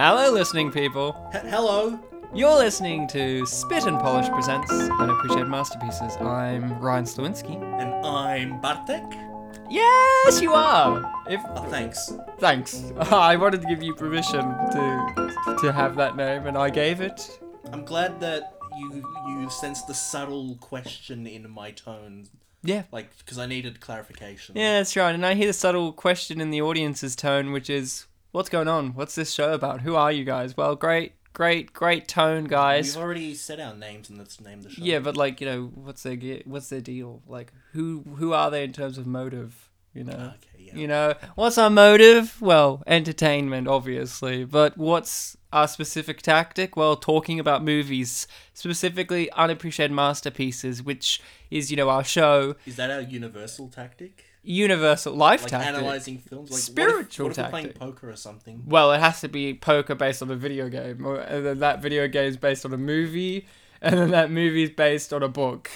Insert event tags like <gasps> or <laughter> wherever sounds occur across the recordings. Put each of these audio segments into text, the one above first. Hello, listening people. H- hello. You're listening to Spit and Polish presents Unappreciated Masterpieces. I'm Ryan Slowinski. And I'm Bartek. Yes, you are. If Oh, thanks. thanks, <laughs> I wanted to give you permission to to have that name, and I gave it. I'm glad that you you sensed the subtle question in my tone, Yeah. like because I needed clarification. Yeah, that's right. And I hear the subtle question in the audience's tone, which is, "What's going on? What's this show about? Who are you guys?" Well, great, great, great tone, guys. We've already said our names and that's named the show. Yeah, but like you know, what's their ge- what's their deal? Like who who are they in terms of motive? You know, Ah, Okay. Yeah. you know, what's our motive? Well, entertainment, obviously. But what's our specific tactic? Well, talking about movies, specifically unappreciated masterpieces, which is you know our show Is that our universal tactic? universal life Like tactic. analyzing films, like Spiritual what if, what if we're playing tactic. poker or something? Well, it has to be poker based on a video game, or and then that video game is based on a movie, and then that movie is based on a book,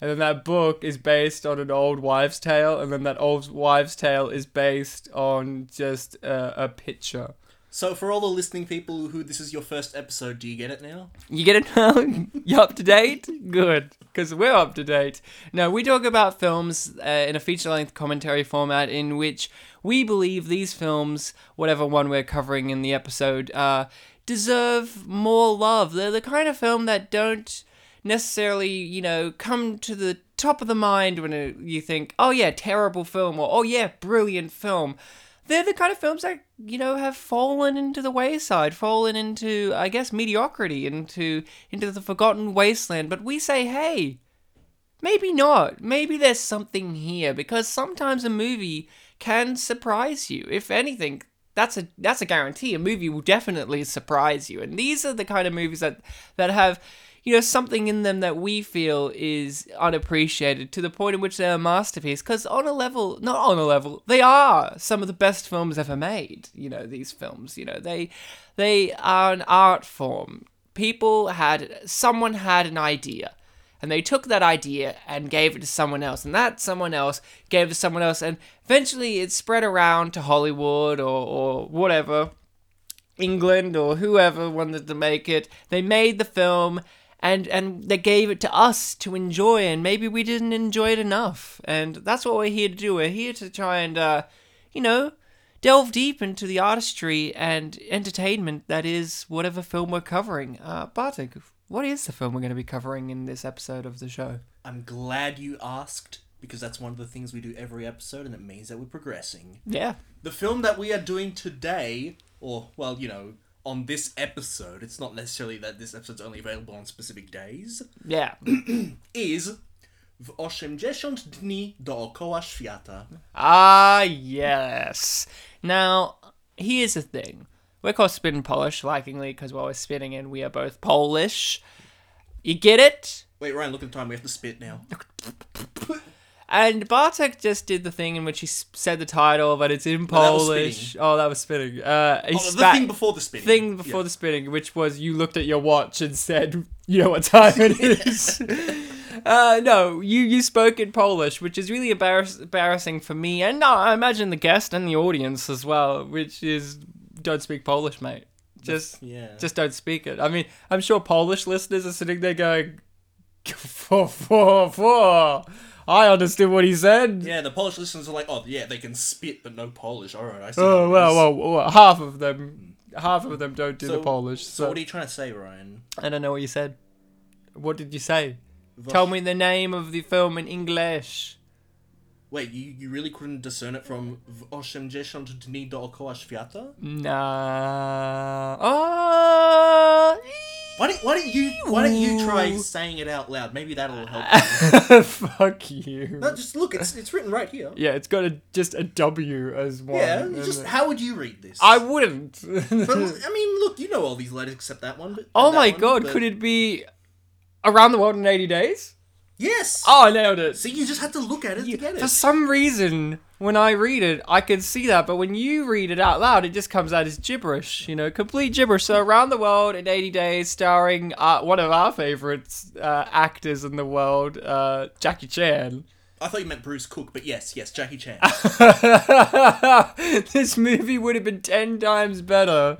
and then that book is based on an old wives' tale, and then that old wives' tale is based on just a, a picture. So for all the listening people who this is your first episode, do you get it now? You get it now? <laughs> you up to date? Good, because we're up to date. Now, we talk about films uh, in a feature length commentary format in which we believe these films, whatever one we're covering in the episode, uh, deserve more love. They're the kind of film that don't necessarily, you know, come to the top of the mind when it, you think, oh yeah, terrible film, or oh yeah, brilliant film. They're the kind of films that, you know, have fallen into the wayside, fallen into, I guess, mediocrity, into into the forgotten wasteland. But we say, hey, maybe not. Maybe there's something here because sometimes a movie can surprise you. If anything, that's a that's a guarantee. A movie will definitely surprise you. And these are the kind of movies that that have you know something in them that we feel is unappreciated to the point in which they're a masterpiece because on a level not on a level they are some of the best films ever made you know these films you know they they are an art form people had someone had an idea and they took that idea and gave it to someone else, and that someone else gave it to someone else, and eventually it spread around to Hollywood or, or whatever, England or whoever wanted to make it. They made the film and and they gave it to us to enjoy, and maybe we didn't enjoy it enough. And that's what we're here to do. We're here to try and uh, you know, delve deep into the artistry and entertainment that is whatever film we're covering. Uh, Bartek, what is the film we're going to be covering in this episode of the show? I'm glad you asked because that's one of the things we do every episode, and it means that we're progressing. Yeah. The film that we are doing today, or, well, you know, on this episode, it's not necessarily that this episode's only available on specific days, Yeah. is W 80 Dni Dookoła Świata. Ah, yes. Now, here's the thing. We're called Spin and Polish, likingly, because while we're spinning and we are both Polish. You get it? Wait, Ryan, look at the time. We have to spit now. And Bartek just did the thing in which he s- said the title, but it's in that was Polish. oh, that was spinning. Uh, he Oh, the spat- thing before the spitting. thing before the spinning, which was you looked at your watch and said, "You know what time <laughs> it is." uh, no, you you spoke in Polish, which is really embarrass- embarrassing for me, and uh, I imagine the guest and the audience as well, which is don't speak Polish, mate. Just Yeah. just don't speak it. I mean, I'm sure Polish listeners are sitting there going, <laughs> "Four, four, four." I understood what he said. Yeah, the Polish listeners are like, oh, yeah, they can spit, but no Polish. All right, I see. how Oh it well, is." well, well, half of them, half of them don't do the So- Polish. So, what are you trying to say, Ryan? I don't know what you said. What did you say? Tell me the name of the film in English. Wait, you, you really couldn't discern it from W 80 Dni Dookoła Świata? Nah. Oh. Why don't, why don't you why don't you try saying it out loud? Maybe that'll Uh, <laughs> help. Fuck you. no, just look, it's it's written right here. Yeah, it's got a, just a W as one. Yeah, you and- just how would you read this? I <laughs> wouldn't. but, I mean, look, you know all these letters except that one. But, oh and that my one, god, but- could it be around the world in 80 days? Yes. Oh, I nailed it. See, you just had to look at it to get For it. some reason, when I read it, I can see that, but when you read it out loud, it just comes out as gibberish, you know, complete gibberish. So, Around the World in 80 Days, starring uh, one of our favourite uh, actors in the world, uh, Jackie Chan. <laughs> I thought you meant Bruce Cook, but yes, yes, Jackie Chan. Uh. this movie would have been 10 times better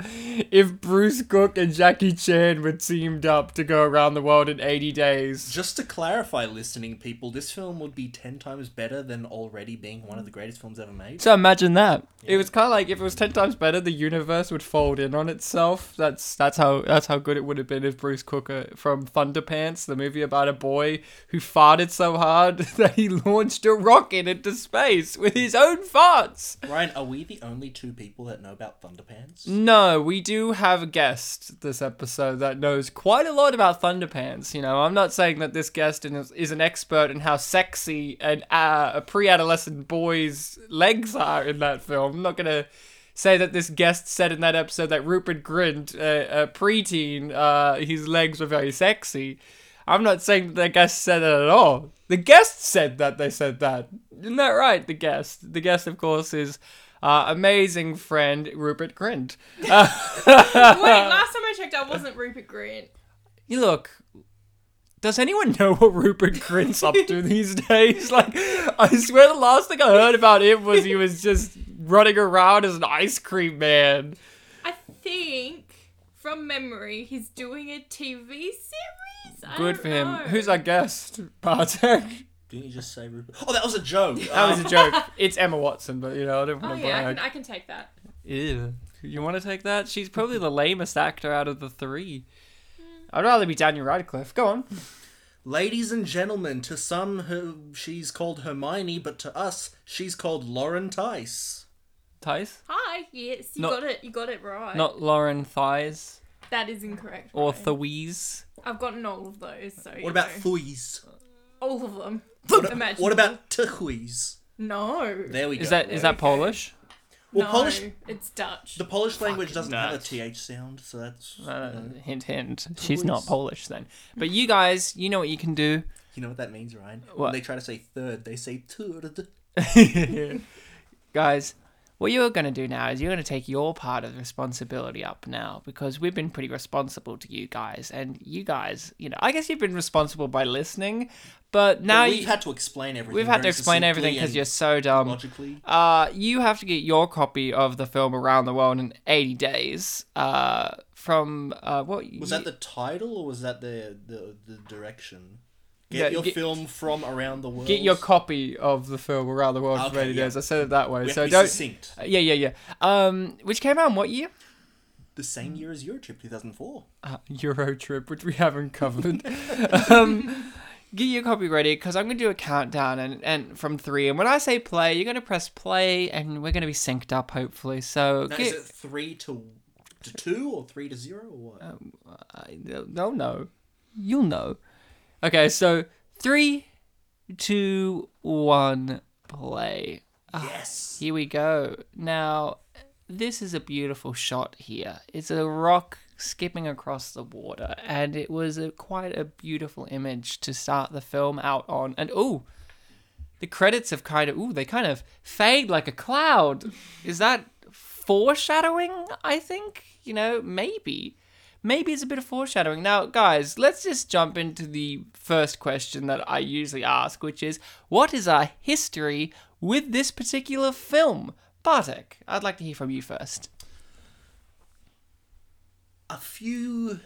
if Bruce Cook and Jackie Chan were teamed up to go around the world in 80 days. Just to clarify, listening people, this film would be ten times better than already being one of the greatest films ever made. So imagine that. It was kind of like if it was 10 times better, the universe would fold in on itself. That's that's how that's how good it would have been if Bruce Cook uh, from Thunderpants, the movie about a boy who farted so hard <laughs> that he launched a rocket into space with his own farts. Ryan, are we the only two people that know about Mm. Thunderpants? No, we do have a guest this episode that knows quite a lot about Thunderpants. You know, I'm not saying that this guest is, is an expert in how sexy an uh, a pre-adolescent boy's legs are in that film. I'm not gonna say that this guest said in that episode that Rupert Grint, a, a preteen, uh, his legs were very sexy. I'm not saying that the guest said that at all. The guest said that they said that. Isn't that right? The guest. The guest, of course, is uh, amazing friend Rupert Grint. <laughs> Wait, last time I checked, I wasn't Rupert Grant. You look. Does anyone know what Rupert Grint's up <laughs> to these days? Like, I swear the last thing I heard about him was he was just running around as an ice cream man. I think, from memory, he's doing a TV series. I Good don't for him. know. Who's our guest? Bartek. Didn't you just say Rupert? Oh, that was a joke. That was a <laughs> joke. It's Emma Watson, but you know I don't Oh want to yeah, I brag. can, I can take that. Ew. You want to take that? She's probably the lamest actor out of the three. Hmm. I'd rather be Daniel Radcliffe. Go on. Ladies and gentlemen, to some who she's called Hermione, but to us she's called Lauren Tice. Tice? Hi. Yes, you Not- got it. You got it right. Not Lauren Thighs that is incorrect. or Ryan. Thweez. I've gotten all of those. So you What about know. Thuys? all of them? <laughs> What, Imagine. what about Tuhuis? no? There we go. Is that is that Polish? well no, Polish? It's Dutch. The Polish language doesn't have a nuts. th sound, so that's Uh, you know, hint, hint. She's not Polish Polish. then. But you guys, you know what you can <laughs> do. <laughs> you know what that means, Ryan. What? When they try to say third, they say third. guys, what you're going to do now is you're going to take your part of the responsibility up now because we've been pretty responsible to you guys. And you guys, you know, I guess you've been responsible by listening, but now But we've you, had to explain everything. we've had to very explain everything because succinctly you're and so dumb. logically. Uh, you have to get your copy of the film Around the World in 80 Days uh, from uh, what Was that the title or was that the the, the direction? Get Yeah, your get- film from around the world. Get your copy of the film Around the World in Okay, 80 yeah. Days. I said it that way. We have so to be don't. Uh, succinct. Yeah, yeah, yeah. Um, which came out in what year? The same year as Eurotrip, two thousand four. uh, Euro trip, which we haven't <laughs> covered. um, get your copy ready because I'm going to do a countdown and, and from three. And when I say play, you're going to press play and we're going to be synced up, hopefully. So, Now, get, is it three to to two or three to zero or what? I- they'll, they'll know. You'll know. Okay, so three, two, one, play. yes. Here we go. Now, this is a beautiful shot here. It's a rock skipping across the water, and it was a, quite a beautiful image to start the film out on. And oh, the credits have kind of ooh, they kind of fade like a cloud. Is that foreshadowing? I think you know maybe. Maybe it's a bit of foreshadowing. Now, guys, let's just jump into the first question that I usually ask, which is what is our history with this particular film? Bartek, I'd like to hear from you first. A few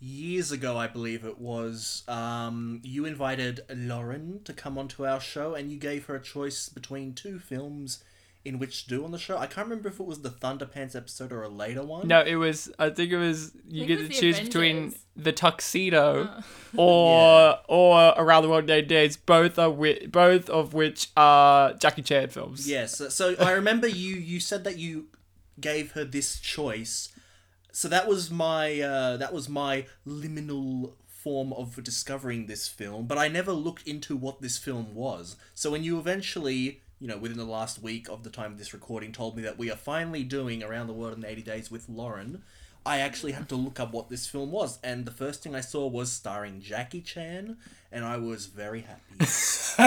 years ago, I believe it was, um, you invited Lauren to come onto our show, and you gave her a choice between two films in which to do on the show. I can't remember if it was the Thunderpants episode or a later one. No, it was. I think it was. You think get it to was the choose between Avengers. Oh. the tuxedo or or around the world in eight days. Both are wi- both of which are Jackie Chan films. Yes. so- So I remember you you said that you gave her this choice. So that was my uh, that was my liminal form of discovering this film, but I never looked into what this film was. So when you eventually, you know, within the last week of the time of this recording told me that we are finally doing Around the World in 80 Days with Lauren, I actually had to look up what this film was, and the first thing I saw was starring Jackie Chan, and I was very happy. <laughs>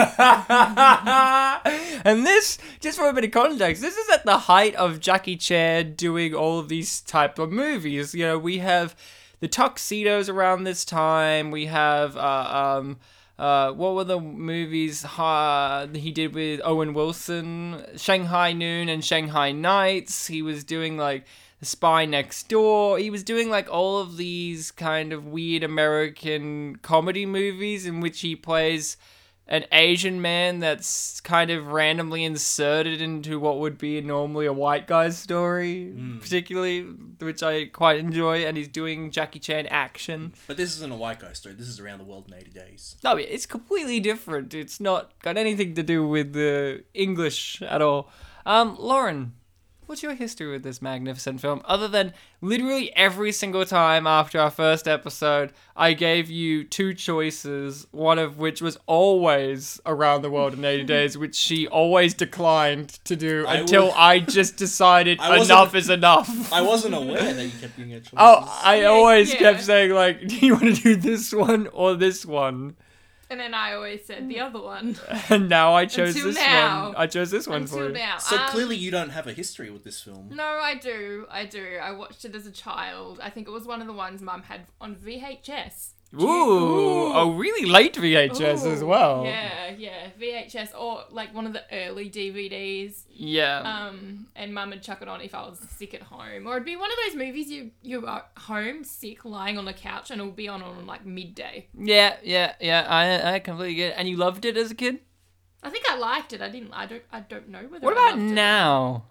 and this, just for a bit of context, this is at the height of Jackie Chan doing all of these type of movies. You know, we have the tuxedos around this time. We have uh, um, Uh, what were the movies uh, he did with Owen Wilson? Shanghai Noon and Shanghai Nights. He was doing like The Spy Next Door. He was doing like all of these kind of weird American comedy movies in which he plays an Asian man that's kind of randomly inserted into what would be normally a white guy's story, particularly, which I quite enjoy. And he's doing Jackie Chan action. But this isn't a white guy story. This is around the world in eighty days. No, it's completely different. It's not got anything to do with the English at all. Um, Lauren, what's your history with this magnificent film? Other than literally every single time after our first episode, I gave you two choices, one of which was always Around the World in 80 Days, which she always declined to do I until was- I just decided <laughs> I wasn't- enough is <laughs> enough. I wasn't aware that you kept doing your choices. Oh, I Yeah, always yeah. kept saying like, <laughs> "Do you want to do this one or this one?" And then I always said the other <laughs> one. And now I chose Until this now. one. I chose this one for Until you. now. so Um, clearly you don't have a history with this film. No, I do. I do. I watched it as a child. I think it was one of the ones Mum had on VHS. Do you- Ooh, a really late VHS as Ooh. well. Yeah, yeah. VHS or like one of the early DVDs. Yeah. Um, and Mum would chuck it on if I was sick at home, or it'd be one of those movies you you are home sick, lying on the couch, and it'll be on on like midday. yeah, yeah, yeah. I I completely get it. And you loved it as a kid? I think I liked it. I didn't. I don't. I don't know whether. What I about loved it. now?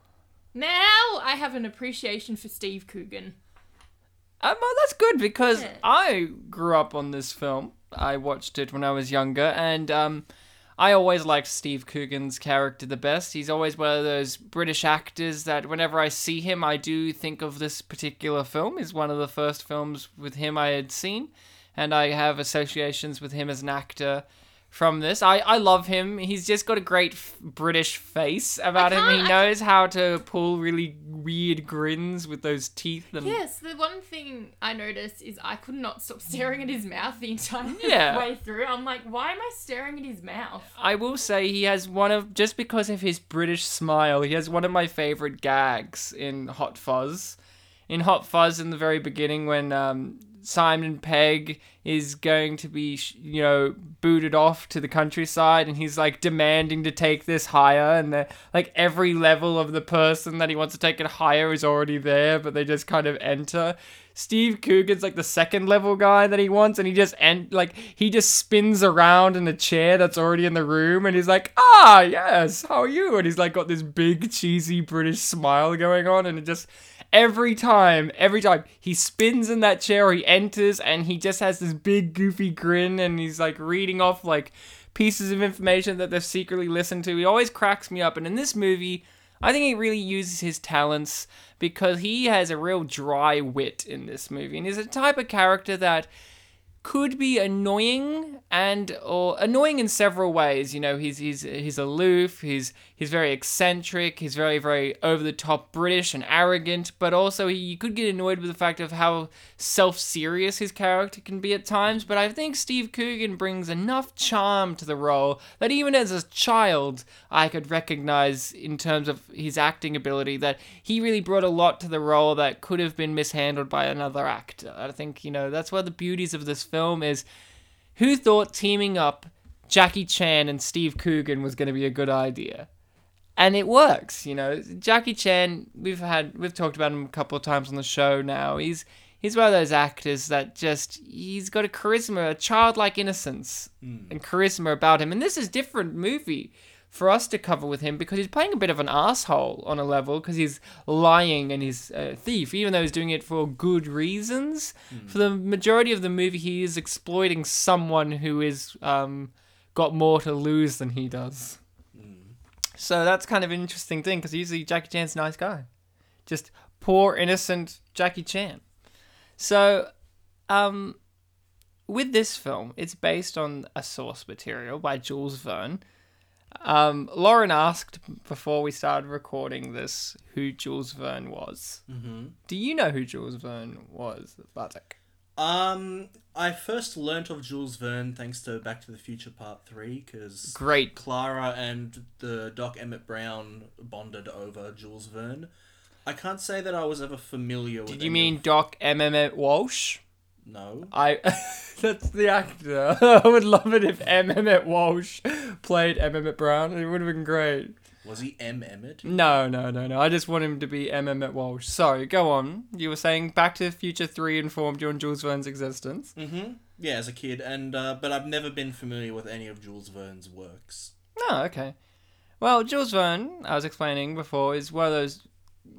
Now I have an appreciation for Steve Coogan. Um, well, that's good because Yeah. I grew up on this film. I watched it when I was younger, and um, I always liked Steve Coogan's character the best. He's always one of those British actors that whenever I see him, I do think of this particular film. Is one of the first films with him I had seen, and I have associations with him as an actor. From this, I, I love him. He's just got a great f- British face about him. He can't- I knows how to pull really weird grins with those teeth and Yes, the one thing I noticed is I could not stop staring at his mouth the entire Yeah. <laughs> way through. I'm like, why am I staring at his mouth? I will say he has one of just because of his British smile, he has one of my favorite gags in Hot Fuzz. In Hot Fuzz, in the very beginning, when um, Simon Pegg is going to be, sh- you know, booted off to the countryside, and he's like demanding to take this higher, and they're- like every level of the person that he wants to take it higher is already there, but they just kind of enter. Steve Coogan's like the second level guy that he wants, and he just end like he just spins around in a chair that's already in the room, and he's like, "Ah, yes, how are you?" And he's like got this big cheesy British smile going on, and it just every time, every time he spins in that chair, or he enters, and he just has this big goofy grin, and he's like reading off like pieces of information that they've secretly listened to. He always cracks me up, and in this movie. I think he really uses his talents because he has a real dry wit in this movie and is a type of character that could be annoying and or annoying in several ways. You know, he's he's he's aloof, he's he's very eccentric, he's very very over the top British and arrogant, but also he, you could get annoyed with the fact of how self serious his character can be at times. But I think Steve Coogan brings enough charm to the role that even as a child I could recognize in terms of his acting ability that he really brought a lot to the role that could have been mishandled by another actor. I think you know that's one of the beauties of this film is who thought teaming up Jackie Chan and Steve Coogan was going to be a good idea? And it works, you know. Jackie Chan, we've had we've talked about him a couple of times on the show now. He's he's one of those actors that just he's got a charisma, a childlike innocence and charisma about him. And this is different movie for us to cover with him because he's playing a bit of an asshole on a level because he's lying and he's a thief, even though he's doing it for good reasons. For the majority of the movie, he is exploiting someone who is um, got more to lose than he does. So that's kind of an interesting thing because usually Jackie Chan's a nice guy, just poor innocent Jackie Chan. So, um, with this film, it's based on a source material by Jules Verne. Um, Lauren asked before we started recording this who Jules Verne was. Mm-hmm. Do you know who Jules Verne was, Bartek? Um, I first learnt of Jules Verne thanks to Back to the Future Part Three because Great. Clara and the Doc Emmett Brown bonded over Jules Verne. I can't say that I was ever familiar with. Did you any mean of- Doc M.M. Walsh? No. I <laughs> that's the actor. <laughs> I would love it if M. Emmett Walsh played M. Emmett Brown. It would have been great. Was he M. Emmett? No, no, no, no. I just want him to be M. Emmett Walsh. So go on. You were saying Back to the Future Three informed you on Jules Verne's existence. Mm-hmm. Yeah, as a kid, and uh, but I've never been familiar with any of Jules Verne's works. Oh, okay. Well, Jules Verne, I was explaining before, is one of those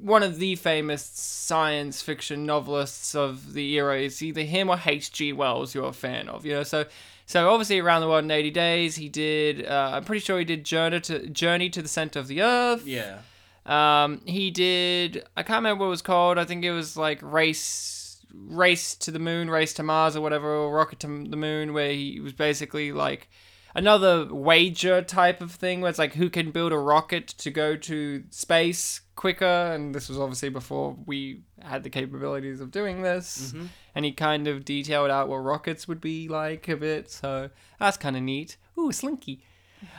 one of the famous science fiction novelists of the era. It's either him or H.G. Wells you're a fan of, you know. So, so obviously, around the world in 80 days, he did. Uh, I'm pretty sure he did Journey to Journey to the Center of the Earth. Yeah. Um, he did. I can't remember what it was called. I think it was like race, race to the moon, race to Mars, or whatever, or rocket to the moon, where he was basically like another wager type of thing, where it's like who can build a rocket to go to space quicker. And this was obviously before we had the capabilities of doing this. And he kind of detailed out what rockets would be like a bit. So that's kind of neat. Ooh, a slinky.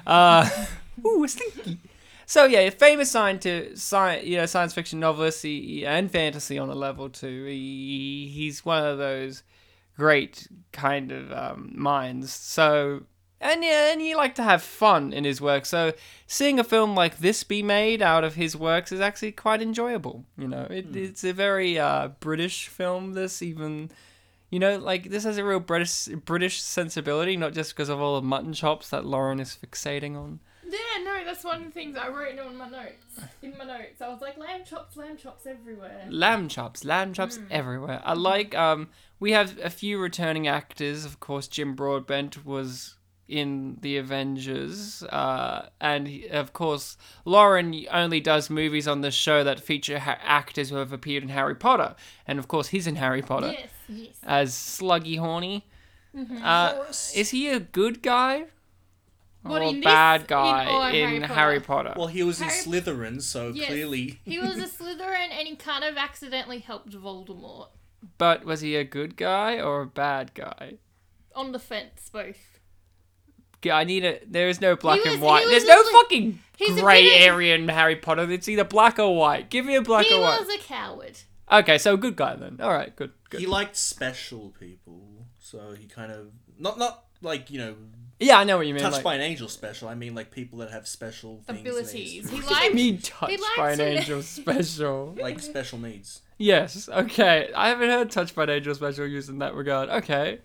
Uh, <laughs> ooh, a slinky. So yeah, a famous scientist, sci- you know, science fiction novelist he, he- and fantasy on a level too. He, he's one of those great kind of um, minds. So and yeah, and he liked to have fun in his work. So seeing a film like this be made out of his works is actually quite enjoyable. You know, it, it's a very uh, British film. This even. You know, like this has a real British British sensibility, not just because of all the mutton chops that Lauren is fixating on. Yeah, no, that's one of the things I wrote down in my notes. In my notes, I was like, lamb chops, lamb chops everywhere. lamb chops, lamb chops Hmm. everywhere. I like um we have a few returning actors, of course Jim Broadbent was in the Avengers, uh, and he- of course Lauren only does movies on this show that feature ha- actors who have appeared in Harry Potter, and of course he's in Harry Potter Yes, Mm-hmm. yes. as Sluggy Horny. Uh, course. is he a good guy What, or in this- bad in- oh, guy in, in Harry Potter. Harry Potter? Well, he was in Harry- Slytherin, so Yes. clearly. he was a Slytherin and he kind of accidentally helped Voldemort. but was he a good guy or a bad guy? On the fence, both. Yeah, I need a. There is no black He and was- white. he was There's no literally- fucking He's a gray bit of- area in Harry Potter. It's either black or white. Give me a black he or was white. a coward. Okay, so good guy then. All right, good, good. He liked special people, so he kind of not not like you know yeah, I know what you mean. touched like, by an angel special. I mean like people that have special things they- Abilities. He I liked. mean, touched by an likes him. <laughs> angel special. <laughs> like special needs. Yes. Okay. I haven't heard touched by an angel special used in that regard. Okay.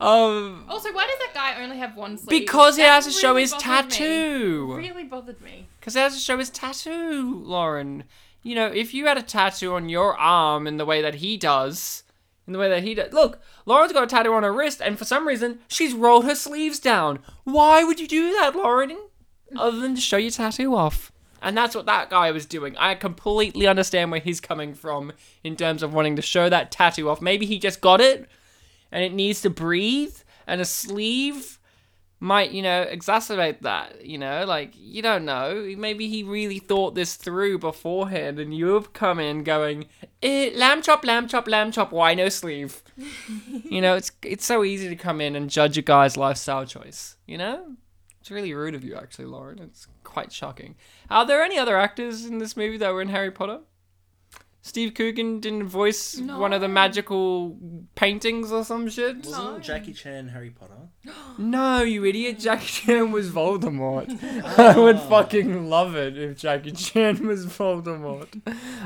Um, Also, why does that guy only have one sleeve? because he has That to show really his bothered me. tattoo. Really bothered me. Because it has to show his tattoo, Lauren. You know, if you had a tattoo on your arm in the way that he does, in the way that he does. Look, Lauren's got a tattoo on her wrist, and for some reason, she's rolled her sleeves down. Why would you do that, Lauren? Other than to show your tattoo off. And that's what that guy was doing. I completely understand where he's coming from in terms of wanting to show that tattoo off. Maybe he just got it, and it needs to breathe, and a sleeve might you know exacerbate that you know like you don't know maybe he really thought this through beforehand and you've come in going eh, lamb chop lamb chop lamb chop why no sleeve you know it's it's so easy to come in and judge a guy's lifestyle choice you know it's really rude of you actually lauren it's quite shocking are there any other actors in this movie that were in harry potter steve coogan didn't voice one of the No. magical paintings or some shit Wasn't Jackie Chan Harry Potter? no, you idiot. Jackie Chan was Voldemort. I would fucking love it if Jackie Chan was Voldemort.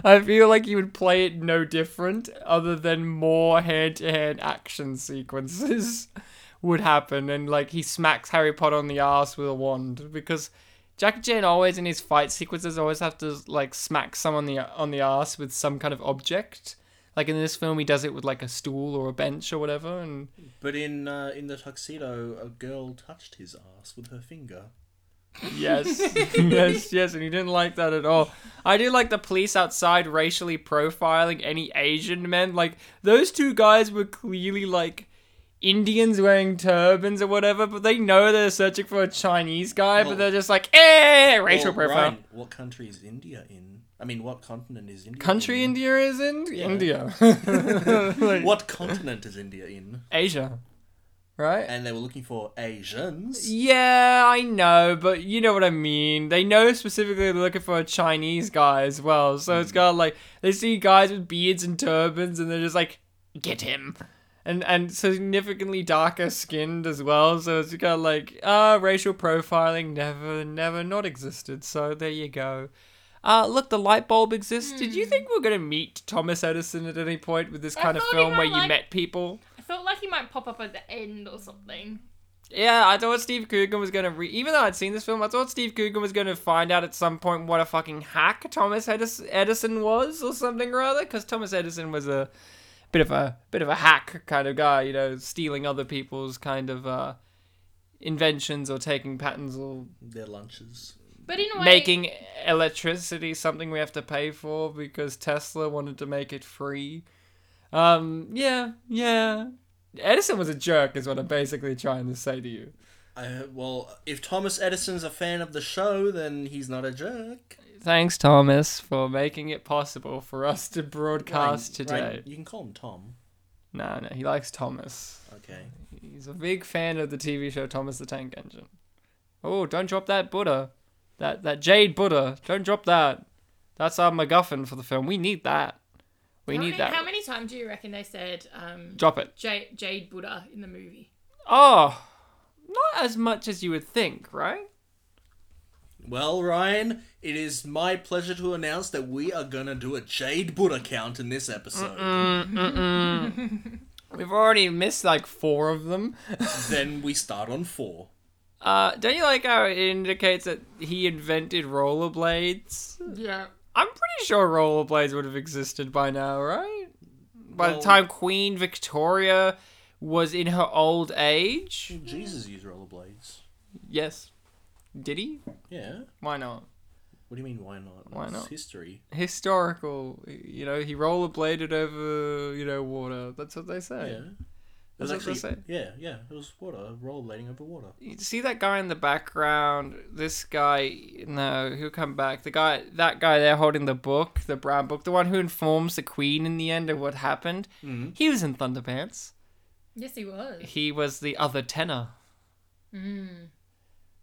I feel like you would play it no different, other than more hand to hand action sequences <laughs> would happen. And like he smacks Harry Potter on the ass with a wand because. Jackie Chan always in his fight sequences always have to like smack someone on the on the ass with some kind of object. Like in this film, he does it with like a stool or a bench or whatever, and But in uh, in the tuxedo, a girl touched his ass with her finger. Yes, <laughs> yes, yes, and he didn't like that at all. I do like the police outside racially profiling any Asian men. Like those two guys were clearly like Indians wearing turbans or whatever, but they know they're searching for a Chinese guy, Well- but they're just like, eh, racial Well, profile. Ryan, Oh, what country is India in? I mean, what continent is India? Country in? India is in India, <laughs> <laughs> Like, What continent is India in? Asia, right? And they were looking for Asians. Yeah, I know, but you know what I mean. They know specifically they're looking for a Chinese guy as Hmm. well. So it's kind of like they see guys with beards and turbans and they're just like, get him. and and significantly darker skinned as well. So it's kind of like uh, racial profiling never never not existed. So there you go. Uh, look, the light bulb exists. Did you think we are gonna meet Thomas Edison at any point with this Hmm. I kind of thought he film might where you like- met people? I felt like he might pop up at the end or something. Yeah, I thought Steve Coogan was gonna re- even though I'd seen this film, I thought Steve Coogan was gonna find out at some point what a fucking hack Thomas Edis- Edison was or something or other, because Thomas Edison was a bit of a bit of a hack kind of guy, you know, stealing other people's kind of uh, inventions or taking patents or Their lunches. But in a way, making electricity something we have to pay for because Tesla wanted to make it free. Um, yeah, yeah. Edison was a jerk, is what I'm basically trying to say to you. I, well, if Thomas Edison's a fan of the show, then he's not a jerk. Thanks, Thomas, for making it possible for us to broadcast Ryan- today. Ryan, you can call him Tom. No, no, he likes Thomas. Okay. He's a big fan of the TV show Thomas the Tank Engine. Oh, don't drop that Buddha. That that jade Buddha. Don't drop that. That's our MacGuffin for the film. We need that. We how need many, that. How many times do you reckon they said um, Drop it. Jade, Jade Buddha in the movie? Oh, not as much as you would think, right? Well, Ryan, it is my pleasure to announce that we are gonna do a Jade Buddha count in this episode. We've already missed like four of them. <laughs> Then we start on four. Uh, don't you like how it indicates that he invented rollerblades? Yeah. I'm pretty sure rollerblades would have existed by now, right? By Well- the time Queen Victoria was in her old age? Jesus used rollerblades. Yes. Did he? Yeah. Why not? What do you mean? Why not? Why It's not? history. Historical, you know, he rollerbladed over, you know, water. That's what they say. Yeah. It was Oh, That's what actually, they say. yeah, yeah. It was water rollerblading over water. You see that guy in the background? This guy, no, he'll come back. The guy, that guy there holding the book, the brown book, the one who informs the queen in the end of what happened. Mm-hmm. He was in Thunderpants. Yes, <laughs> he was. Mm, He was the other tenor.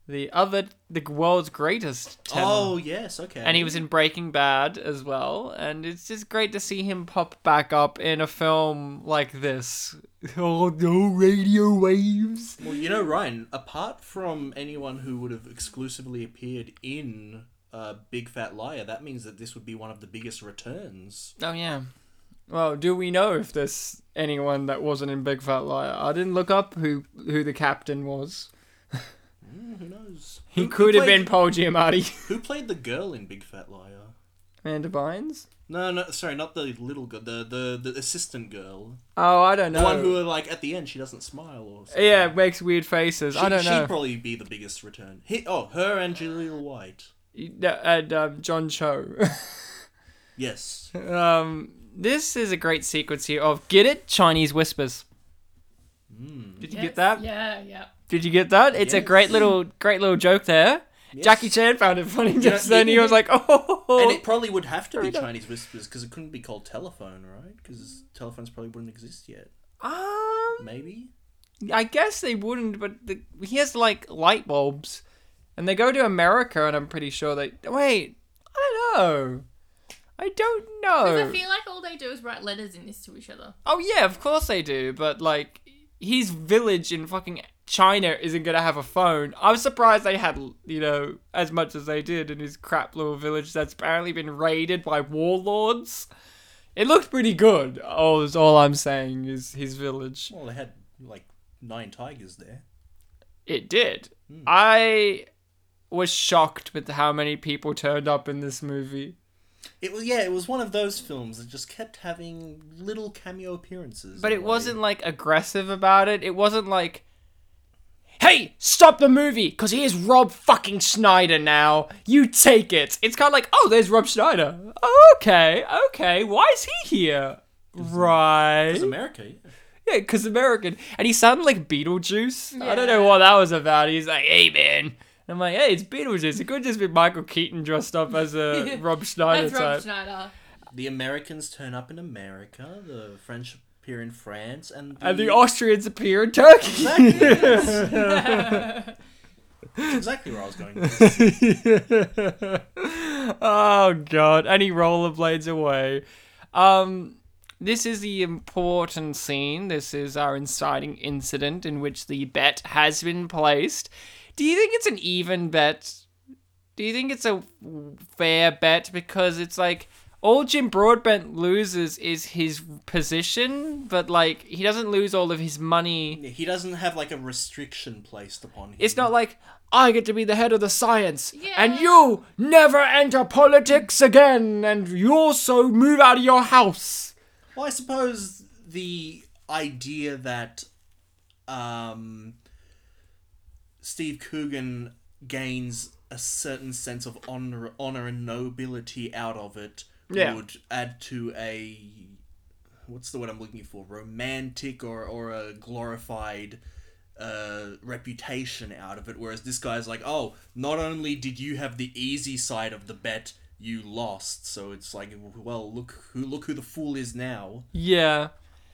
The other, the world's greatest tenor. Oh yes, okay. And he was in Breaking Bad as well. And it's just great to see him pop back up in a film like this. <laughs> Oh, no radio waves. Well, you know, Ryan. Apart from anyone who would have exclusively appeared in uh, Big Fat Liar, that means that this would be one of the biggest returns. Oh, yeah. Well, do we know if there's anyone that wasn't in Big Fat Liar? I didn't look up who, who the captain was. Mm, who knows? He Who- who could have played- been Paul Giamatti. <laughs> Who played the girl in Big Fat Liar? Amanda Bynes? No, no, sorry, not the little girl, the the, the assistant girl, Oh, I don't know. the one who like at the end she doesn't smile or something. Yeah, makes weird faces. she, I don't know. She'd probably be the biggest return. He, oh, her and Julia White. No, and um, John Cho. <laughs> Yes. um, this is a great sequence here of get it Chinese whispers. Did you get that? Yeah, yeah. Did you get that? It's a great Hmm. Yes. little, great little joke there. Jackie Chan found it funny just then. He was like, "Oh, And it probably would have to Sorry, be no. Chinese whispers because it couldn't be called telephone, right? Because telephones probably wouldn't exist yet. um, Maybe. I guess they wouldn't." But the, he has like light bulbs, and they go to America, and I'm pretty sure they wait. I don't know. I don't know. Because I feel like all they do is write letters in this to each other. Oh yeah, of course they do, but like his village in fucking China isn't gonna have a phone. I was surprised they had you know as much as they did in his crap little village that's apparently been raided by warlords. It looked pretty good. Oh, is all I'm saying is his village. Well, they had like nine tigers there. It did. I was shocked with how many people turned up in this movie. It was yeah, it was one of those films that just kept having little cameo appearances. But in a it way. wasn't like aggressive about it. It wasn't like, hey, stop the movie, because here's Rob fucking Schneider now. You take it. It's kind of like, oh, there's Rob Schneider. Oh, okay, okay. Why is he here? Right. It was America. Yeah. Yeah, because American. And he sounded like Beetlejuice. I don't know Yeah. what that was about. He's like, hey, man. I'm like, hey, it's Beetlejuice. It could just be Michael Keaton dressed up as <laughs> a Rob Schneider That's Rob type. Schneider. The Americans turn up in America. The French appear in France, and the, And the Austrians appear in Turkey. <laughs> exactly, yes. That's exactly where I was going. With this. <laughs> oh god and he rollerblades away um This is the important scene. This is our inciting incident in which the bet has been placed. Do you think it's an even bet? Do you think it's a fair bet? Because it's like all Jim Broadbent loses is his position, but like he doesn't lose all of his money. He doesn't have like a restriction placed upon him. It's not like I get to be the head of the science, and Yeah. you never enter politics again, and you also move out of your house. Well, I suppose the idea that um, Steve Coogan gains a certain sense of honor, honor and nobility out of it Yeah. would add to a what's the word I'm looking for? Romantic or or a glorified uh, reputation out of it. Whereas this guy's like, oh, not only did you have the easy side of the bet, you lost. So it's like, well, look who look who the fool is now. Yeah.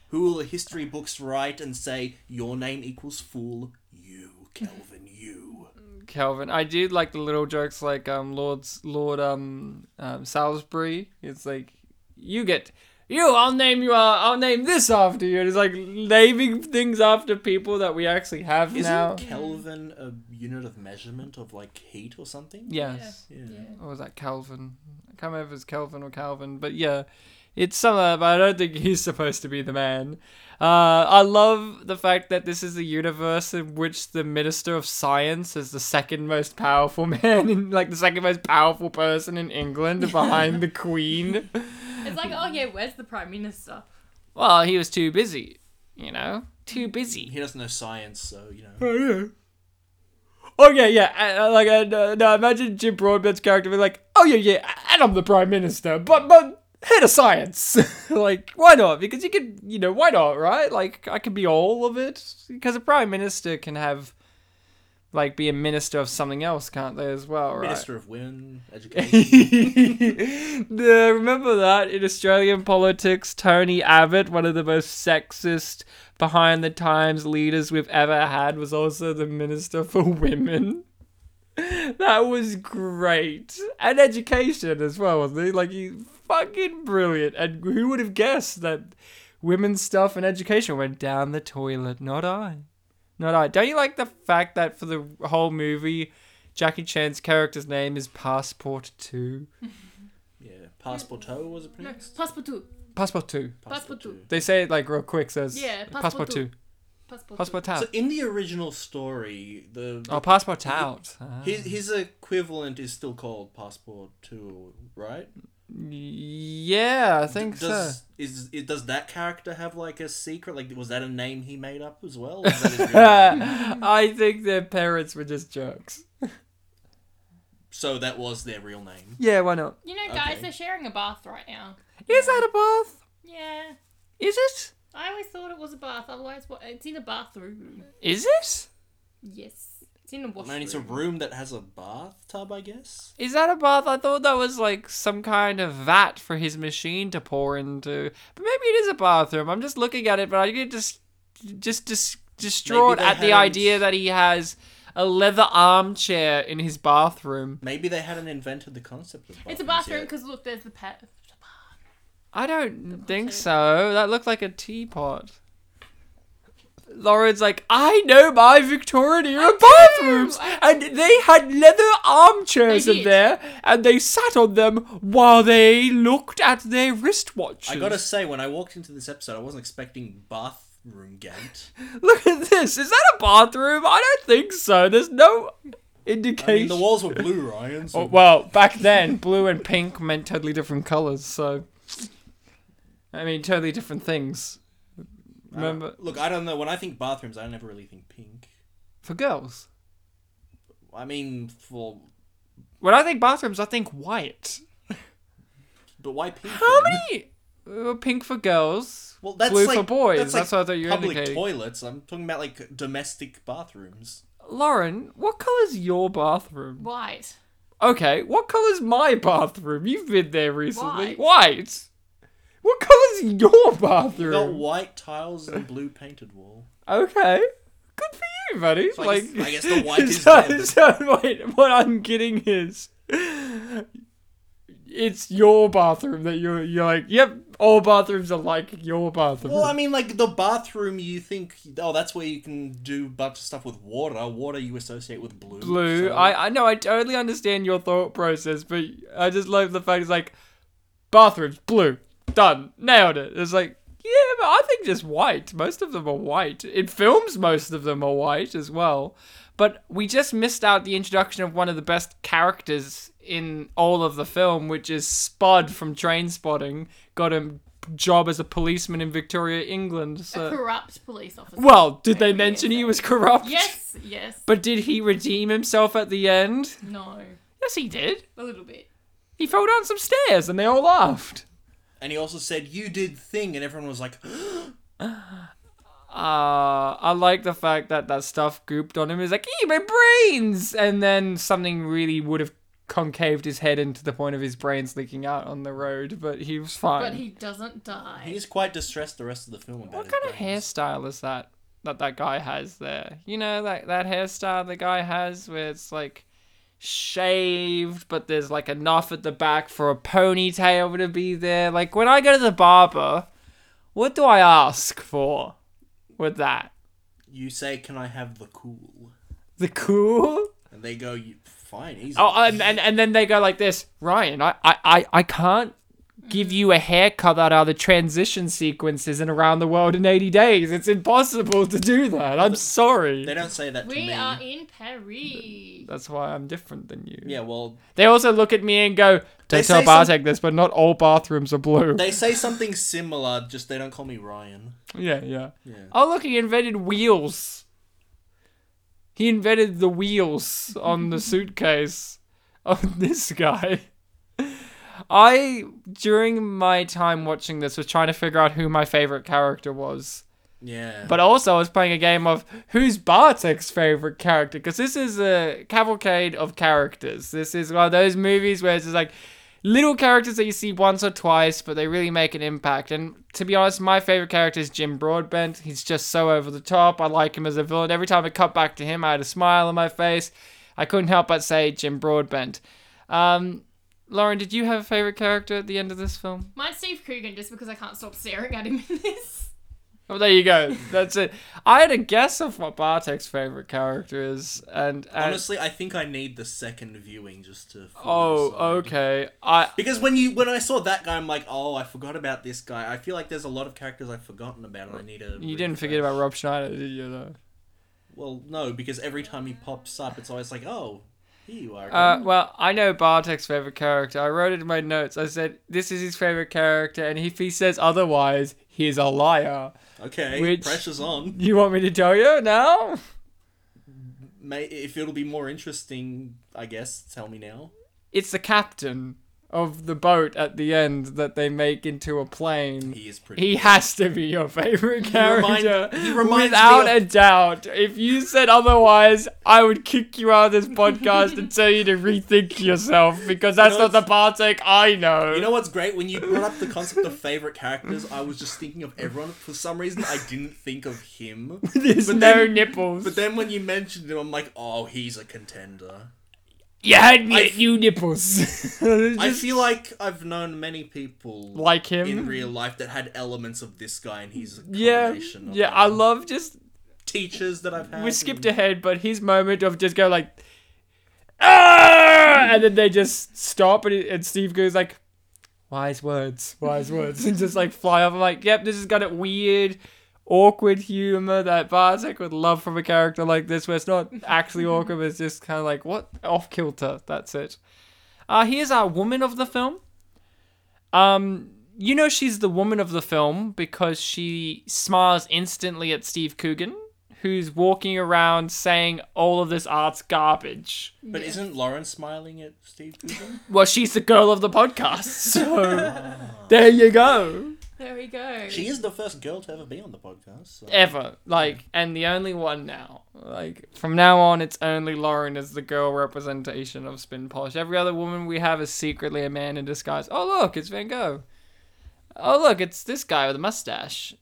Who will the history books write and say your name equals fool? You, <laughs> Kelvin, you. Calvin. I do like the little jokes like um Lord's Lord um, um Salisbury. It's like you get you. I'll name you. Uh, I'll name this after you. And it's like naming things after people that we actually have Isn't now. Kelvin a unit of measurement of like heat or something? Yes. Yeah. Or was that Calvin? I can't remember if it's Calvin or Calvin, but yeah. It's summer, but I don't think <laughs> he's supposed to be the man. Uh, I love the fact that this is the universe in which the Minister of Science is the second most powerful <laughs> man, in, like the second most powerful person in England behind the Queen. <laughs> It's like, oh yeah, where's the prime minister? Well, he was too busy, you know? Too busy. He doesn't know science, so you know. Oh yeah. Oh yeah, yeah. I, I- like, I, uh, now imagine Jim Broadbent's character being like, "Oh yeah, yeah," and I'm the prime minister, but but head of science. <laughs> like, why not? Because you could, you know, why not, right? Like, I could be all of it because a prime minister can have, like, be a minister of something else, can't they as well, right? Minister of Women, <laughs> Education. Yeah, remember that in Australian politics, Tony Abbott, one of the most sexist behind the times leaders we've ever had, was also the Minister for <laughs> Women. That was great. And education as well, wasn't he? Like, he fucking brilliant. And who would have guessed that women's stuff and education went down the toilet? Not I. Not I. Don't you like the fact that for the whole movie, Jackie Chan's character's name is Passport 2? yeah. Passepartout was it No, pronounced? passport two, Passport 2. Passepartout. They say it like real quick, so it's Yeah, passport passport two. passport, Passport out. So in the original story, the oh, passport out. Ah. his, his equivalent is still called passport two, right? yeah, I think so. <laughs> does, Is it does that character have like a secret? Like was that a name he made up <laughs> as well? Is that his real name? I think their parents were just jerks. so that was their real name. Yeah, why not? You know, guys, Okay. they're sharing a bath right now. Is that a bath? Yeah, Is it? I always thought it was a bath. Otherwise, what? It's in a bathroom. Is it? Yes, it's in a I mean, washroom. it's a room that has a bathtub, I guess. Is that a bath? I thought that was like some kind of vat for his machine to pour into. But maybe it is a bathroom. I'm just looking at it, but I get just just dis- distraught they at the had- idea that he has a leather armchair in his bathroom. Maybe they hadn't invented the concept of It's a bathrooms bathroom yet. because look, there's the pet. I don't think so. That looked like a teapot. Lauren's like, I know my Victorian era bathrooms, I- and they had leather armchairs They in did. there, and they sat on them while they looked at their wristwatches. I gotta say, when I walked into this episode, I wasn't expecting bathroom <laughs> gate. <laughs> look at this. Is that a bathroom? I don't think so. There's no I mean, indication. the walls were blue, Ryan. So Oh, well, back then, blue and pink meant totally different colors. So, I mean, totally different things. Ah. I don't- Remember Look, I don't know. When I think bathrooms, I never really think pink. for girls. I mean, for When I think bathrooms, I think white. but why pink? How then? many? Uh, pink for girls. Well, that's Blue like, for boys. That's, That's like what I thought you were public indicating. toilets. I'm talking about like domestic bathrooms. Lauren, what colour's your bathroom? White. Okay, what colour's my bathroom? You've been there recently. White. White. What colour's your We've got bathroom? white tiles and blue painted wall. Okay. Good for you, buddy. So I like, guess- I <laughs> guess the white is so, dead. so wait, what I'm getting is, it's your bathroom that you're you're like, yep, all bathrooms are like your bathroom. Well, I mean, like the bathroom, you think, oh, that's where you can do a bunch of stuff with water. Water you associate with blue. Blue. so- I I know I totally understand your thought process, but I just love the fact it's like bathrooms blue, done, nailed it. It's like yeah, but I think just white. Most of them are white. In films, most of them are white as well. But we just missed out the introduction of one of the best characters in all of the film, which is Spud from Train Spotting. Got a job as a policeman in Victoria, England. A So. corrupt police officer. Well, did they Maybe, mention yes. he was corrupt? Yes, yes. But did he redeem himself at the end? no, Yes, he did. a little bit. He fell down some stairs and they all laughed. And he also said, "You did thing," and everyone was like, <gasps> Uh, I like the fact that that stuff gooped on him. He's like, eat my brains! And then something really would have concaved his head into the point of his brains leaking out on the road, but he was fine. But he doesn't die. "He's quite distressed." The rest of the film about what his kind of brains. hairstyle is that that that guy has there? You know, that, that hairstyle the guy has where it's like shaved, but there's like enough at the back for a ponytail to be there. Like when I go to the barber, what do I ask for with that? You say, "Can I have the cool?" The cool? And they go, "You- "Fine, easy." Oh, and, and, and then they go like this Ryan, I, I, I, I can't give you a haircut that are the transition sequences in Around the World in 80 Days. It's impossible to do that. I'm sorry. they don't say that to we me. are in Paris. That's why I'm different than you. yeah, well, They also look at me and go, They "Don't tell say some- Bartek this, but not all bathrooms are blue." they say something similar, just they don't call me Ryan. <laughs> Yeah, yeah, Yeah. Oh, look, he invented wheels. He invented the wheels on <laughs> the suitcase of <laughs> this guy. I during my time watching this was trying to figure out who my favorite character was. Yeah. But also, I was playing a game of who's Bartek's favorite character because this is a cavalcade of characters. This is one of those movies where it's just like little characters that you see once or twice, but they really make an impact. And to be honest, my favorite character is Jim Broadbent. He's just so over the top. I like him as a villain. Every time I cut back to him, I had a smile on my face. I couldn't help but say Jim Broadbent. Um, Lauren, did you have a favorite character at the end of this film? Mine's Steve Coogan just because I can't stop staring at him in this. <laughs> Well, there you go. That's it. I had a guess of what Bartek's favorite character is, and, and Honestly, I think I need the second viewing just to. fully oh, decide. okay. I Because when you when I saw that guy, I'm like, oh, I forgot about this guy. I feel like there's a lot of characters I've forgotten about, and I need to. you didn't forget about Rob Schneider, did you? Though? Well, no, because every time he pops up, it's always like, oh, here you are. Uh, well, I know Bartek's favorite character. I wrote it in my notes. I said this is his favorite character, and if he says otherwise, he's a liar. okay, which- pressure's on. You want me to tell you now? May, if it'll be more interesting, I guess. Tell me now. It's the captain of the boat at the end that they make into a plane. He is pretty. He has to be your favorite remind- character. he reminds me without of- a doubt. If you said otherwise, I would kick you out of this podcast and tell you to rethink yourself because that's know, not the Bartek I know. you know what's great? When you brought up the concept of favorite characters, I was just thinking of everyone. For some reason, I didn't think of him. <laughs> There's but no then- nipples. But then when you mentioned him, I'm like, oh, he's a contender. you had me I at f- you nipples. <laughs> I Just feel like I've known many people like him. in real life that had elements of this guy, and he's a yeah, combination of yeah. I them. love just teachers that I've had. we skipped and- ahead, but his moment of just go like, ah, and then they just stop, and, and Steve goes like, wise words, wise words, <laughs> and just like fly off. I'm like, yep, this has got it weird, awkward humor that Bartek would love from a character like this, where it's not actually awkward, but it's just kind of like what off kilter. That's it. Uh, here's our woman of the film. Um, you know she's the woman of the film because she smiles instantly at Steve Coogan, who's walking around saying all of this art's garbage. But isn't Lauren smiling at Steve <laughs> Coogan? Well, she's the girl of the podcast, <laughs> so there you go. There we go. she is the first girl to ever be on the podcast. So. Ever like, and the only one now. Like from now on, it's only Lauren as the girl representation of Spin Polish. Every other woman we have is secretly a man in disguise. Oh look, it's Van Gogh. Oh look, it's this guy with a mustache.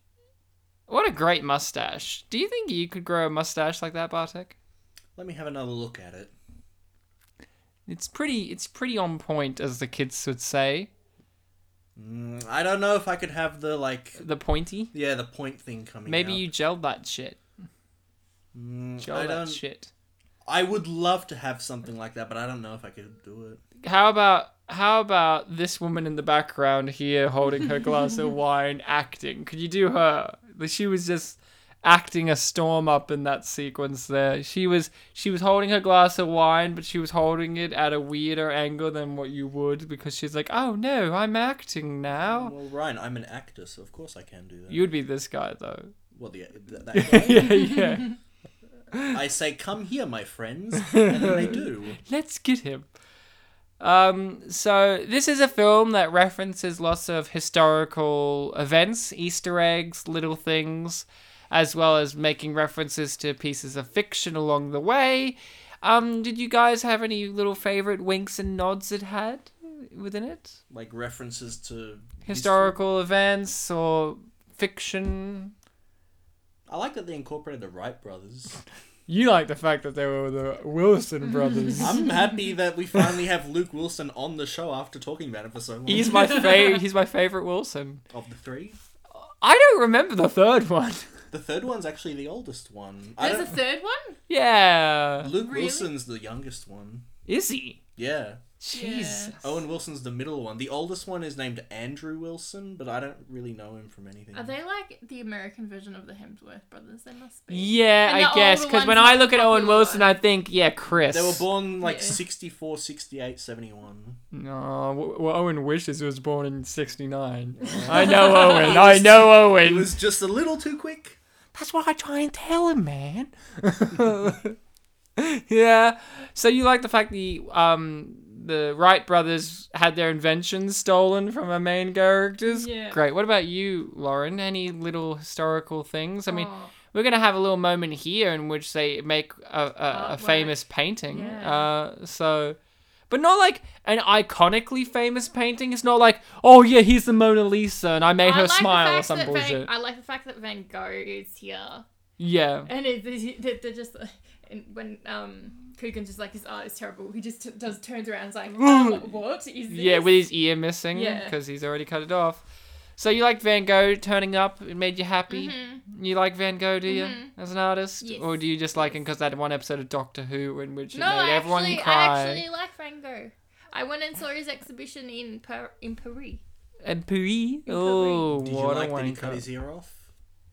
What a great mustache! Do you think you could grow a mustache like that, Bartek? Let me have another look at it. It's pretty. It's pretty on point, as the kids would say. Mm, I don't know if I could have the like The pointy. yeah the point thing coming. Maybe out. you gelled that shit. Mm, Gel I that don't. shit. I would love to have something like that, but I don't know if I could do it. How about how about this woman in the background here holding her glass of wine, acting? Could you do her? She was just acting a storm up in that sequence there. She was she was holding her glass of wine, but she was holding it at a weirder angle than what you would because she's like, "Oh no, I'm acting now." Well, Ryan, I'm an actor, so of course I can do that. You'd be this guy though. <laughs> Well, the, th- that guy. yeah, yeah. I say, "Come here, <laughs> my friends," and then they do. Let's get him. Um, so this is a film that references lots of historical events, Easter eggs, little things, as well as making references to pieces of fiction along the way. Um, did you guys have any little favorite winks and nods it had within it? Like references to Historical events or fiction? I like that they incorporated the Wright brothers. You like the fact that they were the Wilson brothers. I'm happy that we finally have Luke Wilson on the show after talking about it for so <laughs> long. he's my favorite. He's my favorite Wilson. of the three. I don't remember the third one. The third one's actually the oldest one. I There's a don't. third one? Yeah. Luke Really? Wilson's the youngest one. Is he? Yeah. Jeez. Owen Wilson's the middle one. The oldest one is named Andrew Wilson, but I don't really know him from anything. Are they like the American version of the Hemsworth brothers? They must be. Yeah, And the I guess. older Because when one's I not look at Owen popular. Wilson, I think, yeah, Chris. They were born like Yeah. 64, 68, 71. No, well, Owen wishes he was born in 69. I know <laughs> Owen. I know It Owen. was just a little too quick. That's what I try and tell him, man. <laughs> yeah. So you like the fact the um the Wright brothers had their inventions stolen from our main characters? Yeah. Great. What about you, Lauren? Any little historical things? I mean, Oh. we're gonna have a little moment here in which they make a, a, a Artwork. famous painting. Yeah. Uh, so, but not like an iconically famous painting. It's not like, oh yeah, here's the Mona Lisa, and I made I her like the smile or fact some that bullshit. Van, I like the fact that Van Gogh is here. yeah. And it, it, it- they're just <laughs> like, and when um Coogan's just like his art is terrible, he just t- does turns around and <laughs> is like, um, what is this? Yeah, with his ear missing Yeah. because he's already cut it off. So you like Van Gogh turning up? It made you happy. Mm-hmm. You like Van Gogh, do you, as an artist, Yes. or do you just like him because that one episode of Doctor Who in which it no, made I everyone actually, cry? I actually like Van Gogh. I went and saw his exhibition in per- in Paris. And Pui. Oh, Did you what like a that he wanker. cut his ear off?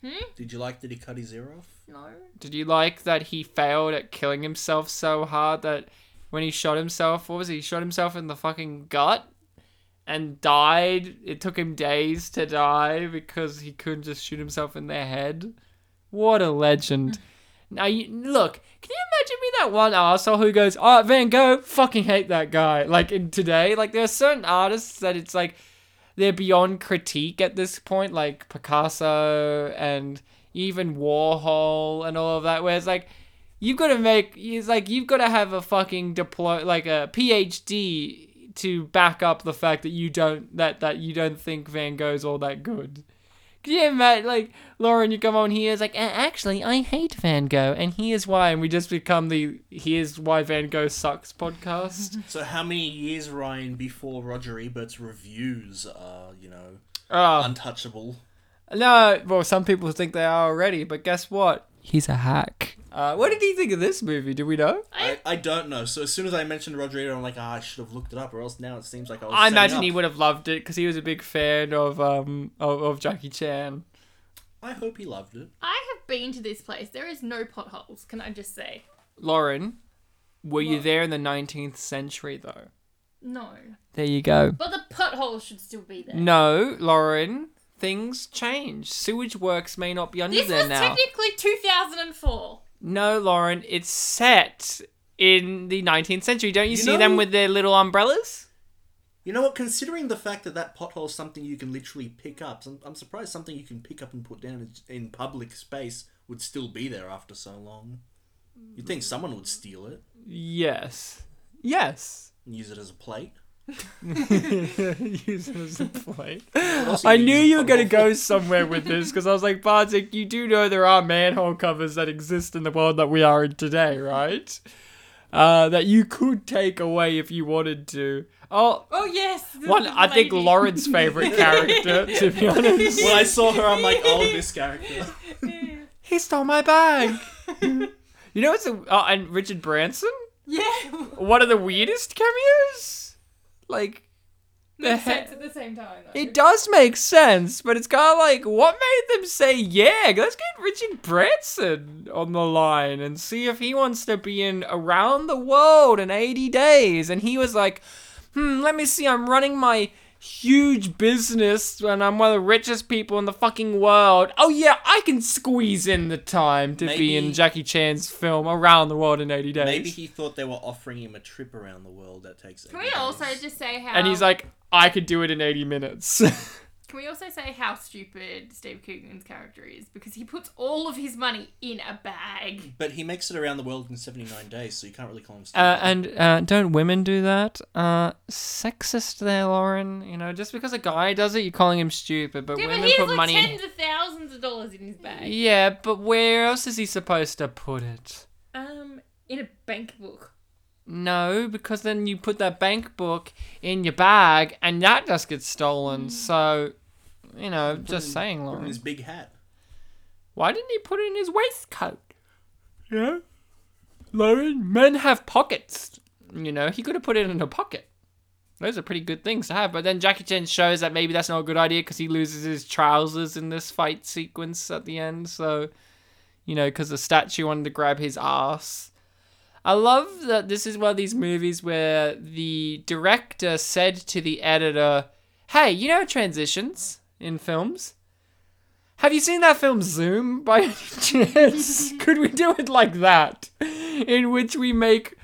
Hmm? Did you like that he cut his ear off? No. Did you like that he failed at killing himself so hard that when he shot himself, what was it? He shot himself in the fucking gut and died. It took him days to die because he couldn't just shoot himself in the head. What a legend. Now you look. Can you imagine me that one asshole who goes, "Oh, Van Gogh, fucking hate that guy." Like in today, like there are certain artists that it's like they're beyond critique at this point, like Picasso and even Warhol and all of that. Where it's like you've got to make, it's like you've got to have a fucking diplo, like a PhD to back up the fact that you don't that that you don't think Van Gogh's all that good. Yeah, Matt, like, Lauren, you come on here, it's like, "Uh, actually, I hate Van Gogh, and here's why. And we just become the Here's Why Van Gogh Sucks podcast. So how many years, Ryan, before Roger Ebert's reviews are, you know, oh, untouchable? no, well, some people think they are already, but guess what? He's a hack. Uh, what did he think of this movie? Do we know? I, I don't know. So as soon as I mentioned Roger Ebert, I'm like, ah, I should have looked it up, or else now it seems like I was. I setting imagine up. he would have loved it because he was a big fan of um of, of Jackie Chan. I hope he loved it. I have been to this place. There is no potholes, can I just say? Lauren, were you there in the 19th century though? No. There you go. But the potholes should still be there. No, Lauren, things change. Sewage works may not be under This there was now. technically 2004. no, Lauren, it's set in the 19th century. Don't you, see know- them with their little umbrellas? You know what? Considering the fact that that pothole is something you can literally pick up, I'm, I'm surprised something you can pick up and put down in, in public space would still be there after so long. You'd think someone would steal it Yes. Yes. and use it as a plate. <laughs> Use it as a plate. else I you knew use you were a going to bottle go somewhere with this because I was like, Bartek, you do know there are manhole covers that exist in the world that we are in today, right? uh, that you could take away if you wanted to. Oh, Oh yes. this one, is I think lady. <laughs> Lauren's favorite <laughs> character, to be honest. When I saw her, I'm like, oh, this character. He stole my bag. you know what's a, oh, and Richard Branson? <laughs> Yeah. One of the weirdest cameos? Like, Makes he- sense at the same time. Though. It does make sense, but it's kind of like, what made them say, yeah, let's get Richard Branson on the line and see if he wants to be in around the world in 80 days? And he was like, hmm, let me see, I'm running my huge business and I'm one of the richest people in the fucking world. Oh, yeah, I can squeeze in the time to be in Maybe- Jackie Chan's film around the world in 80 days. Maybe he thought they were offering him a trip around the world that takes. Can we also just say how? and he's like, I could do it in 80 minutes. <laughs> Can we also say how stupid Steve Coogan's character is because he puts all of his money in a bag? But he makes it around the world in 79 days, so you can't really call him. Uh, stupid. and uh, don't women do that? Uh, sexist there, Lauren. You know, just because a guy does it, you're calling him stupid. But Yeah, but women he has put like money. tens of thousands of dollars in his bag. Yeah, but where else is he supposed to put it? Um, in a bank book. No, because then you put that bank book in your bag, and that just gets Mm. stolen. So, you know, just saying, Put in Lauren. his big hat. Why didn't he put it in his waistcoat? Yeah, Lauren. Men have pockets. You know, he could have put it in a pocket. Those are pretty good things to have. But then Jackie Chan shows that maybe that's not a good idea because he loses his trousers in this fight sequence at the end. So, you know, because the statue wanted to grab his ass. I love that this is one of these movies where the director said to the editor, "Hey, you know transitions in films." Have you seen that film Zoom by any <laughs> chance? Could we do it like that? In which we make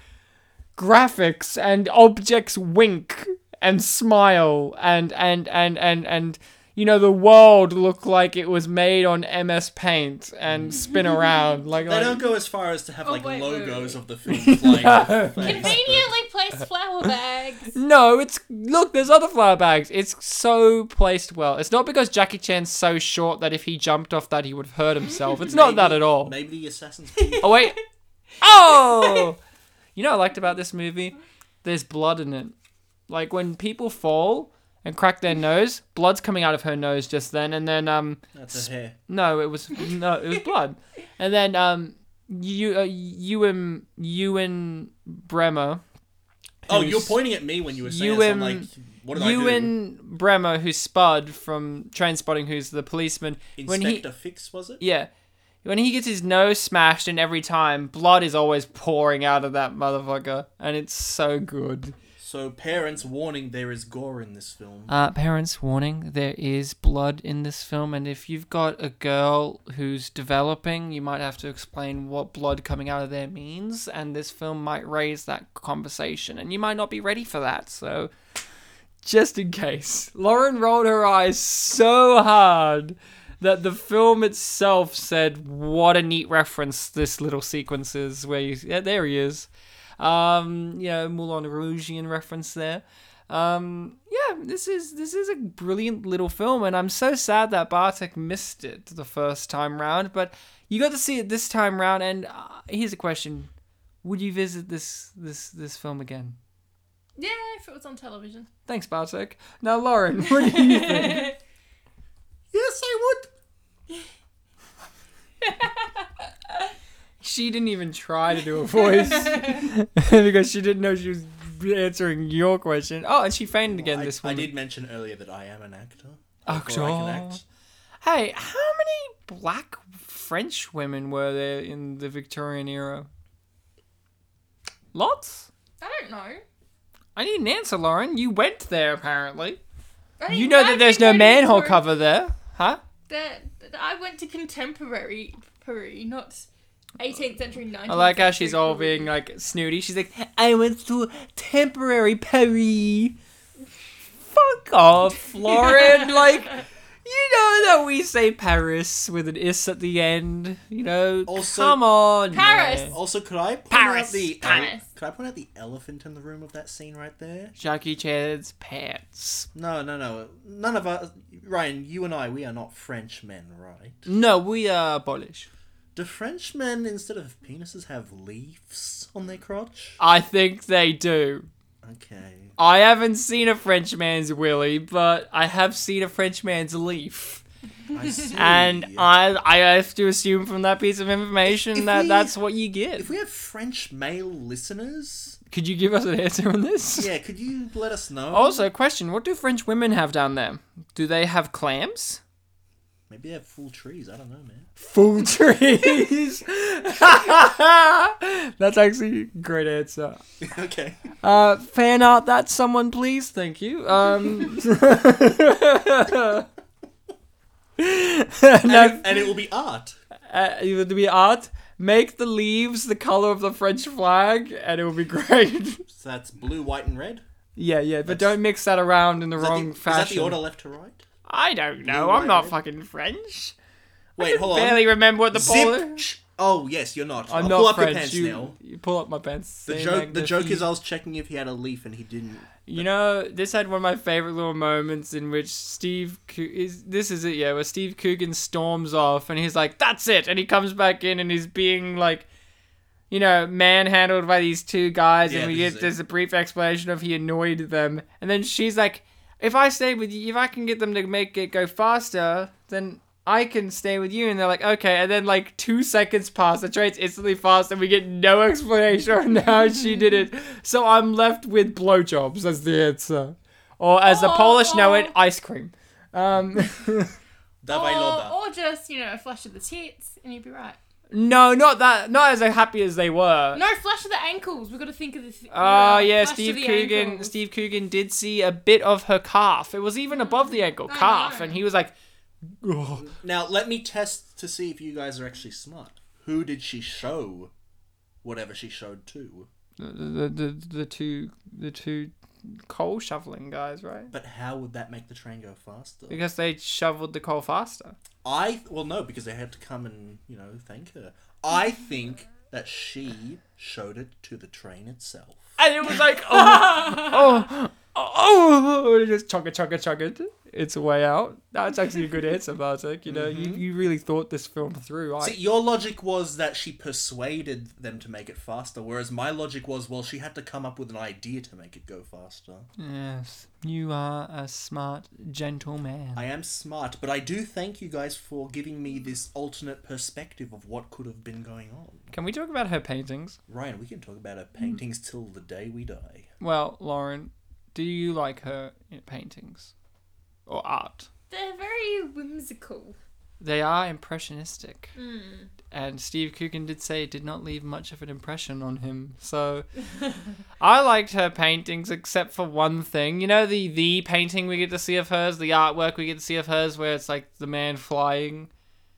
graphics and objects wink and smile and and and and and you know the world look like it was made on MS Paint and spin around like, They like don't go as far as to have Oh, like wait, wait, logos wait. of <laughs> the film flying. off the face, but- Conveniently placed flower bags. No, it's look. There's other flower bags. It's so placed well. It's not because Jackie Chan's so short that if he jumped off that he would have hurt himself. It's not that at all. <laughs> Maybe the <laughs> assassin's. Oh wait. Oh. You know what I liked about this movie? There's blood in it. Like when people fall and crack their nose, blood's coming out of her nose just then, and then um That's a hair. no, it was no, it was blood, and then um you uh, Ewan Ewan Bremer. Oh, who's- you're pointing at me when you were saying You this. I'm and- like, what did I do? Ewan Bremer, who's Spud from Trainspotting, who's the policeman. When he Inspector Fix was it? yeah, when he gets his nose smashed, and every time blood is always pouring out of that motherfucker, and it's so good. So parents warning there is gore in this film. Uh, parents, warning: there is blood in this film, and if you've got a girl who's developing, you might have to explain what blood coming out of there means, and this film might raise that conversation, and you might not be ready for that. So, just in case, Lauren rolled her eyes so hard that the film itself said, "What a neat reference this little sequence is." Where you, yeah, there he is. Um, you know, Moulin Rougean reference there. Um, yeah, this is this is a brilliant little film, and I'm so sad that Bartek missed it the first time round. But you got to see it this time round. And uh, here's a question: Would you visit this this this film again? Yeah, if it was on television. Thanks, Bartek. Now, Lauren, <laughs> what do you think? <laughs> yes, I would. she didn't even try to do a voice <laughs> because she didn't know she was answering your question. Oh, and she fainted again I, this Oh, I one. did mention earlier that I am an actor. Actor. Therefore, I can act. Hey, how many black French women were there in the Victorian era? Lots? I don't know. I need an answer, Lauren. You went there, apparently. I You didn't know actually that there's no go to manhole Victoria- cover there, huh? That, that I went to contemporary Peru, not 18th century, 19th I like how century she's all Peru. being like snooty. She's like, I went to temporary Paris. Fuck <laughs> off, Lauren. like, you know that we say Paris with an is at the end. You know, Also- come on. Paris. man. Also, could I point Paris, out the ele- Paris. could I point out the elephant in the room of that scene right there? Jackie Chan's pants. No, no, no. None of us, Ryan. You and I, we are not French men, right? No, we are uh, Polish. Do French men, instead of penises, have leaves on their crotch? I think they do. Okay. I haven't seen a French man's willy, but I have seen a French man's leaf. I <laughs> see. And I I have to assume from that piece of information If that we- that's what you get. If we have French male listeners, Could you give us an answer on this? yeah, could you let us know? Also, question: What do French women have down there? Do they have clams? Maybe they have full trees. I don't know, man. <laughs> Full <laughs> trees. That's actually a great answer. okay. Uh, fan art that someone please, thank you. <laughs> Um, <laughs> And, no, it, and it will be art. uh, it would be art. Make the leaves the color of the French flag, and it will be <laughs> great. So that's blue, white, and red. yeah, yeah, but That's- don't mix that around in the Is that, wrong the, is that fashion. the order left to right? I don't know. Blue, I'm white, not red. fucking French. Wait, hold on. Barely remember what the poll. Zip. Sh- Oh yes, you're not. I'm will not pull up French. your pants you, now. you pull up my pants. The Say joke. The joke magnifique. is I was checking if he had a leaf and he didn't. You know, this had one of my favorite little moments in which Steve Coo- is this is it, yeah, where Steve Coogan storms off and he's like, "That's it," and he comes back in and he's being like, you know, manhandled by these two guys, Yeah, and we this is get it. there's a brief explanation of he annoyed them, and then she's like, "If I stay with you, if I can get them to make it go faster, then." I can stay with you, and they're like, okay. And then, like, two seconds pass, the train's instantly fast, and we get no <laughs> explanation on how she did it. So I'm left with blowjobs as the answer. Or as the Polish know it, Oh. ice cream. Um, <laughs> Dawaj loda. Or, or just, you know, a flash of the tits and you'd be right. no, not that, not as happy as they were. No, flash of the ankles. We've got to think of this. Uh, Oh yeah, flash of Steve the Coogan. ankles. Steve Coogan did see a bit of her calf. It was even above the ankle I calf, know. and he was like, "Ugh." Now let me test to see if you guys are actually smart. Who did she show? Whatever she showed to. the, the, the, the two the two coal shoveling guys, right? But how would that make the train go faster? Because they shoveled the coal faster. I well no, because they had to come and you know thank her. I think that she showed it to the train itself. And it was like, <laughs> oh, oh, oh, oh, and just chugga chugga chugga. It's a way out. That's actually a good answer, Bartek. You know, you, you really thought this film through. I, See, your logic was that she persuaded them to make it faster, whereas my logic was, well, she had to come up with an idea to make it go faster. Hmm. yes, you are a smart gentleman. I am smart, but I do thank you guys for giving me this alternate perspective of what could have been going on. Can we talk about her paintings? Ryan, we can talk about her paintings till the day we die. Well, Lauren, do you like her paintings or art? They're very whimsical. They are impressionistic. And Steve Coogan did say it did not leave much of an impression on him. So I liked her paintings except for one thing. You know the the painting we get to see of hers, the artwork we get to see of hers where it's like the man flying,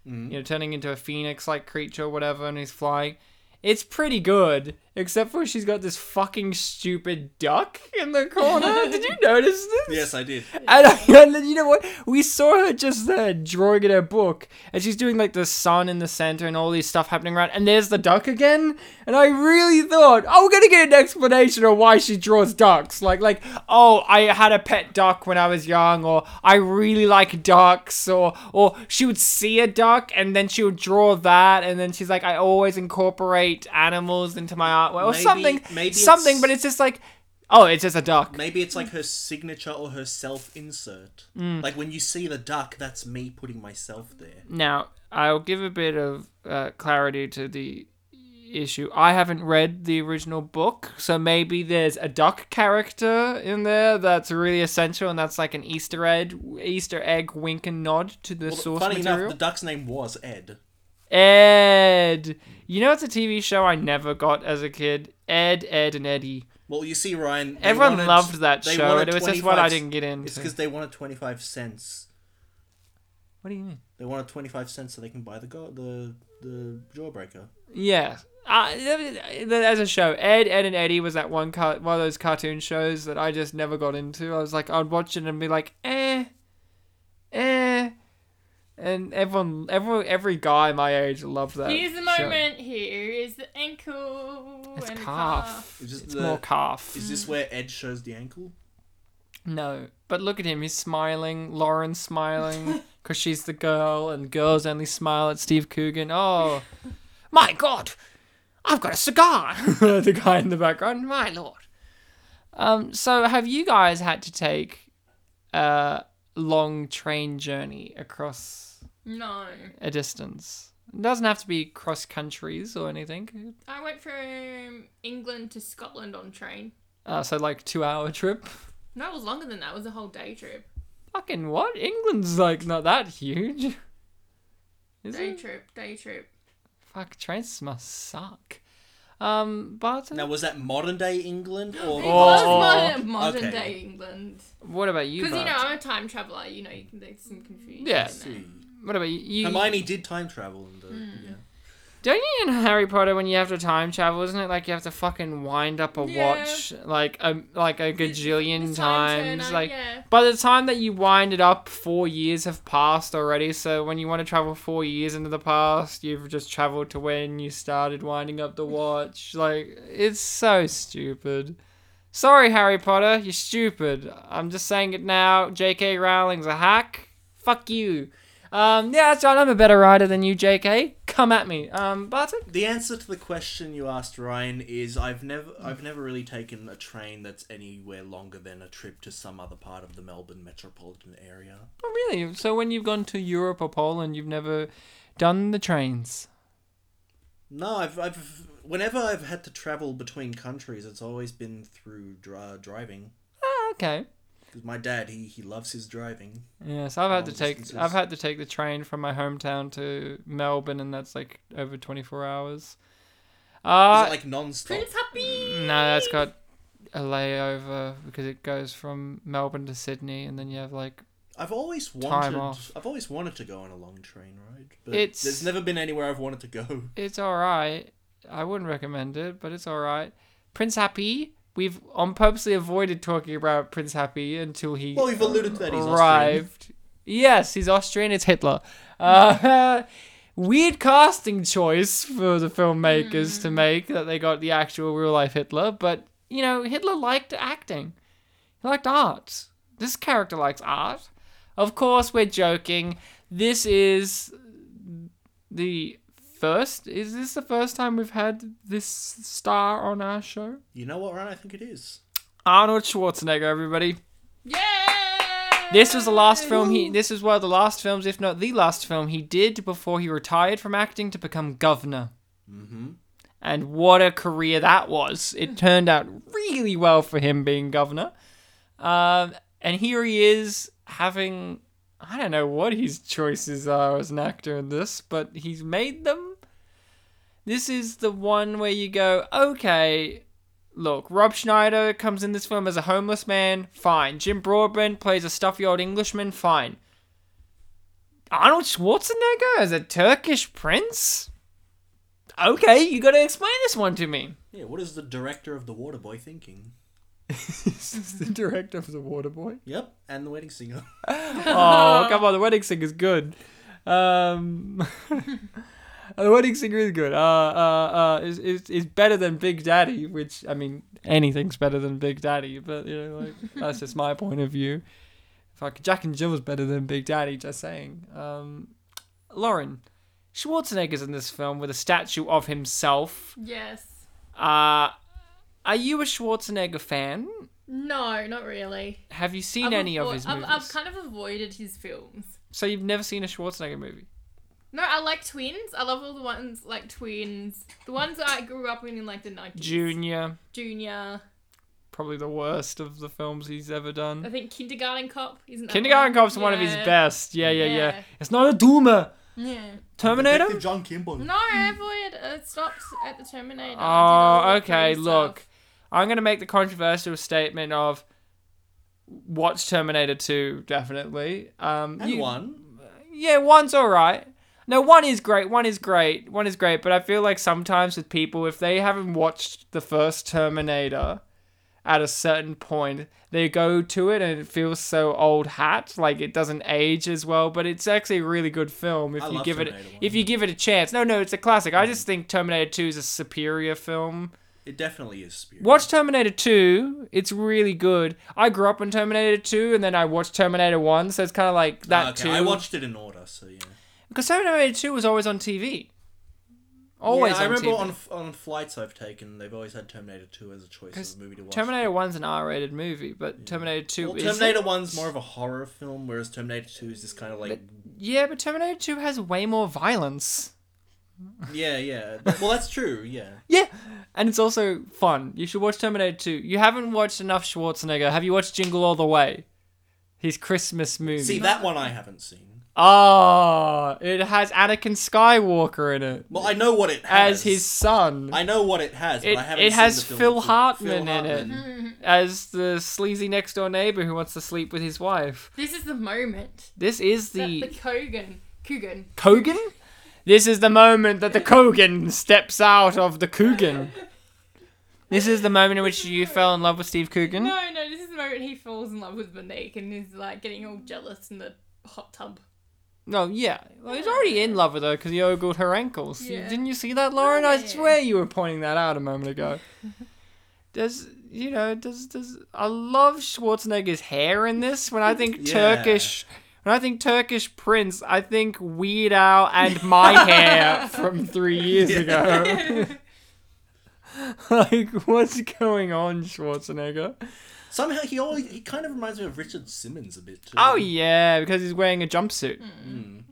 you know, turning into a phoenix like creature or whatever and he's flying. It's pretty good, except for she's got this fucking stupid duck in the corner. did you notice this? I did. <laughs> And, I- and then, you know what? We saw her just there drawing in her book, and she's doing like the sun in the center and all these stuff happening around. And there's the duck again. And I really thought, oh, we're gonna get an explanation of why she draws ducks. Like, like, oh, I had a pet duck when I was young, or I really like ducks, or or she would see a duck and then she would draw that, and then she's like, I always incorporate animals into my artwork or Maybe- something, maybe something. it's- But it's just like, oh, it's just a duck. Maybe it's like her signature or her self insert. Like when you see the duck, that's me putting myself there. Now, I'll give a bit of uh, clarity to the issue. I haven't read the original book, so maybe there's a duck character in there that's really essential, and that's like an Easter egg, Easter egg wink and nod to the Well, source funny material. enough, the duck's name was Ed. Ed, you know it's a TV show I never got as a kid. Ed, Ed, and Eddie. Well, you see, Ryan. they Everyone wanted- loved that they show, wanted and it was just one I 25 didn't get into. It's because they wanted twenty five cents. What do you mean? They wanted twenty five cents so they can buy the go- the the jawbreaker. Yeah. Uh, as a show, Ed, Ed and Eddie was that one car- one of those cartoon shows that I just never got into. I was like, I'd watch it and be like, eh, eh, and everyone, every every guy my age loved that. Here's the show. moment. Here is the ankle. It's and the calf. Is this It's the- more calf. Is this where Ed shows the ankle? No, but look at him. He's smiling. Lauren's smiling. because she's the girl, and girls only smile at Steve Coogan. Oh, my God, I've got a cigar. <laughs> the guy in the background, my lord. Um, so have you guys had to take a long train journey across No. a distance? It doesn't have to be cross countries or anything. I went from England to Scotland on train. Uh, so like two hour trip. No, it was longer than that. It was a whole day trip. Fucking what? England's like not that huge. Is Day it? trip, day trip. Fuck, trains must suck. Um, but Now, was that modern day England It or? Oh. was modern, modern Okay. day England. what about you? Because, you Bart? know, I'm a time traveller. You know, you can, there's some confusion. Yeah. in there. what about you? you Hermione did time travel in the. Hmm. Yeah. Don't you in Harry Potter when you have to time travel, isn't it like you have to fucking wind up a Yeah. watch like a like a gajillion The time times? turner, like yeah. by the time that you wind it up, four years have passed already. So when you want to travel four years into the past, you've just traveled to when you started winding up the watch. Like it's so stupid. Sorry, Harry Potter, you're stupid. I'm just saying it now. J.K. Rowling's a hack. Fuck you. Um, yeah, that's right. I'm a better writer than you, J.K. Come at me. Um, but The answer to the question you asked Ryan is I've never I've never really taken a train that's anywhere longer than a trip to some other part of the Melbourne metropolitan area. oh, really. So when you've gone to Europe or Poland, you've never done the trains. No, I've I've whenever I've had to travel between countries, it's always been through dri- uh, driving. Ah, okay. 'Cause my dad he he loves his driving. Yes, I've had to Long take distances. I've had to take the train from my hometown to Melbourne, and that's like over twenty four hours. Is Uh it like non-stop? Prince Happy! no, that's got a layover because it goes from Melbourne to Sydney, and then you have like I've always Time wanted off. I've always wanted to go on a long train ride, but It's- there's never been anywhere I've wanted to go. it's all right. I wouldn't recommend it, but it's all right. Prince Happy, we've on purposely avoided talking about Prince Happy until he Well, we've alluded to that he's Austrian. arrived. Yes, he's Austrian. It's Hitler. Uh, <laughs> weird casting choice for the filmmakers to make that they got the actual real life Hitler, but you know Hitler liked acting. He liked art. This character likes art. Of course, we're joking. This is the first. Is this the first time we've had this star on our show? You know what, Ryan? I think it is. Arnold Schwarzenegger, everybody. Yeah! This was the last film he. This is one of the last films, if not the last film, he did before he retired from acting to become governor. Mhm. And what a career that was! It turned out really well for him being governor. Um, and here he is having. I don't know what his choices are as an actor in this, but he's made them. This is the one where you go, okay, Look, Rob Schneider comes in this film as a homeless man, fine. Jim Broadbent plays a stuffy old Englishman, fine. Arnold Schwarzenegger as a Turkish prince? Okay, you gotta explain this one to me. Yeah, what is the director of The Waterboy thinking? this <laughs> is the director of The Waterboy. Yep, and The Wedding Singer. <laughs> <laughs> Oh, come on, The Wedding Singer is good. Um, <laughs> the Wedding Singer is good. Uh, uh, uh, is, is, is better than Big Daddy, which, I mean, anything's better than Big Daddy, but, you know, like, that's just my point of view. Fuck, Jack and Jill is better than Big Daddy, just saying. Um, Lauren, Schwarzenegger's in this film with a statue of himself. Yes. Uh, are you a Schwarzenegger fan? No, not really. Have you seen I've any avo- of his movies? I've, I've kind of avoided his films. so you've never seen a Schwarzenegger movie? No, I like twins. I love all the ones like twins. The ones that I grew up in in like the 90s. Junior. Junior. probably the worst of the films he's ever I done. think Kindergarten Cop isn't that Kindergarten one? Cop's one of his Yeah. best. Yeah, yeah, yeah. Yeah. It's not a doomer. Yeah. Terminator? Detective John Kimble. No, I avoided. It stopped at the Terminator. I did Oh, all the okay. twin Look, stuff. I'm going to make the controversial statement of watch Terminator 2, definitely. Um, And you- one. Yeah, one's all right. No, one is great. One is great. One is great. But I feel like sometimes with people, if they haven't watched the first Terminator at a certain point, they go to it and it feels so old hat. Like it doesn't age as well. But it's actually a really good film if I you love give it Terminator one. Mm. if you give it a chance. No, no, it's a classic. I just think Terminator Two is a superior film. It definitely is spirit. Watch Terminator 2. It's really good. I grew up on Terminator 2 and then I watched Terminator 1, so it's kind of like that Ah, okay, too. I watched it in order, so yeah. Because Terminator 2 was always on TV. Always Yeah, I on remember TV. on on flights I've taken, they've always had Terminator Two as a choice of a movie to watch. Terminator 1's an R-rated movie, but Terminator 2 Well, is Terminator One's more of a horror film, whereas Terminator Two is just kind of like, Yeah, but Terminator 2 has way more violence. yeah, yeah. Well, that's true. Yeah. Yeah. And it's also fun. You should watch Terminator 2. You haven't watched enough Schwarzenegger. Have you watched Jingle All the Way? His Christmas movie. See, that one I haven't seen. Oh, it has Anakin Skywalker in it Well, I know what it has. as his son. I know what it has, it, but I haven't. it seen has the film. Phil Phil Hartman, in Hartman. it as the sleazy next door neighbor who wants to sleep with his wife. This is the moment. This is The, the the Kogan. Kogan. Kogan? This is the moment that the Kogan steps out of the Coogan. This is the moment in which you fell in love with Steve Coogan. No, no, this is the moment he falls in love with Monique and is like getting all jealous in the hot tub. No, yeah. Well, he's already in love with her because he ogled her ankles. You- Yeah. Oh, Didn't you see that, Lauren? I Yeah. swear you were pointing that out a moment <laughs> ago. Does you know? Does does I love Schwarzenegger's hair in this? When I <laughs> think Yeah. Turkish, when I think Turkish Prince, I think Weird Al and my <laughs> hair from three years ago. <laughs> like, what's going on, Schwarzenegger? Somehow he always he kind of reminds me of Richard Simmons a bit. Too. Hmm. Oh yeah, because he's wearing a jumpsuit. Mm.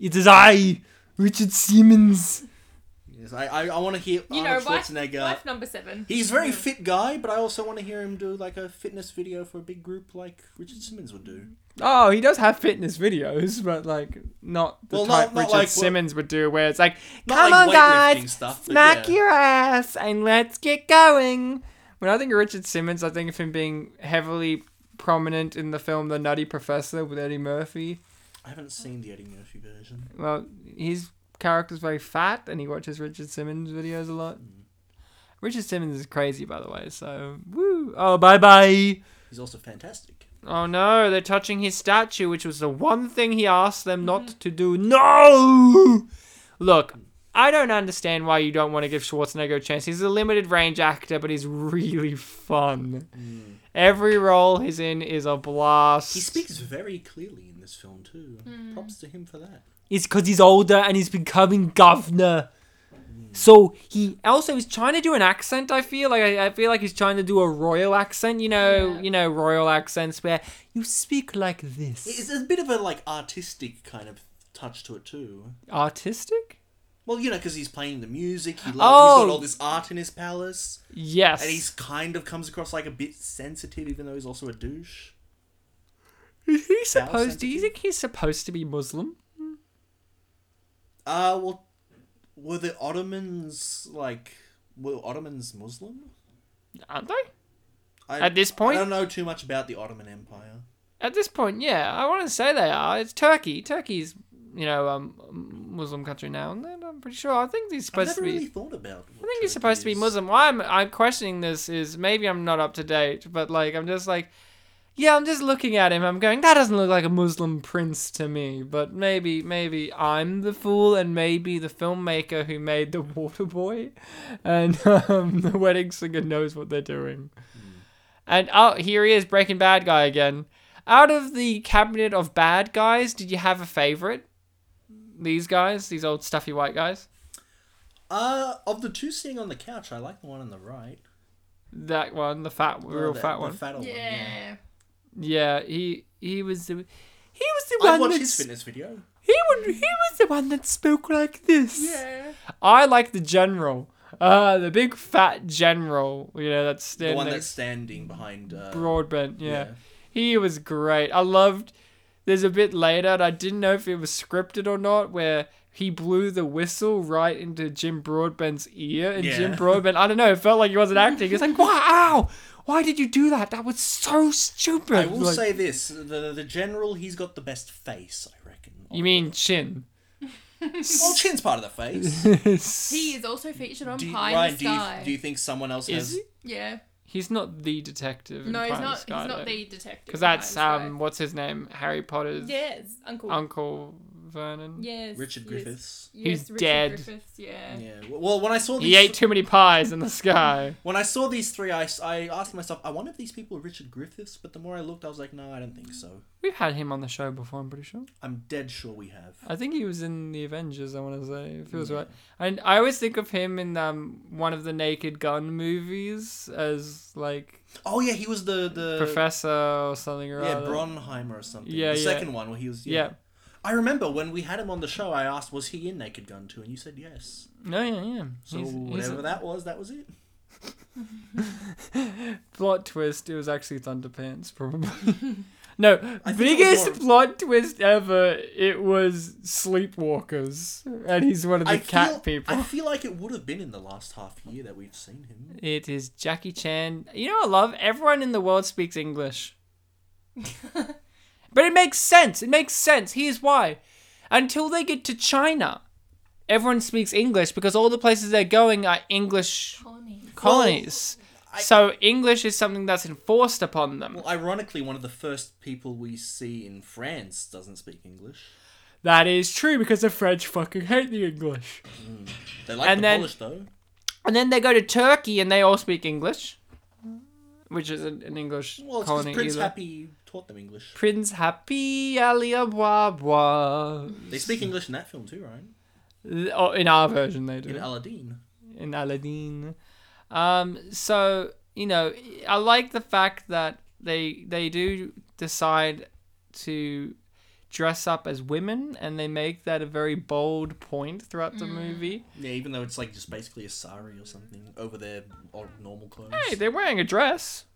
It is I, Richard Simmons. Yes, I I, I want to hear You Arnold know, wife, Schwarzenegger. wife number seven. He's a very fit guy, but I also want to hear him do like a fitness video for a big group like Richard Simmons would do. Oh, he does have fitness videos, but like not the Well, not- type not Richard like- Simmons would do, where it's like, Not "Come like on, weightlifting guys, stuff, but smack yeah." your ass and let's get going." When I think of Richard Simmons, I think of him being heavily prominent in the film The Nutty Professor with Eddie Murphy. I haven't seen the Eddie Murphy version. Well, his character's very fat, and he watches Richard Simmons videos a lot. Mm. Richard Simmons is crazy, by the way. So, woo! Oh, bye bye. He's also fantastic. Oh no, they're touching his statue, which was the one thing he asked them Mm-hmm. not to do. No! Look, I don't understand why you don't want to give Schwarzenegger a chance. He's a limited range actor, but he's really fun. Every role he's in is a blast. Mm. He speaks very clearly in this film too. Props to him for that. It's because he's older and he's becoming governor. Mm. So he also is trying to do an accent. I feel like I, I feel like he's trying to do a royal accent. You know, Yeah. you know, royal accents where you speak like this. It's a bit of a like artistic kind of touch to it too. artistic? Well, you know, because he's playing the music. He loves, Oh. He's got all this art in his palace, Yes. and he's kind of comes across like a bit sensitive, even though he's also a douche. Is he supposed? Do you sensitive. think he's supposed to be Muslim? Uh, well, were the Ottomans like were Ottomans Muslim? Aren't they? I, At this point? I don't know too much about the Ottoman Empire. At this point, yeah, I want to say they are. It's Turkey. Turkey's, you know, um, Muslim country now, and then I'm pretty sure. I think he's I've supposed never to be. really thought about. I think he's supposed to be Muslim. Why I'm I'm questioning this is maybe I'm not up to date, but like I'm just like, yeah, I'm just looking at him. I'm going, that doesn't look like a Muslim prince to me. But maybe maybe I'm the fool, and maybe the filmmaker who made the Waterboy and <laughs> um, the Wedding Singer knows what they're doing. And oh, here he is, Breaking Bad guy again. Out of the cabinet of bad guys, did you have a favorite? These guys, these old stuffy white guys. Uh, of the two sitting on the couch, I like the one on the right. Uh, That one, the fat, real the, fat the one. fatter one. Yeah. Yeah. Yeah, he he was the he was the I one watched that his fitness video. he would he was the one that spoke like this. Yeah. I like the general, uh, the big fat general. You know that's The standing one that's standing behind. Uh, Broadbent. Yeah. yeah. he was great. I loved. There's a bit later, and I didn't know if it was scripted or not, where he blew the whistle right into Jim Broadbent's ear, and Jim Yeah. <laughs> Broadbent, I don't know, it felt like he wasn't acting. It's like, wow, why did you do that? That was so stupid. <laughs> I will Like- say this: the the general, he's got the best face, I reckon. You mean chin? well, chin's part of the face. <laughs> <laughs> He is also featured on do you, Pie Ryan, in the do you, Sky. do you think someone else Is has? he? Yeah. He's not the detective. In No, Pie he's in not. The sky, he's not the detective. Because that's in Pie in um, what's his name? Harry the Potter's Sky. Yes, Uncle. uncle Vernon? Yes. Richard yes. Griffiths. He's Yes, Richard dead. Griffiths, yeah. Yeah. Well, when I saw these, He ate too many pies in the sky. when I saw these three, I, s- I asked myself, I wonder if these people are Richard Griffiths. But the more I looked, I was like, no, I don't think so. We've had him on the show before, I'm pretty sure. I'm dead sure we have. I think he was in the Avengers. I want to say it feels right. And I always think of him in um one of the Naked Gun movies as like Oh yeah, he was the the professor or something or yeah other. Bronheimer or something. Yeah, the yeah. second one where he was. Yeah. Yeah. I remember when we had him on the show. I asked, was he in Naked Gun too? And you said yes. No, yeah, yeah. So He's- he's whatever a- that was, that was it. plot twist. It was actually Thunderpants, <laughs> probably. <laughs> no, I think it was biggest Lawrence. plot twist ever. It was Sleepwalkers, and he's one of the I cat feel, people. I feel like it would have been in the last half year that we've seen him. It is Jackie Chan. You know, I love everyone in the world speaks <laughs> English, but it makes sense. It makes sense. Here's why: until they get to China, everyone speaks English because all the places they're going are English Colonies. colonies. I- so English is something that's enforced upon them. Well, ironically, one of the first people we see in France doesn't speak English. That is true because the French fucking hate the English. They like And the then- Polish though. And then they go to Turkey and they all speak English, which is an an English Mm. Well, it's 'cause colony. Prince either. Happy taught them English. Prince Happy Alia Blah Blah. They speak English in that film too, Ryan. Oh, in our version, they do. In Aladdin. in Aladdin. Um, so you know, I like the fact that they they do decide to dress up as women, and they make that a very bold point throughout the movie. Yeah, even though it's like just basically a sari or something over their old normal clothes. Hey, they're wearing a dress.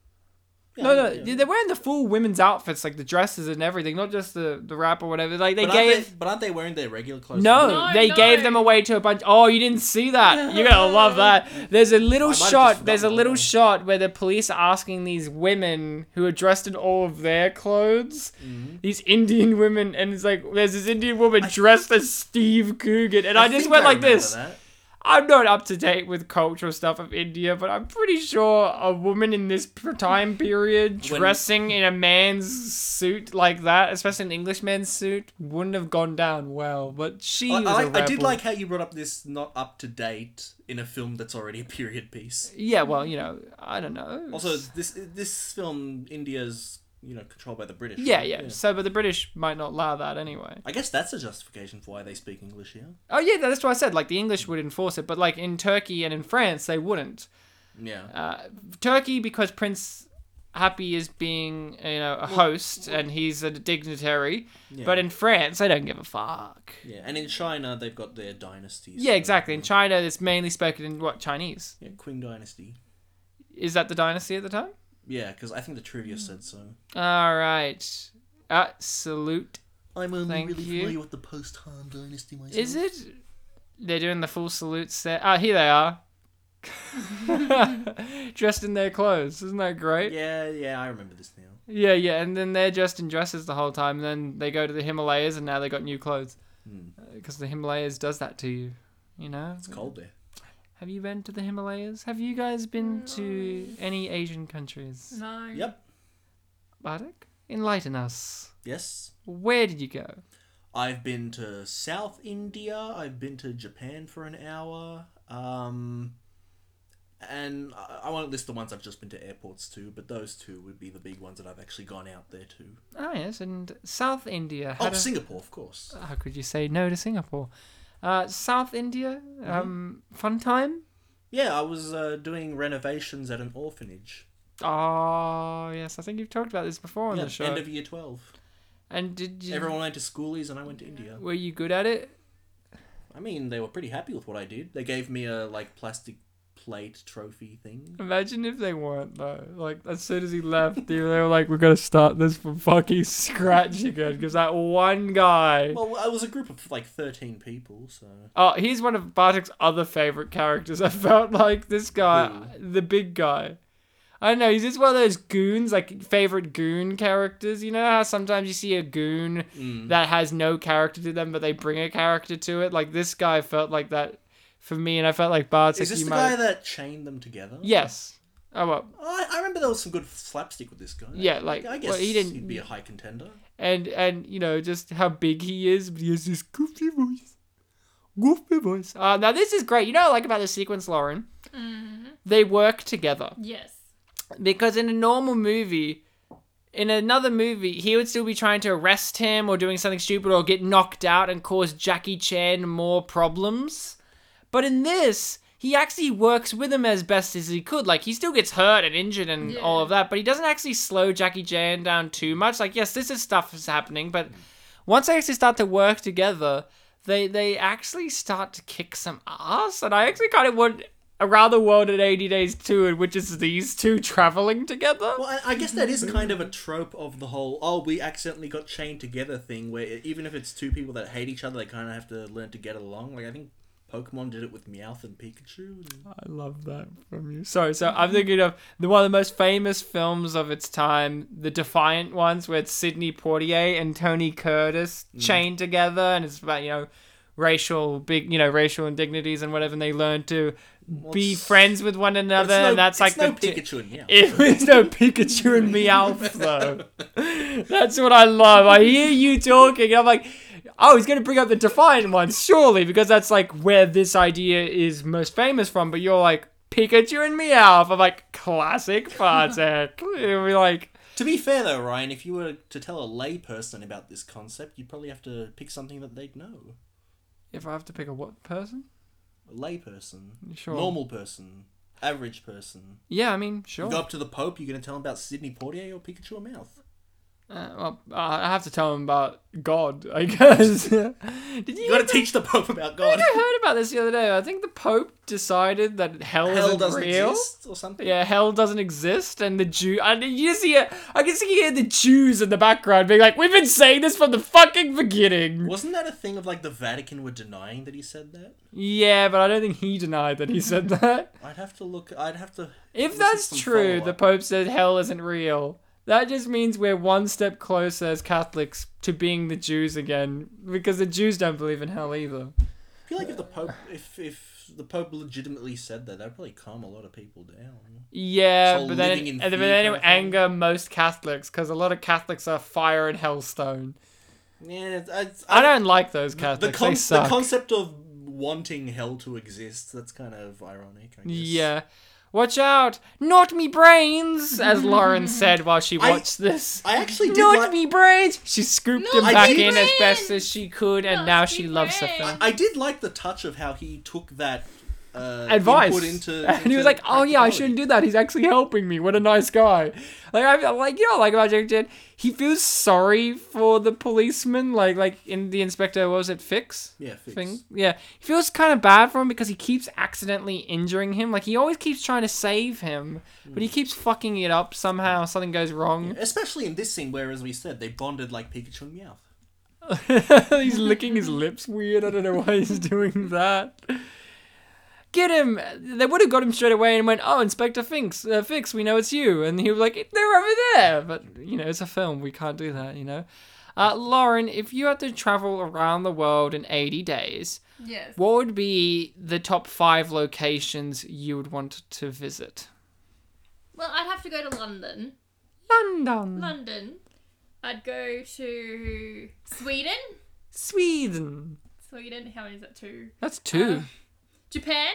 Yeah, No, no, yeah. they're wearing the full women's outfits, like the dresses and everything, not just the the wrap or whatever. Like they But aren't, gave. they, but aren't they wearing their regular clothes? No, No, they no. gave them away to a bunch. Oh, you didn't see that. You're gonna love that. There's a little might have just shot. There's a forgotten little that. shot where the police are asking these women who are dressed in all of their clothes, Mm-hmm. these Indian women, and it's like there's this Indian woman dressed as Steve Coogan, and I, just think went like remember this. that. I'm not up to date with cultural stuff of India, but I'm pretty sure a woman in this p- time period When- dressing in a man's suit like that, especially an Englishman's suit, wouldn't have gone down well. But she I, was I a like- I did rebel. like how you brought up this not up to date in a film that's already a period piece. Yeah, well, you know, I don't know. Also, this this film India's you know controlled by the British. yeah, right? yeah. So, but the British might not allow that anyway. I guess that's a justification for why they speak English here. Oh yeah, that's what I said. Like the English would enforce it, but like in Turkey and in France, they wouldn't. Yeah. uh, Turkey because Prince Happy is being you know a host and he's a dignitary, but in France they don't give a fuck. Yeah, and in China they've got their dynasties. Yeah, so- exactly. In China, it's mainly spoken in what Chinese. Yeah, Qing Dynasty. Is that the dynasty at the time? Yeah, because I think the trivia Hmm. said so. All right, Uh, absolute. I'm only Thank really you. familiar with the post Han Dynasty myself. Is it? They're doing the full salute set. Ah, here they are. <laughs> dressed in their clothes. Isn't that great? Yeah, yeah, I remember this now. Yeah, yeah, and then they're dressed in dresses the whole time. And then they go to the Himalayas, and now they got new clothes because the Himalayas does that to you. You know, It's cold there. have you been to the Himalayas? Have you guys been to any Asian countries? No. Yep. Bartek, enlighten us. Yes. Where did you go? I've been to South India. I've been to Japan for an hour. Um, and I, I won't list the ones I've just been to airports to, but those two would be the big ones that I've actually gone out there to. Ah, yes, and South India. Oh, How, do- Oh. Singapore, of course. how could you say no to Singapore? Uh, South India. Mm-hmm. Um, fun time. Yeah, I was uh, doing renovations at an orphanage. Oh yes, I think you've talked about this before on Yeah, the show. end of year 12. and did you? Everyone went to schoolies and I went to India. Were you good at it? I mean, they were pretty happy with what I did. They gave me a, like, plastic plate trophy thing. Imagine if they weren't though. Like as soon as he left, they, they were like, "We're gonna start this from fucking scratch again," because that one guy. Well, I was a group of, like, 13 people, so... Oh, he's one of Bartek's other favorite characters. <laughs> I felt like this guy, Hmm. the big guy. I don't know. He's just one of those goons, like favorite goon characters. You know how sometimes you see a goon Hmm. that has no character to them, but they bring a character to it. Like this guy felt like that for me, and I felt like Bartek. Is this you the might... guy that chained them together? Yes. Oh well, I, I remember there was some good slapstick with this guy. Yeah, like, I guess well, he he didn't- would be a high contender. and and you know just how big he is, but he has this goofy voice, goofy voice. Uh, now this is great. You know what I like about this sequence, Lauren? They work together Yes. because in a normal movie. In another movie, he would still be trying to arrest him or doing something stupid or get knocked out and cause Jackie Chan more problems. But in this, he actually works with him as best as he could. Like he still gets hurt and injured and Yeah. all of that, but he doesn't actually slow Jackie Chan down too much. Like yes, this is stuff is happening, but once they actually start to work together, they they actually start to kick some ass. And I actually kind of want around the world in 80 days too, in which is these two traveling together. Well, I, I guess that is kind of a trope of the whole "oh, we accidentally got chained together" thing, where e, even if it's two people that hate each other, they kind of have to learn to get along. Like I think Pokemon did it with Meowth and Pikachu. and- I love that from you. Sorry, so I'm thinking of the one of the most famous films of its time, the Defiant ones, where it's Sidney Poitier and Tony Curtis Mm-hmm. chained together, and it's about you know racial big you know racial indignities and whatever, and they learn to be it's- friends with one But it's another, no- and that's like it's no the t- Pikachu and Meowth. It was no Pikachu and Meowth though. That's what I love. I hear you talking. I'm like, oh, he's gonna bring up the Defiant ones, surely, because that's like where this idea is most famous from. But you're like Pikachu and Meowth. I'm like classic <laughs> Patek. It'll be like, to be fair though, Ryan, if you were to tell a layperson about this concept, you'd probably have to pick something that they'd know. if I have to pick a what person? A layperson, Sure. normal person, average person. Yeah, I mean, sure. You go up to the Pope, you're going to tell him about Sidney Portier or Pikachu or Mouth. Uh, well, I have to tell him about God, I guess. Did you? <laughs> You got to teach the Pope about I God. think I heard about this the other day. I think the Pope decided that hell, Hell isn't doesn't real. exist or something. Yeah, hell doesn't exist, and the Jew. And you just hear, I can see hear the Jews in the background being like, "We've been saying this from the fucking beginning." Wasn't that a thing of like the Vatican were denying that he said that? Yeah, but I don't think he denied that he <laughs> said that. I'd have to look. I'd have to. If listen to that's some true, the follow-up. Pope said hell isn't real. That just means we're one step closer as Catholics to being the Jews again, because the Jews don't believe in hell either. I feel like if the Pope, if if the Pope legitimately said that, that'd probably calm a lot of people down. Yeah, So but then, living in and then, fear then it kind would of thing? anger most Catholics because a lot of Catholics are fire and hellstone. Yeah, it's- it's- I don't like those The, Catholics. con- they the suck. concept of wanting hell to exist. That's kind of ironic. I guess. Yeah. Watch out! Not me brains, as <laughs> Lauren said while she I- watched this. I actually did Not like- me brains! She scooped Not him me back in as brains! best as she could, and Not now me she loves the brains! film. I did like the touch of how he took that uh, Advice. input <laughs> into, and he was like, "Oh yeah, I shouldn't do that. He's actually helping me. What a nice guy." Like I like you know like about Jackie Chan, he feels sorry for the policeman. Like like in the inspector, what was it, Fix? Yeah, Fix. Thing. Yeah, he feels kind of bad for him because he keeps accidentally injuring him. Like he always keeps trying to save him, but he keets fucking it up somehow. Something goes wrong. Especially in this scene, where as we said, they bonded like Pikachu and <laughs> Meowth. he's licking his lips weird. I don't know why he's <laughs> doing that. Get him! They would have got him straight away and went, "Oh, Inspector Finks, uh, Fix, we know it's you." And he was like, "They're over there," but you know, it's a film. We can't do that, you know. Uh, Lauren, if you had to travel around the world in eighty days, Yes. what would be the top five locations you would want to visit? Well, I'd have to go to London. London, London. I'd go to Sweden. Sweden. Sweden. How many is that? Two. That's two. Uh, Japan.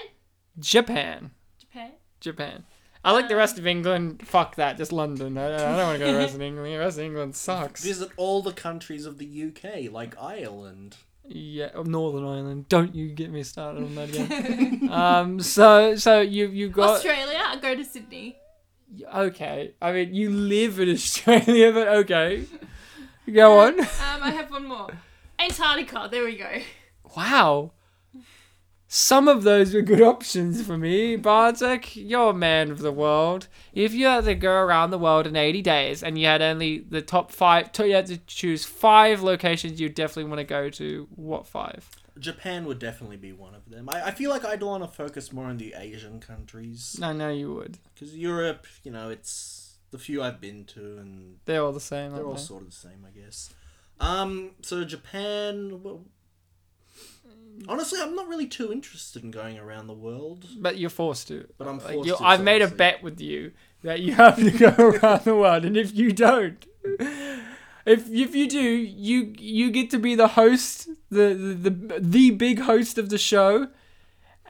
Japan. Japan. Japan. I like the rest of England. Fuck that. Just London. I, I don't want to go to the rest of England. The rest of England sucks. Visit all the countries of the UK, like Ireland. Yeah, oh, Northern Ireland. Don't you get me started on that again. um. So so you you got Australia. I'd go to Sydney. okay. I mean, you live in Australia, <laughs> but okay. Go on. Um, I have one more. Antarctica. There we go. Wow. Some of those were good <laughs> options for me. Bartek, you're a man of the world. If you had to go around the world in 80 days and you had only the top five, to- you had to choose five locations you definitely want to go to, what five? Japan would definitely be one of them. I, I feel like I'd want to focus more on the Asian countries. I know you would. Because Europe, you know, it's the few I've been to, and They're all the same. they're aren't all they? sort of the same, I guess. Um, so Japan. Well, Honestly, I'm not really too interested in going around the world. But you're forced to. But I'm Like, forced you're- to, I've made a obviously. bet with you that you <laughs> have to go around the world, and if you don't, if if you do, you you get to be the host, the the the, the big host of the show.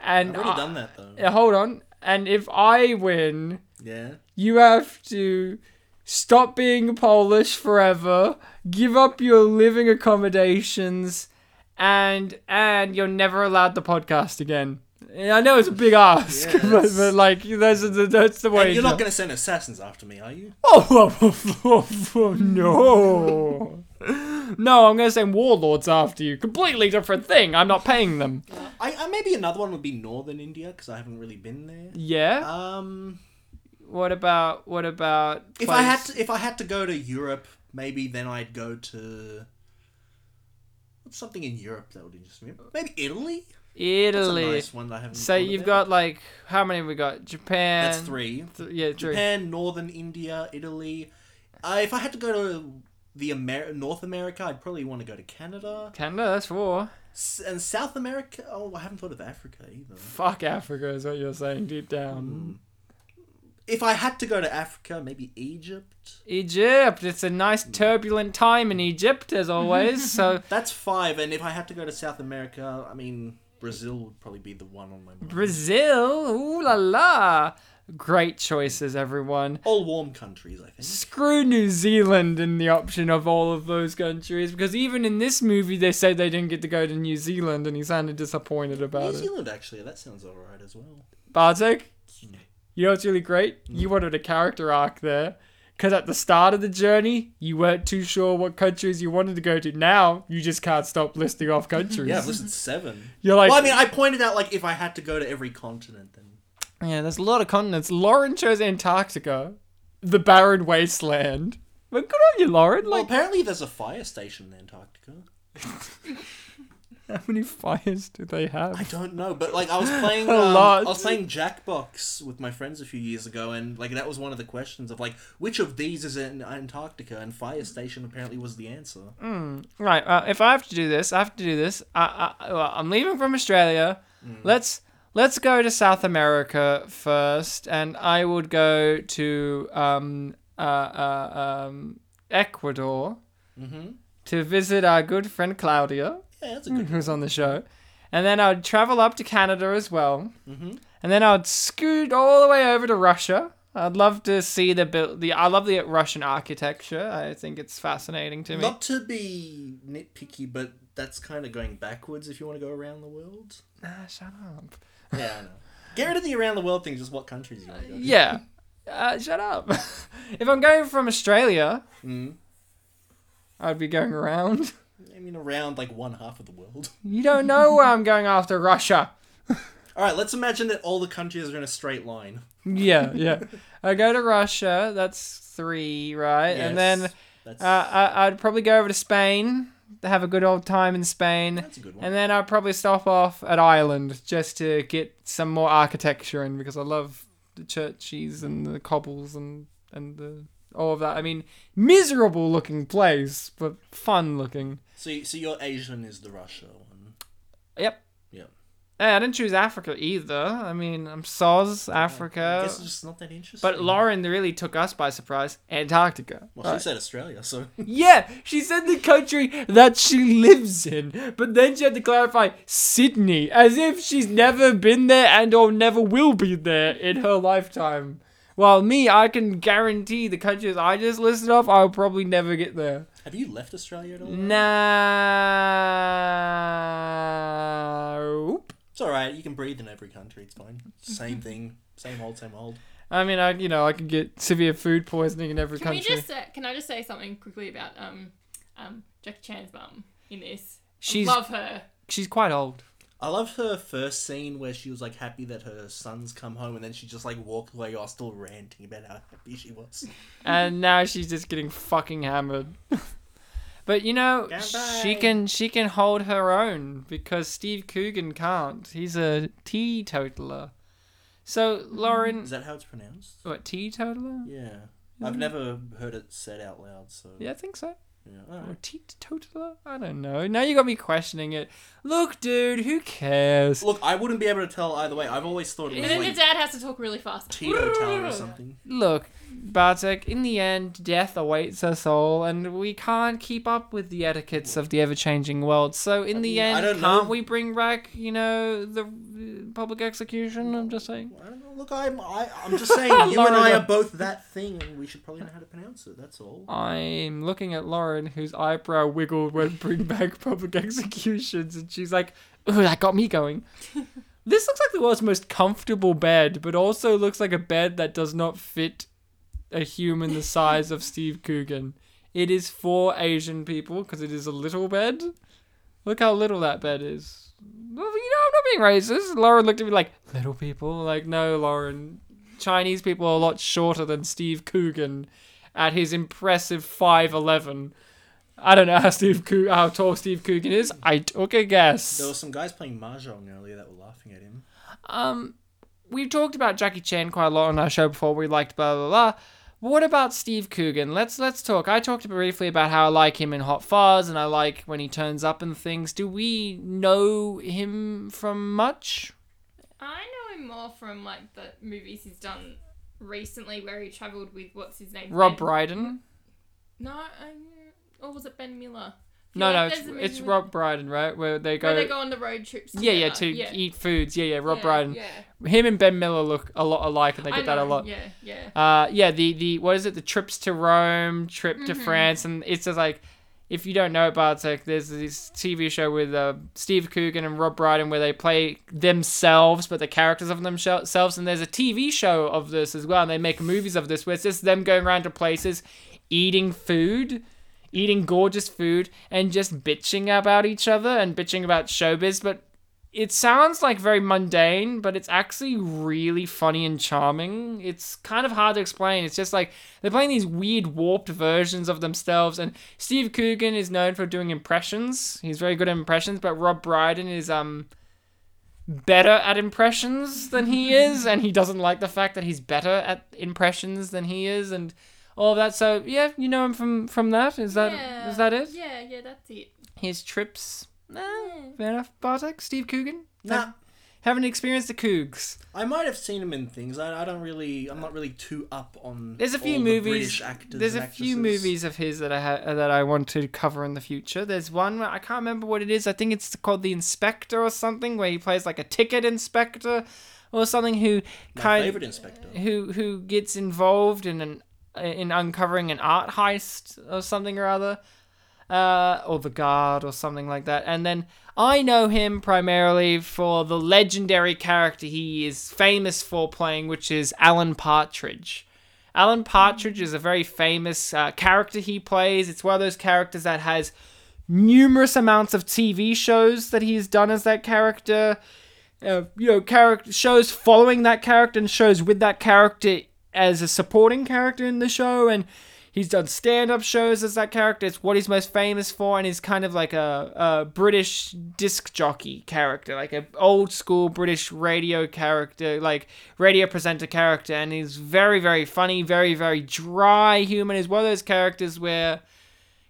And I've already I- done that though. Yeah, hold on. And if I win, Yeah. you have to stop being Polish forever, give up your living accommodations, and and you're never allowed the podcast again. And I know it's a big ask, <laughs> Yeah, but, that's- but like that's the, that's the way. And you're it not goes. going to send assassins after me, are you? Oh, oh, oh, oh, no. <laughs> No, I'm gonna send warlords after you. Completely different thing. I'm not paying them. I, I maybe another one would be northern India because I haven't really been there. Yeah. Um, What about what about? if I had place- to, if I had to go to Europe, maybe then I'd go to what's something in Europe that would interest me. Maybe Italy. That's a Italy. nice one that I haven't. So thought you've about. got like how many have we got? Japan. that's three. Th- yeah, three. Japan, northern India, Italy. Uh, if I had to go to the Amer- North America, I'd probably want to go to Canada Canada. That's four. S- and South America. Oh, I haven't thought of Africa either. Fuck Africa is what you're saying deep down. If I had to go to Africa, maybe Egypt. Egypt. It's a nice turbulent time in Egypt as always. <laughs> so That's five, and if I had to go to South America, I mean Brazil would probably be the one on my mind. Brazil. Ooh la la. Great choices, everyone. All warm countries, I think. Screw New Zealand in the option of all of those countries because even in this movie they said they didn't get to go to New Zealand and he sounded disappointed about New it. Zealand, actually, that sounds alright as well. Bartek, you know what's really great? Mm. You wanted a character arc there. Because at the start of the journey, you weren't too sure what countries you wanted to go to. Now, you just can't stop listing off countries. Yeah, I've listed seven. You're like- well, I mean, I pointed out like if I had to go to every continent, then Yeah, there's a lot of continents. Lauren chose Antarctica, the barren wasteland. But good on you, Lauren. well, Like, apparently there's a fire station in Antarctica. how many fires do they have? I don't know, but <laughs> like I was playing, A um, I lot. was playing Jackbox with my friends a few years ago, and like that was one of the questions of like which of these is in Antarctica, and fire Mm. station apparently was the answer. Right. Uh, if I have to do this, I have to do this. I, I well, I'm leaving from Australia. Let's let's go to South America first, and I would go to um, uh, uh, um, Ecuador to visit our good friend Claudia, <laughs> Yeah, that's a good. who's on the show, and then I would travel up to Canada as well, and then I would scoot all the way over to Russia. I'd love to see the build. The I love the Russian architecture. I think it's fascinating to me. Not to be nitpicky, but that's kind of going backwards if you want to go around the world. Ah, shut up. Yeah, I <laughs> know. Get rid of the around the world thing, just what countries you want to go to. Yeah. Uh, shut up. <laughs> if I'm going from Australia, Mm. I'd be going around. <laughs> I mean, around like one half of the world. <laughs> You don't know where I'm going after Russia. All right, let's imagine that all the countries are in a straight line. Yeah, yeah. I go to Russia. That's three, right? And then uh, Yes, that's, I, I'd probably go over to Spain, have a good old time in Spain. that's a good one. And then I'd probably stop off at Ireland just to get some more architecture in because I love the churches and the cobbles and and the all of that. I mean, miserable looking place, but fun looking. so, you- so your Asian is the Russia one. Yep. Yep. Hey, I didn't choose Africa either. I mean, I'm soz I Africa. guess it's just not that interesting. But Lauren really took us by surprise. Antarctica. well, she Right. said Australia, so <laughs> Yeah, she said the country that she lives in, but then she had to clarify Sydney, as if she's never been there and or never will be there in her lifetime. While me, I can guarantee the countries I just listed off, I'll probably never get there. have you left Australia at all? Mm. Nope. It's all right. You can breathe in every country. It's fine. <laughs> Same thing. Same old. Same old. I mean, I you know I could get severe food poisoning in every Can country. we just say, can I just say something quickly about um um Jackie Chan's mum in this? She's- love her. She's quite old. I love her first scene where she was like happy that her son's come home, and then she just like walked away while still ranting about how happy she was. and now she's just getting fucking hammered. <laughs> but you know, she Goodbye. can she can hold her own because Steve Coogan can't. He's a teetotaler. So Lauren, Is that how it's pronounced? what teetotaler? Yeah, I've never heard it said out loud. So Mm. Yeah, I think so. Yeah, all right. Or teetotaler? I don't know. Now you got me questioning it. Look, dude, who cares? Look, I wouldn't be able to tell either way. I've always thought it <laughs> And then the was like dad has to talk really fast. teetotaler or something. Look, Bartek, in the end, death awaits us all, and we can't keep up with the etiquettes of the ever changing world. So, in the I end, don't can't know. we bring back, you know, the uh, public execution? I'm just saying. I don't know. Look, I'm I, I'm just <laughs> saying you and I Laura. are both that thing, and we should probably know how to pronounce it. That's all. I'm looking at Lauren, whose eyebrow wiggled when bring back public executions, and she's like, Ugh, that got me going. this looks like the world's most comfortable bed, but also looks like a bed that does not fit a human the size of Steve Coogan. It is for Asian people because it is a little bed. Look how little that bed is. Well, you know, I'm not being racist. Lauren looked at me like, little people? Like, no, Lauren. Chinese people are a lot shorter than Steve Coogan at his impressive 5'11. I don't know how Steve Coo- how tall Steve Coogan is. I took a guess. There were some guys playing mahjong earlier that were laughing at him. Um, we've talked about Jackie Chan quite a lot on our show before. We liked blah blah blah. But what about Steve Coogan? Let's let's talk. I talked briefly about how I like him in Hot Fuzz, and I like when he turns up and things. Do we know him from much? I know him more from like the movies he's done recently where he travelled with what's his name? Rob Ben- Brydon? No, I, or was it Ben Miller? I No, no, feel like it's, there's a movie it's with- Rob Brydon, right? Where they go. Where they go on the road trips. yeah, yeah, to together. yeah. eat foods. Yeah, yeah. Rob yeah, Brydon. Yeah. Him and Ben Miller look a lot alike, and they I get that a know, lot. Yeah, yeah. <laughs> uh yeah the the what is it the trips to rome trip to france and it's just like if you don't know about like there's this tv show with uh, steve coogan and rob brydon where they play themselves but the characters of themselves and there's a tv show of this as well and they make movies of this where it's just them going around to places eating food eating gorgeous food and just bitching about each other and bitching about showbiz but it sounds like very mundane, but it's actually really funny and charming. It's kind of hard to explain. It's just like they're playing these weird, warped versions of themselves. And Steve Coogan is known for doing impressions. He's very good at impressions, but Rob Brydon is um better at impressions than <laughs> he is, and he doesn't like the fact that he's better at impressions than he is, and all of that. So yeah, you know him from from that. Is that is yeah. that it? Yeah, yeah, that's it. His trips. Eh, fair enough. Bartek, Steve Coogan. Nah, Haven't experienced the Cougs. I might have seen him in things. I, I don't really. I'm not really too up on. There's a few all the movies. British actors there's a and few actresses. movies of his that I ha- that I want to cover in the future. There's one where I can't remember what it is. I think it's called The Inspector or something, where he plays like a ticket inspector or something who My kind favorite inspector. who who gets involved in an in uncovering an art heist or something or other, uh, or the guard or something like that. And then I know him primarily for the legendary character he is famous for playing, which is Alan Partridge. Alan Partridge is a very famous uh, character he plays. It's one of those characters that has numerous amounts of TV shows that he's done as that character uh, you know, character shows following that character and shows with that character as a supporting character in the show, and he's done stand-up shows as that character. It's what he's most famous for, and he's kind of like a, a British disc jockey character, like an old school British radio character, like radio presenter character, and he's very, very funny, very, very dry human. He's one of those characters where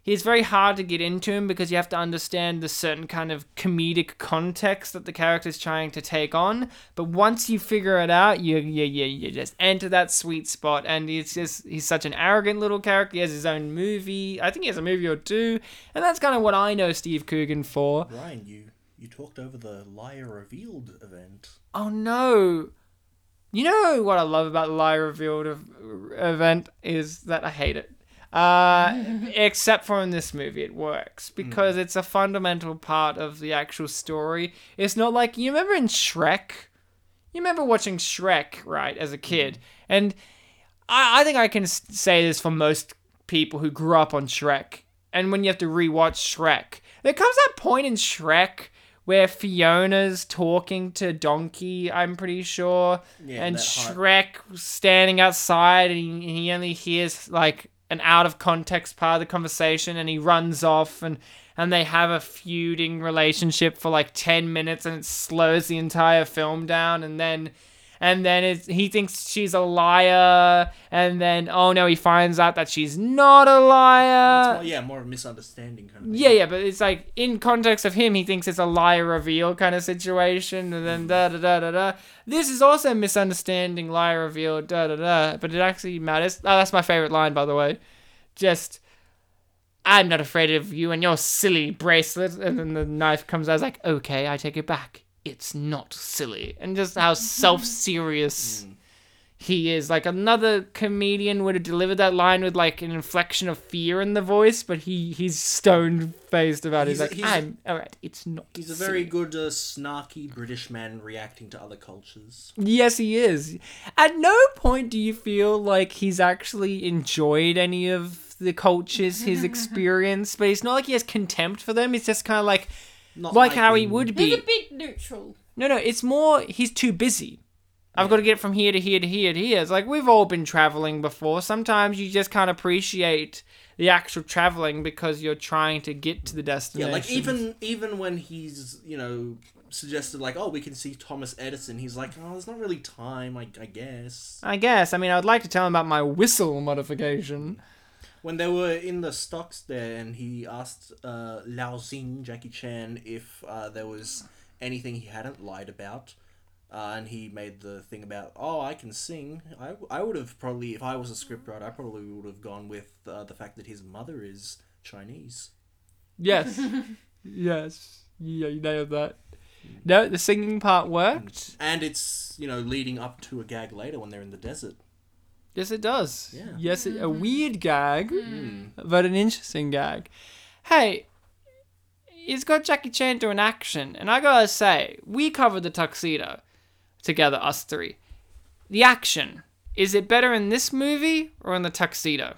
he's very hard to get into him because you have to understand the certain kind of comedic context that the character's trying to take on. But once you figure it out, you you, you, you just enter that sweet spot. And he's just he's such an arrogant little character. He has his own movie. I think he has a movie or two. And that's kind of what I know Steve Coogan for. Ryan, you you talked over the liar revealed event. Oh no. You know what I love about the Lie Revealed ev- event is that I hate it. Uh, except for in this movie, it works because it's a fundamental part of the actual story. It's not like you remember in Shrek. You remember watching Shrek, right, as a kid, and I, I think I can s- say this for most people who grew up on Shrek. And when you have to rewatch Shrek, there comes that point in Shrek where Fiona's talking to Donkey, I'm pretty sure, Yeah, and that heart- Shrek standing outside and he, and he only hears like an out of context part of the conversation and he runs off and and they have a feuding relationship for like 10 minutes and it slows the entire film down and then and then it's, he thinks she's a liar, and then oh no, he finds out that she's not a liar. It's more, yeah, more of a misunderstanding kind of thing. Uh, Yeah, yeah, but it's like in context of him, he thinks it's a lie reveal kind of situation, and then da da da da da. This is also a misunderstanding lie reveal da da da, but it actually matters. Oh, that's my favorite line, by the way. Just, I'm not afraid of you and your silly bracelet, and then the knife comes out. I was like, okay, I take it back. It's not silly, and just <laughs> how self Hmm. serious. He is like another comedian would have delivered that line with like an inflection of fear in the voice, but he he's stone faced about it. He's, He's a- like, he's a- I'm all right. It's not. He's a very silly." good, uh, snarky British man reacting to other cultures. Yes, he is. At no point do you feel like he's actually enjoyed any of the cultures he's <laughs> experienced, but it's not like he has contempt for them. It's just kind of like Not like how he in- would be. He's a bit neutral. No, no, it's more he's too busy. I've got to get from here to here to here to here. It's like we've all been traveling before. Sometimes you just can't appreciate the actual traveling because you're trying to get to the Yeah, destination. like even even when he's you know suggested like oh we can see Thomas Edison, he's like oh there's not really time I, I guess. I guess. I mean, I would like to tell him about my whistle modification. When they were in the stocks there, and he asked uh, Lao Xing Jackie Chan if uh, there was anything he hadn't lied about. Uh, and he made the thing about, oh, I can sing. I, I would have probably, if I was a scriptwriter, I probably would have gone with uh, the fact that his mother is Chinese. <laughs> Yes. yes. Yeah, you nailed that. No, the singing part worked. And it's, you know, leading up to a gag later when they're in the desert. Yes, it does. Yeah. Hmm. Yes, it, a weird gag, but an interesting gag. Hey, it's got Jackie Chan doing action, and I gotta say, we covered the tuxedo together, us three. The action is it better in this movie or in the tuxedo?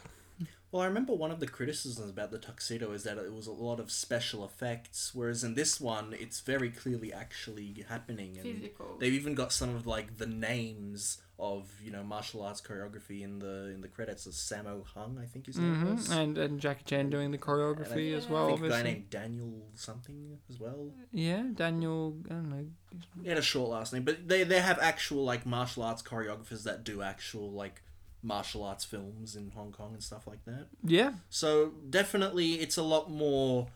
Well, I remember one of the criticisms about the tuxedo is that it was a lot of special effects, whereas in this one, it's very clearly actually happening. And Physical. They've even got some of like the names of you know martial arts choreography in the in the credits. As Sammo Hung, I think his name was. And And and Jackie Chan doing the I choreography Mm-hmm. as well, Mm-hmm. I think a guy obviously. named Daniel something as well. Yeah, Daniel. I don't know. He had a short last name, but they they have actual like martial arts choreographers that do actual like martial arts films in Hong Kong and stuff like that. Yeah, So definitely, it's a lot more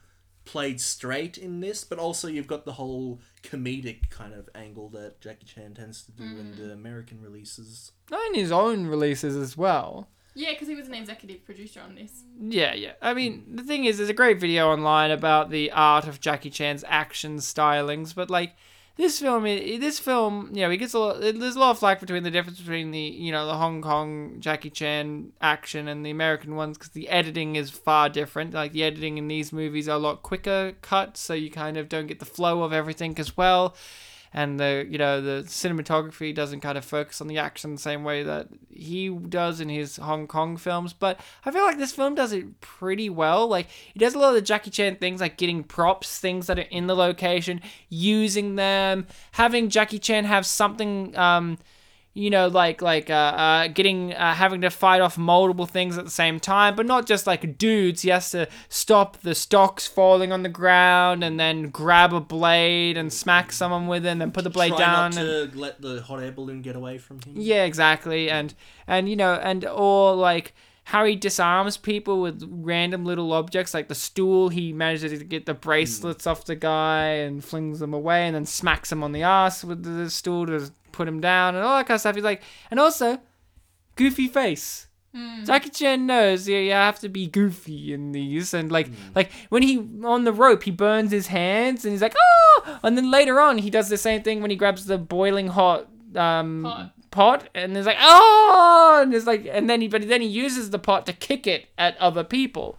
played straight in this, but also you've got the whole comedic kind of angle that Jackie Chan tends to do in the American releases. and his own releases as well. Yeah, because he was an executive producer on this. Yeah, yeah. I mean, the thing is, there's a great video online about the art of Jackie Chan's action stylings, but like this film, i- this film, you know, it gets a lot. it- There's a lot of flack between the difference between the you know the Hong Kong Jackie Chan action and the American ones because the editing is far different. Like the editing in these movies are a lot quicker cut, so you kind of don't get the flow of everything as well. And the you know the cinematography doesn't kind of focus on the action the same way that he does in his Hong Kong films, but I feel like this film does it pretty well. Like he does a lot of the Jackie Chan things, like getting props, things that are in the location, using them, having Jackie Chan have something, um, you know, like like uh, uh, getting uh, having to fight off multiple things at the same time, but not just like dudes. He has to stop the stocks falling on the ground and then grab a blade and smack someone with it, and then put the blade Try down. not and- to let the hot air balloon get away from him. yeah, exactly. And and you know, and or like how he disarms people with random little objects, like the stool. He manages to get the bracelets off the guy and flings them away, and then smacks him on the ass with the stool to put him down, and all that kind of stuff. He's like, and also, goofy face. Jackie Chan Mm. knows yeah, you have to be goofy in these, and like like when he on the rope, he burns his hands, and he's like, oh! And then later on, he does the same thing when he grabs the boiling hot um, Pot. pot, and there's like, oh! And it's like, and then he but then he uses the pot to kick it at other people.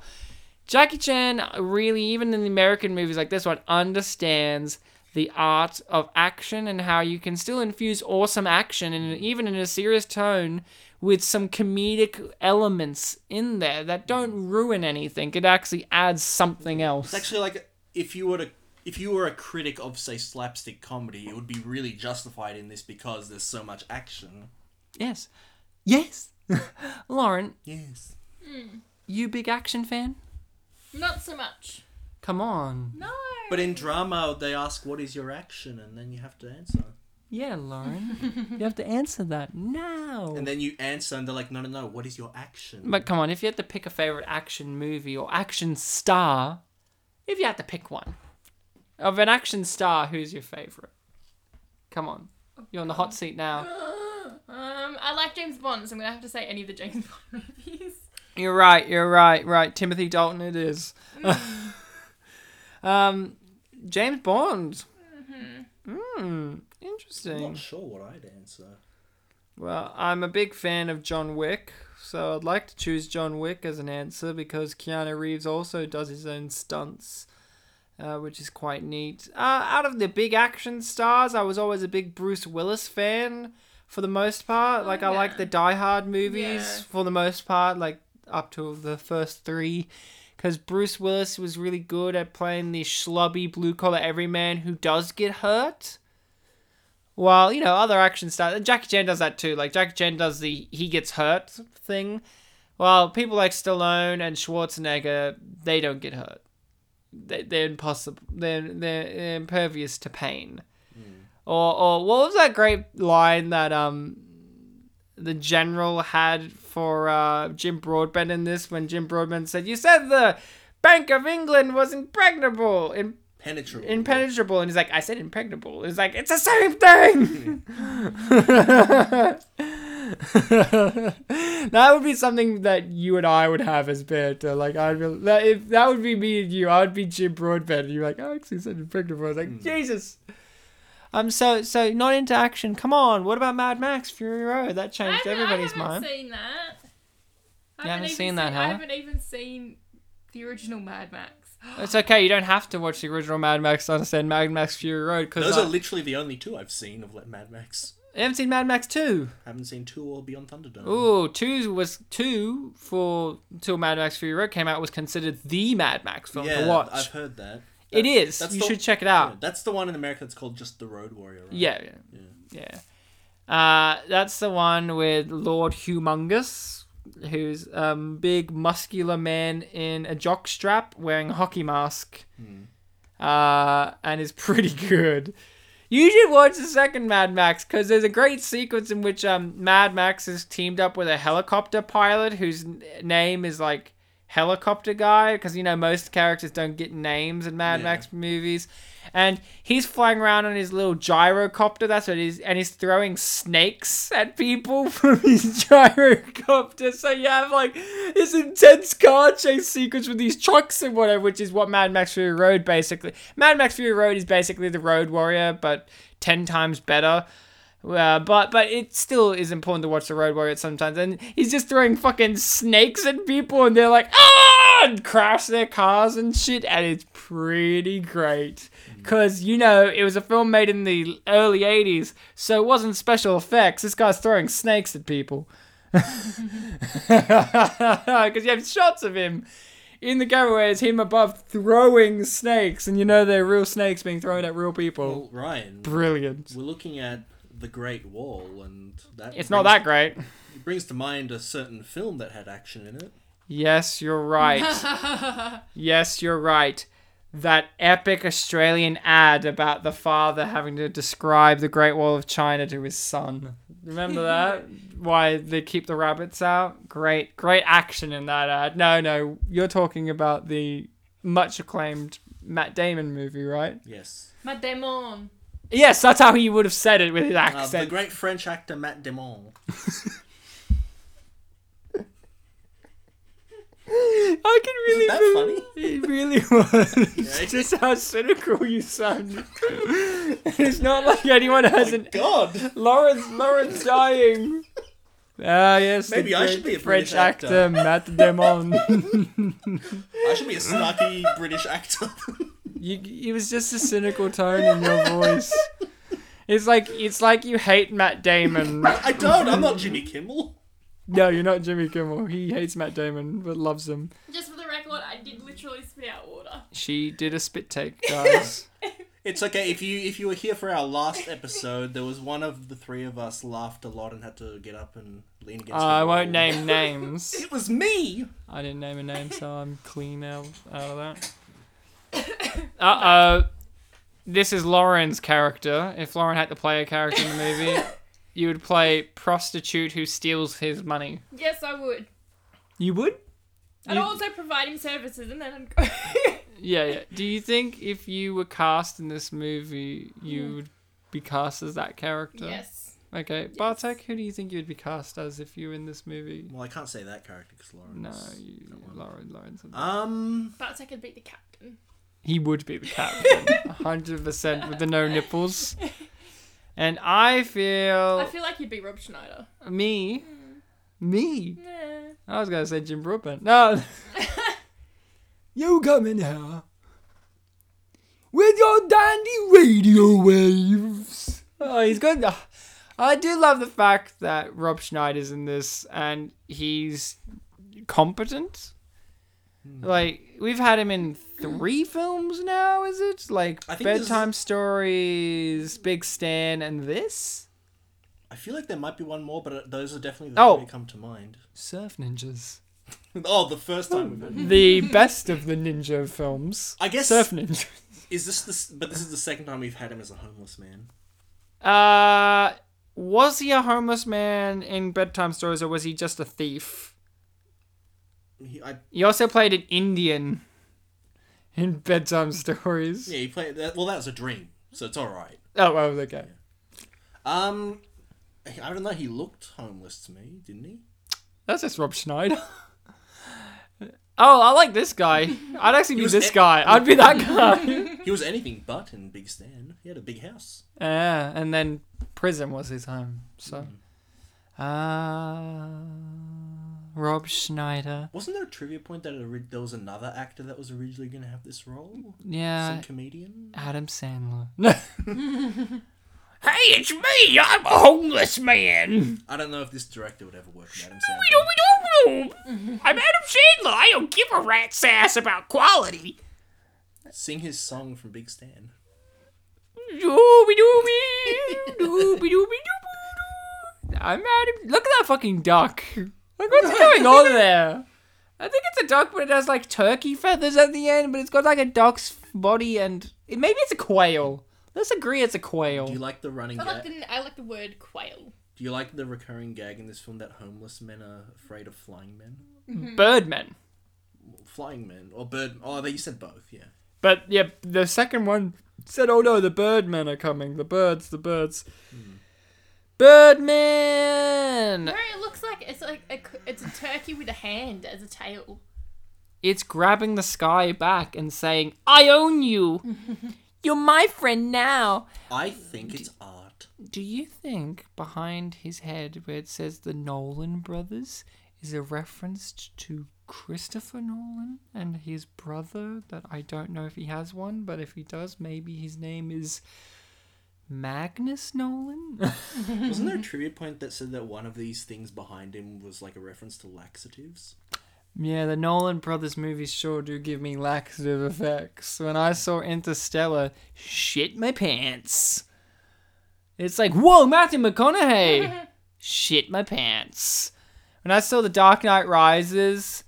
Jackie Chan really, even in the American movies like this one, understands the art of action and how you can still infuse awesome action and even in a serious tone with some comedic elements in there that don't ruin anything. It actually adds something else. It's actually like if you were to if you were a critic of say slapstick comedy, it would be really justified in this because there's so much action. yes. Yes. <laughs> Lauren, Yes. you big action fan? Not so much. Come on. No. But in drama, they ask what is your action, and then you have to answer. Yeah, Lauren. you have to answer that now. And then you answer, and they're like, no, no, no, what is your action? But come on, if you had to pick a favorite action movie or action star, if you had to pick one of an action star, who's your favorite? Come on, you're on the hot seat now. Um, I like James Bond, so I'm gonna have to say any of the James <laughs> Bond movies. You're right. You're right. Right. Timothy Dalton. It is. <laughs> um, James Bond. Hmm. I'm not Interesting. sure what I'd answer. Well, I'm a big fan of John Wick, so I'd like to choose John Wick as an answer because Keanu Reeves also does his own stunts, uh, which is quite neat. Uh, out of the big action stars, I was always a big Bruce Willis fan for the most part. Oh, Like, I like yeah. the Die Hard movies Yeah. for the most part, like up to the first three. Because Bruce Willis was really good at playing the schlubby blue collar everyman who does get hurt. While, you know, other action stars, Jackie Chan does that too. Like, Jackie Chan does the he gets hurt thing. While people like Stallone and Schwarzenegger, they don't get hurt. They, they're impossible. They're, they're impervious to pain. Or, or what was that great line that um the general had for uh, Jim Broadbent in this when Jim Broadbent said, "You said the Bank of England was impregnable." In- Penetrable. impenetrable and he's like i said impregnable it's like it's the same thing <laughs> that would be something that you and i would have as banter like i'd be that if that would be me and you i would be jim broadbent and you're like i actually said impregnable i was like Hmm. jesus i'm so so not into action come on what about mad max fury road that I changed haven't- everybody's I haven't mind seen that. I You haven't even seen that, I huh? haven't even seen the original Mad Max. <gasps> it's okay you don't have to watch the original mad max to understand mad max fury road because Those I, are literally the only two I've seen of like, Mad Max. I haven't seen mad max 2 Haven't seen two or Beyond Thunderdome. Ooh, two was two for till Mad Max Fury Road came out was considered the Mad Max film yeah, to watch. I've heard that. it That- is. that's You the- should check it yeah, out. that's the one in America that's called just The Road Warrior, right? Yeah, yeah, yeah. Uh, that's the one with Lord Humongous, who's um big muscular man in a jock strap wearing a hockey mask, Hmm. uh, and is pretty <laughs> good. You should watch the second Mad Max because there's a great sequence in which um, Mad Max is teamed up with a helicopter pilot whose n- name is like helicopter guy because you know most characters don't get names in Mad Yeah. Max movies, and he's flying around on his little gyrocopter. That's what it is, and he's throwing snakes at people <laughs> from his gyrocopter. So you have like this intense car chase sequence with these trucks and whatever, which is what Mad Max Fury Road basically. Mad Max Fury Road is basically the Road Warrior, but ten times better. Uh, but but it still is important to watch the Road Warrior sometimes, and he's just throwing fucking snakes at people, and they're like ah, and crash their cars and shit, and it's pretty great because you know it was a film made in the early '80s, so it wasn't special effects. This guy's throwing snakes at people <laughs> because you have shots of him in the camera, it's him above throwing snakes, and you know they're real snakes being thrown at real people. Well, Ryan, Brilliant. we're looking at The Great Wall, and that It's not brings- that great. It brings to mind a certain film that had action in it. Yes, you're right. yes, you're right. That epic Australian ad about the father having to describe the Great Wall of China to his son. Remember that? Why they keep the rabbits out? Great, great action in that ad. No, no, you're talking about the much acclaimed Matt Damon movie, right? Yes. Mad Demon. Yes, that's how he would have said it with his Uh, the accent. great French actor Matt Damon. I can really that believe- funny? It really <laughs> was. Yeah. Just how cynical you sound. <laughs> it's not like anyone has an. Oh God! Lauren's Lauren's dying. Ah yes, the Maybe I should great be a French British actor. Matt Damon. <laughs> I should be a snarky British actor. <laughs> you, it was just a cynical tone in your voice. It's like it's like you hate Matt Damon. I don't, I'm not Jimmy Kimmel. No, you're not Jimmy Kimmel. He hates Matt Damon but loves him. Just for the record, I did literally spit out water. She did a spit take, <laughs> guys. It's okay if you if you were here for our last episode, there was one of the three of us laughed a lot and had to get up and lean against. the Oh, I wall. won't name names. <laughs> It was me. I didn't name <laughs> a name, so I'm clean out, out of that. Uh oh. this is Lauren's character. If Lauren had to play a character in the movie, you would play prostitute who steals his money. Yes, I would. You would? I'd You- also provide him services and then I'd go. <laughs> Yeah, yeah. Do you think if you were cast in this movie, you would be cast as that character? yes. Okay. Bartek, who do you think you would be cast as if you were in this movie? Well, I can't say that character because Lauren's. No, you, Lauren, Lauren's. a- Um, But I could be the captain. He would be the captain, hundred percent, with the no nipples. And I feel, I feel like you'd be Rob Schneider. me, me. Nah. I was gonna say Jim Broadbent. No, you come in here with your dandy radio waves. Oh, he's good. Ah, I do love the fact that Rob Schneider's in this, and he's competent. Hmm. Like we've had him in three films now, is it? Like I think this is- bedtime stories, Big Stan, and this I feel like there might be one more, but uh, those are definitely the Oh. three that come to mind. <laughs> Surf Ninjas. oh, the first time <laughs> we've been. the <laughs> best of the ninja films. I guess- Surf Ninja. Is this the? s- But this is the second time we've had him as a homeless man. Uh, was he a homeless man in bedtime stories, or was he just a thief? He, I, He also played an Indian in bedtime stories. yeah, he played. That, well, that was a dream, so it's all right. Oh, oh, okay. Um, I don't know. He looked homeless to me, <laughs> didn't he? That's just Rob Schneider. <laughs> Oh, I like this guy. I'd actually be was this e- guy. I'd be <laughs> that guy. He was anything but in Big Stan. He had a big house. Yeah, and then prison was his home. So, Mm-hmm. uh, Rob Schneider. Wasn't there a trivia point that ori- there was another actor that was originally going to have this role? Yeah, Some comedian. Adam <laughs> Sandler. hey, it's me. I'm a homeless man. I don't know if this director would ever work with Adam Don't Sandler. we don't know. I'm Adam Sandler. I don't give a rat's ass about quality. Sing his song from Big Stan. Dooby-dooby, dooby-dooby-doo-boo-doo. I'm Adam. Look at that fucking duck. Like, what's going on there? I think it's a duck, but it has like turkey feathers at the end, but it's got like a duck's body and maybe it's a quail. Let's agree it's a quail. Do you like the running I like gag? the, I like the word quail. Do you like the recurring gag in this film that homeless men are afraid of flying men? Birdman. Flying men or bird? Oh, they you said both. Yeah. But yeah, the second one said, "Oh no, the Birdmen are coming. The birds, the birds." Birdman. No, it looks like it's like a, c- it's a turkey with a hand as a tail. It's grabbing the sky back and saying, "I own you. You're my friend now." I think it's art. Do you think behind his head, where it says the Nolan brothers, is a reference to Christopher Nolan and his brother? That I don't know if he has one, but if he does, maybe his name is Magnus Nolan. <laughs> Wasn't there a trivia point that said that one of these things behind him was like a reference to laxatives? Yeah, the Nolan brothers movies sure do give me laxative effects. When I saw Interstellar, shit my pants. It's like, whoa, Matthew McConaughey! shit my pants. When I saw The Dark Knight Rises,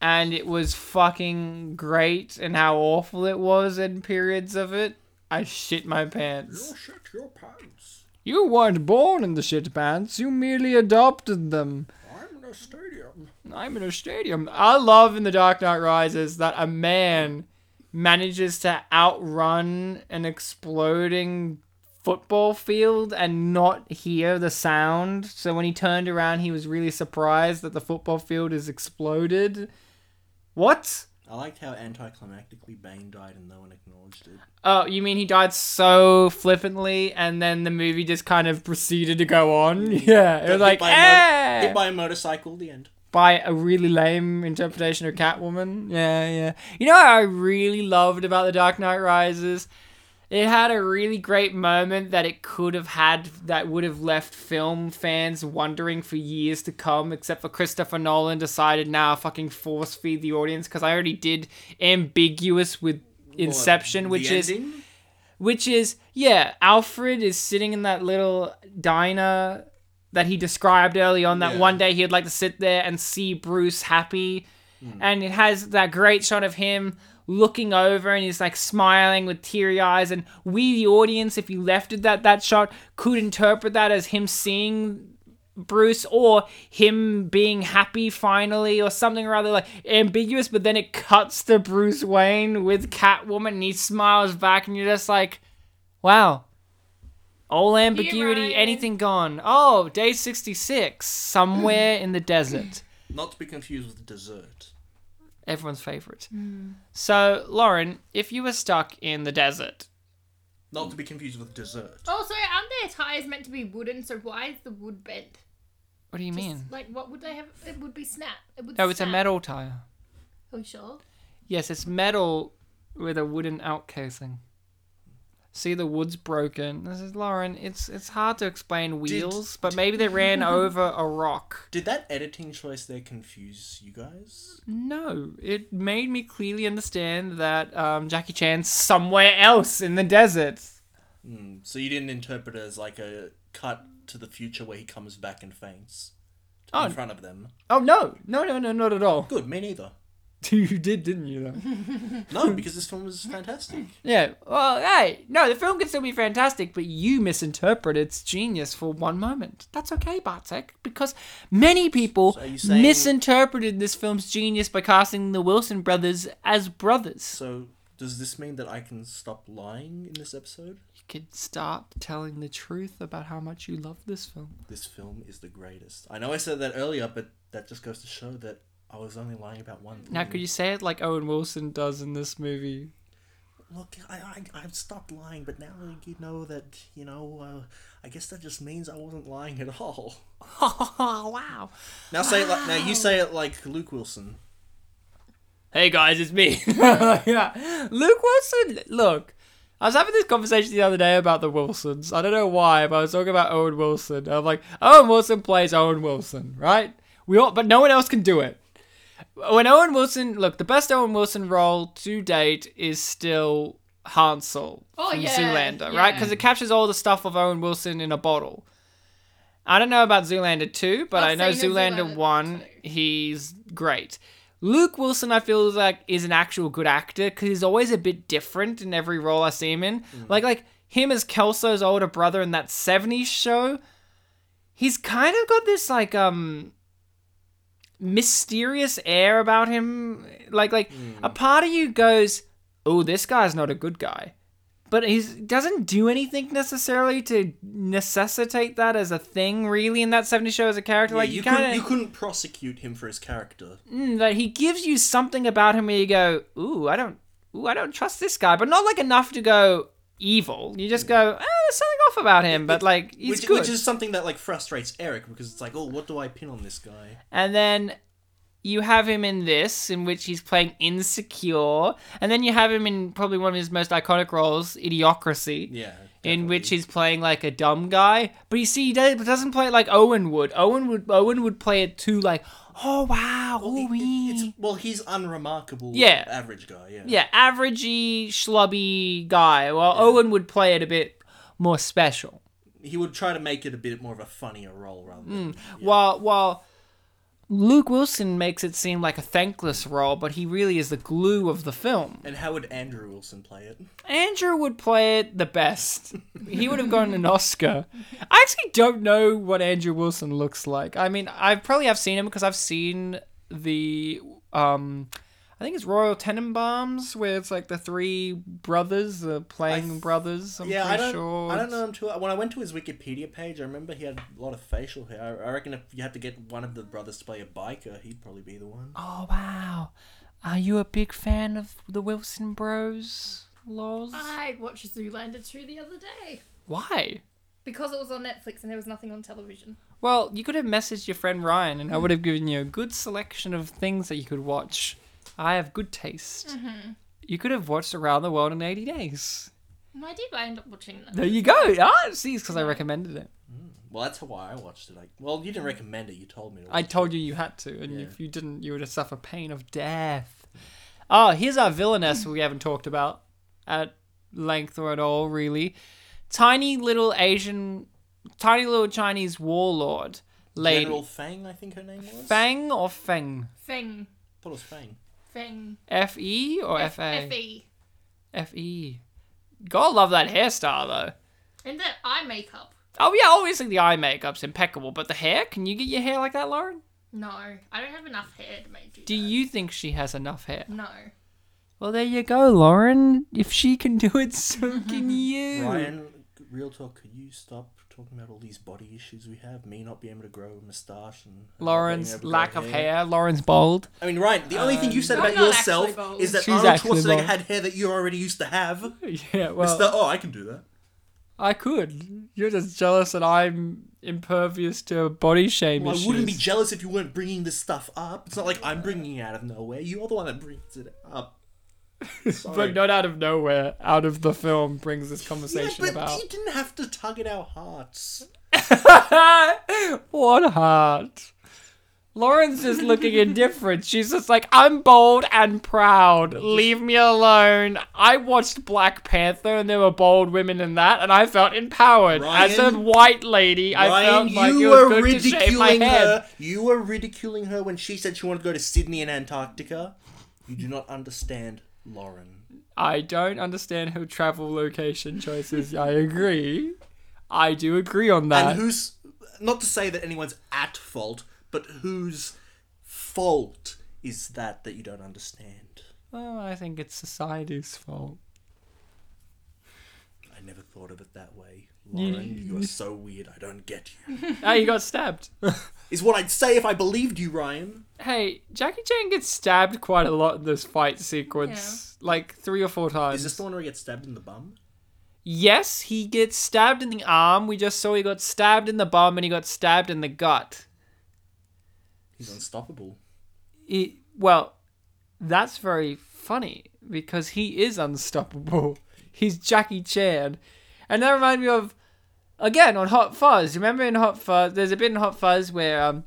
and it was fucking great, and how awful it was in periods of it, I shit my pants. shit your pants. You weren't born in the shit pants, you merely adopted them. I'm in a stadium. I'm in a stadium. I love in The Dark Knight Rises that a man manages to outrun an exploding football field and not hear the sound. So when he turned around, he was really surprised that the football field has exploded. What? I liked how anticlimactically Bane died and no one acknowledged it. Oh, you mean he died so flippantly and then the movie just kind of proceeded to go on? <laughs> Yeah. It was Hit like, Mm. by a motor- "Eh!" hit by a motorcycle. The end. by a really lame interpretation of Catwoman. Yeah, yeah. You know what I really loved about The Dark Knight Rises? It had a really great moment that it could have had that would have left film fans wondering for years to come, except for Christopher Nolan decided now fucking force feed the audience because I already did ambiguous with Inception, The which is ending? which is yeah alfred is sitting in that little diner that he described early on that Yeah. one day he'd like to sit there and see bruce happy and it has that great shot of him looking over and he's like smiling with teary eyes and we the audience if you left it that that shot could interpret that as him seeing Bruce or him being happy finally or something rather like ambiguous but then it cuts to Bruce Wayne with Catwoman and he smiles back and you're just like wow all ambiguity Ryan. anything gone oh day 66 somewhere in the desert <clears throat> Not to be confused with dessert. everyone's favorite so Lauren if you were stuck in the desert Not to be confused with dessert. Also, Oh, aren't their tires meant to be wooden? So why is the wood bent? what do you Just, mean Like, what would they have? It would be snap. It would no it's a snap. metal tire Are you sure? Yes, it's metal with a wooden outcasing. See the wood's broken. This is Lauren. It's it's hard to explain wheels, but maybe they ran over a rock. Did that editing choice there confuse you guys? No, it made me clearly understand that um, Jackie Chan's somewhere else in the desert. Hmm, So you didn't interpret it as like a cut to the future where he comes back and faints Oh. in front of them. Oh no, no, no, no, not at all. <laughs> Good, me neither. you did, didn't you? Though. <laughs> No, because this film was fantastic. yeah. Well, hey, no, the film can still be fantastic, but you misinterpret its genius for one moment. That's okay, Bartek, because many people So are you saying- misinterpreted this film's genius by casting the Wilson brothers as brothers. So does this mean that I can stop lying in this episode? You could start telling the truth about how much you love this film. This film is the greatest. I know I said that earlier, but that just goes to show that I was only lying about one thing. Now, could you say it like Owen Wilson does in this movie? <laughs> Look, I, I I've stopped lying, but now you know that you know. Uh, I guess that just means I wasn't lying at all. Oh, wow. Now say it like now you say it like Luke Wilson. hey guys, it's me. <laughs> <laughs> yeah. Luke Wilson, look, I was having this conversation the other day about the Wilsons. I don't know why, but I was talking about Owen Wilson. I'm like, Owen Wilson plays Owen Wilson, right? We all, but no one else can do it. When Owen Wilson, look, the best Owen Wilson role to date is still Hansel Oh, from yeah, Zoolander, right? yeah. Because it captures all the stuff of Owen Wilson in a bottle. I don't know about Zoolander 2, but I've I know seen the Zoolander, Zoolander 1, two. he's great. Luke Wilson, I feel is like is an actual good actor because he's always a bit different in every role I see him in. Like like him as Kelso's older brother in that '70s show, he's kind of got this like um mysterious air about him. Like like a Hmm. part of you goes, "Oh, this guy's not a good guy," but he doesn't do anything necessarily to necessitate that as a thing. Really, in that '70s show as a character, like you, you, you, kind couldn't, of you couldn't prosecute him for his character. mm, that he gives you something about him where you go, ooh, I don't, ooh, I don't trust this guy, but not like enough to go evil. You just go, eh, there's something off about him, but like he's Hmm. which, good. which is something that like frustrates Eric because it's like, oh, what do I pin on this guy? And then you have him in this, in which he's playing insecure, and then you have him in probably one of his most iconic roles, Idiocracy. Yeah. in which definitely. he's playing like a dumb guy. But you see, he do- doesn't play it like Owen would. Owen would Owen would play it too, like, oh wow, ooh, It- wee." it- it's- well, he's unremarkable. Yeah. Average guy. Yeah. yeah, averagey, schlubby guy. While Owen would play it a bit more special. He would try to make it a bit more of a funnier role rather Mm. than. yeah. While while Luke Wilson makes it seem like a thankless role, but he really is the glue of the film. And how would Andrew Wilson play it? Andrew would play it the best. He would have gotten an Oscar. I actually don't know what Andrew Wilson looks like. I mean, I probably have seen him because I've seen the um I think it's Royal Tenenbaums, where it's like the three brothers, the playing th- brothers. I'm yeah, pretty I don't. sure. I it's- don't know him too. When I went to his Wikipedia page, I remember he had a lot of facial hair. I- I reckon if you had to get one of the brothers to play a biker, he'd probably be the one. Oh wow. Are you a big fan of the Wilson Bros? Laws? I watched Zoolander 2 the other day Why? because it was on Netflix and there was nothing on television. Well, you could have messaged your friend Ryan and I would have given you a good selection of things that you could watch. I have good taste. You could have watched Around the World in 80 Days. And I did end up watching them. There you go. Ah, see, because I recommended it. Well, that's why I watched it. I, well, you didn't recommend it. You told me. To mm. I watch it. told you you had to, and Yeah. if you didn't, you would have suffered pain of death. Oh, here's our villainess we haven't talked about at length or at all, really. Tiny little Asian, tiny little Chinese warlord lady. General Fang, I think her name was. Fang or Feng? Thing. thought it was Fang. Feng. F E or F A? Fe. F E. God love that hairstyle though. And the eye makeup. Oh yeah, obviously the eye makeup's impeccable, but the hair? Can you get your hair like that, Lauren? No, I don't have enough hair to make you. Do you think she has enough hair? No. Well, there you go, Lauren. If she can do it, so <laughs> can you. Ryan, real talk, could you stop talking about all these body issues we have? Me not being able to grow a moustache and. and not being able Lauren's to lack grow of hair. Lauren's bald. I mean, Ryan, the only thing you said I'm about not actually yourself bald. is that She's Arnold actually Schwarzenegger bald. had hair that you already used to have. Yeah, well, It's the, oh, I can do that. I could. You're just jealous that I'm impervious to body shame Well, I issues. wouldn't be jealous if you weren't bringing this stuff up. It's not like I'm bringing it out of nowhere. You're the one that brings it up. Sorry. but not out of nowhere. Out of the film brings this Yeah, conversation but about. you didn't have to tug at our hearts. <laughs> what heart? Lauren's just looking indifferent. She's just like, I'm bold and proud. Leave me alone. I watched Black Panther and there were bold women in that, and I felt empowered. As a Ryan- white lady, I Ryan, felt like you it was were good to shave my ridiculing head. her. You were ridiculing her when she said she wanted to go to Sydney and Antarctica. You do not understand, Lauren. I don't understand her travel location choices. I agree. I do agree on that. and who's not to say that anyone's at fault, but whose fault is that that you don't understand? well, I think it's society's fault. I never thought of it that way, Lauren. you are so weird. I don't get you. Ah, you got stabbed. Is what I'd say if I believed you, Ryan. hey, Jackie Chan gets stabbed quite a lot in this fight sequence. Like three or four times. Is this the one where he gets stabbed in the bum? Yes, he gets stabbed in the arm. We just saw he got stabbed in the bum and he got stabbed in the gut. He's unstoppable. He, well, that's very funny because he is unstoppable. <laughs> He's Jackie Chan. And that reminds me of, again, on Hot Fuzz. Remember in Hot Fuzz, there's a bit in Hot Fuzz where, um,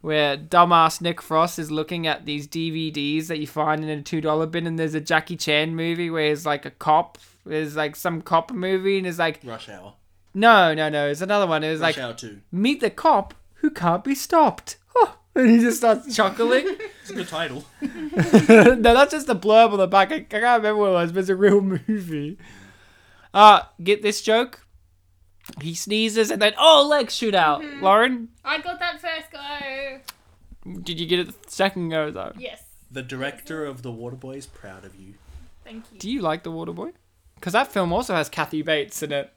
where dumbass Nick Frost is looking at these DVDs that you find in a $2 bin, and there's a Jackie Chan movie where he's like a cop. There's like some cop movie, and it's like, Rush Hour. no, no, no, it's another one. It was Rush like, Hour 2. meet the cop who can't be stopped. <laughs> Oh, and he just starts chuckling. It's a good title. <laughs> no, that's just the blurb on the back. I, I can't remember what it was, but it's a real <laughs> movie. Uh, get this joke? He sneezes and then, oh, leg shoot out. Lauren, I got that first go. did you get it the second go, though? Yes. <laughs> The director of The Waterboy is proud of you. Thank you. Do you like The Waterboy? Because that film also has Kathy Bates in it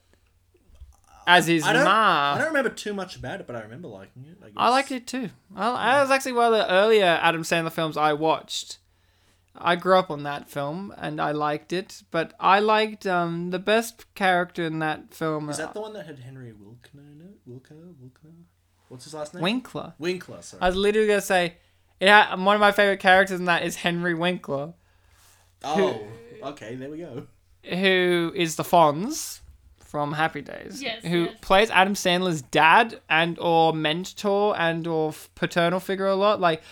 as his I don't, ma. I don't remember too much about it, but I remember liking it. I, guess. I liked it too. I, that was actually one of the earlier Adam Sandler films I watched. I grew up on that film and I liked it, but I liked um, the best character in that film. Is that the one that had Henry Wilkner in it? Wilkner? Wilkner? What's his last name? Winkler. Winkler, sorry. I was literally gonna say, it ha- one of my favorite characters in that is Henry Winkler, oh, okay, there we go. who is the Fonz from Happy Days, Yes, who yes. plays Adam Sandler's dad and or mentor and or f- paternal figure a lot. Like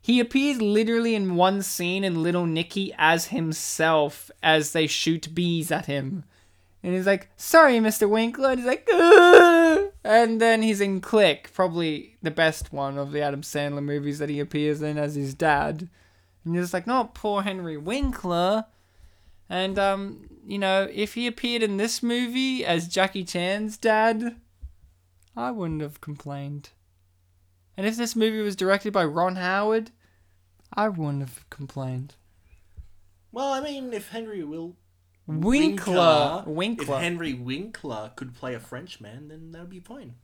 he appears literally in one scene in Little Nicky as himself as they shoot bees at him. And he's like, sorry, Mr. Winkler. And he's like, Ugh! and then he's in Click, probably the best one of the Adam Sandler movies that he appears in as his dad. And you're just like, not poor Henry Winkler. And, um, you know, if he appeared in this movie as Jackie Chan's dad, I wouldn't have complained. And if this movie was directed by Ron Howard, I wouldn't have complained. Well, I mean, if Henry Wil- Winkler. Winkler. If Henry Winkler could play a Frenchman, then that would be fine.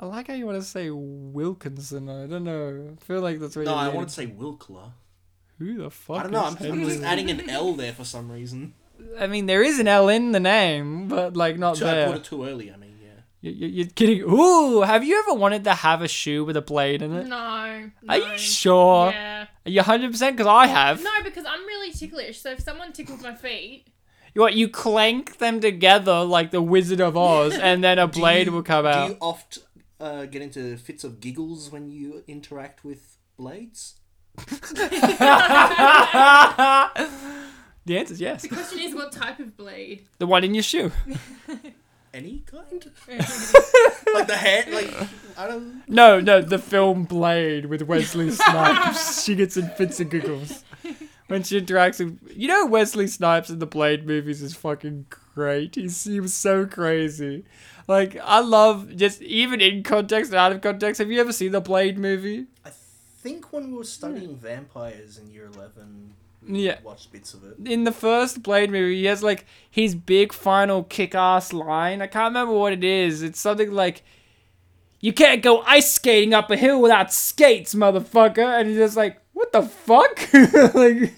I like how you want to say Wilkinson. I don't know. I feel like that's what No, you I need. wanted to say Wilkler. Who the fuck? I don't know. I'm, is I'm just Henry? adding an L there for some reason. I mean, there is an L in the name, but like not So I Oh, there. put it too early. I mean, yeah. You- you- You're kidding. Ooh, have you ever wanted to have a shoe with a blade in it? No. Are no. you sure? Yeah. Are you 100% because I have. No, because I'm really ticklish. So if someone tickles my feet, You What, you clank them together like the Wizard of <laughs> Oz and then a Do blade you- will come out. Do you oft uh, get into fits of giggles when you interact with blades? <laughs> the answer is yes. the question is what type of <laughs> blade? The one in your shoe. Any kind? like the hand? Like I don't. <laughs> No, no, the film Blade with Wesley Snipes. she gets in fits and giggles. when she interacts with you know Wesley Snipes in the Blade movies is fucking great. He's, he was so crazy. Like I love just even in context and out of context. Have you ever seen the Blade movie? I think when we Hmm. were studying vampires in year eleven, we Yeah. watched bits of it. In the first Blade movie, he has like his big final kick ass line. I can't remember what it is. It's something like you can't go ice skating up a hill without skates, motherfucker. And he's just like, what the fuck? <laughs> like,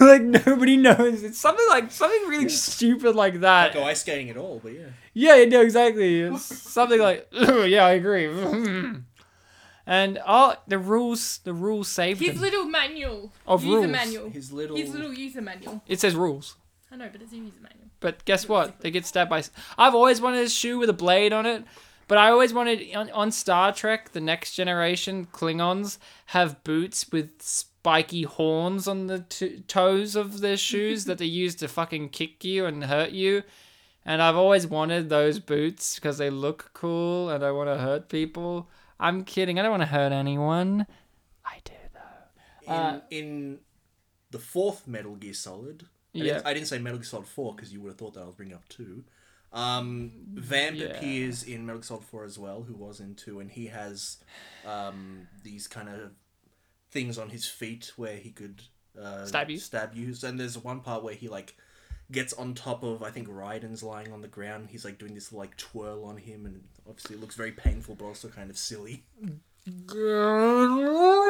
like nobody knows. It's something like something really stupid like that. Not go oh, ice skating at all, but yeah. Yeah, yeah, no, exactly. It's something like, yeah, I agree. <laughs> and oh, the rules, the rules saved His him. little manual. Of user rules. manual. His His little, little... user manual. it says rules, I know, but it's a user manual. but guess what? They get stabbed by. s- I've always wanted a shoe with a blade on it, but I always wanted on, on Star Trek: The Next Generation, Klingons have boots with spiky horns on the t- toes of their shoes that they use to fucking kick you and hurt you. And I've always wanted those boots because they look cool and I want to hurt people. I'm kidding. I don't want to hurt anyone. I do though. in, Uh, in the fourth Metal Gear Solid. I didn't- Yeah. I didn't say Metal Gear Solid Four because you would have thought that I was bringing up two. Um, Vamp Yeah. appears in Metal Gear Solid Four as well, who was in two, and he has um, these kind of things on his feet where he could uh, Stab you. Stab you. And there's one part where he like gets on top of I think Raiden's lying on the ground. He's like doing this like twirl on him, and obviously it looks very painful, but also kind of silly.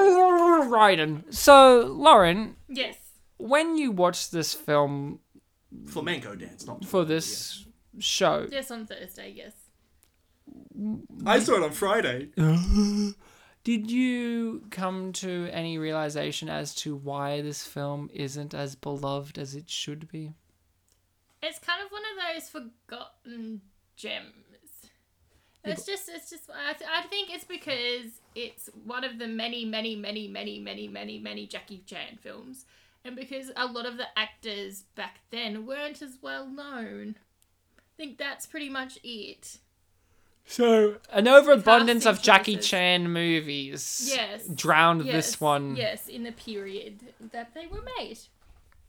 Raiden. So Lauren, Yes. when you watch this film Flamenco dance, not Mm. for flamenco, this show, Yes, on Thursday, yes. yeah. I saw it on Friday. did you come to any realization as to why this film isn't as beloved as it should be? It's kind of one of those forgotten gems. It's just, it's just. I, th- I think it's because it's one of the many, many, many, many, many, many, many Jackie Chan films, and because a lot of the actors back then weren't as well known. I think that's pretty much it. So an overabundance of Casting Jackie choices. Chan movies Yes. drowned Yes, this one. Yes, in the period that they were made.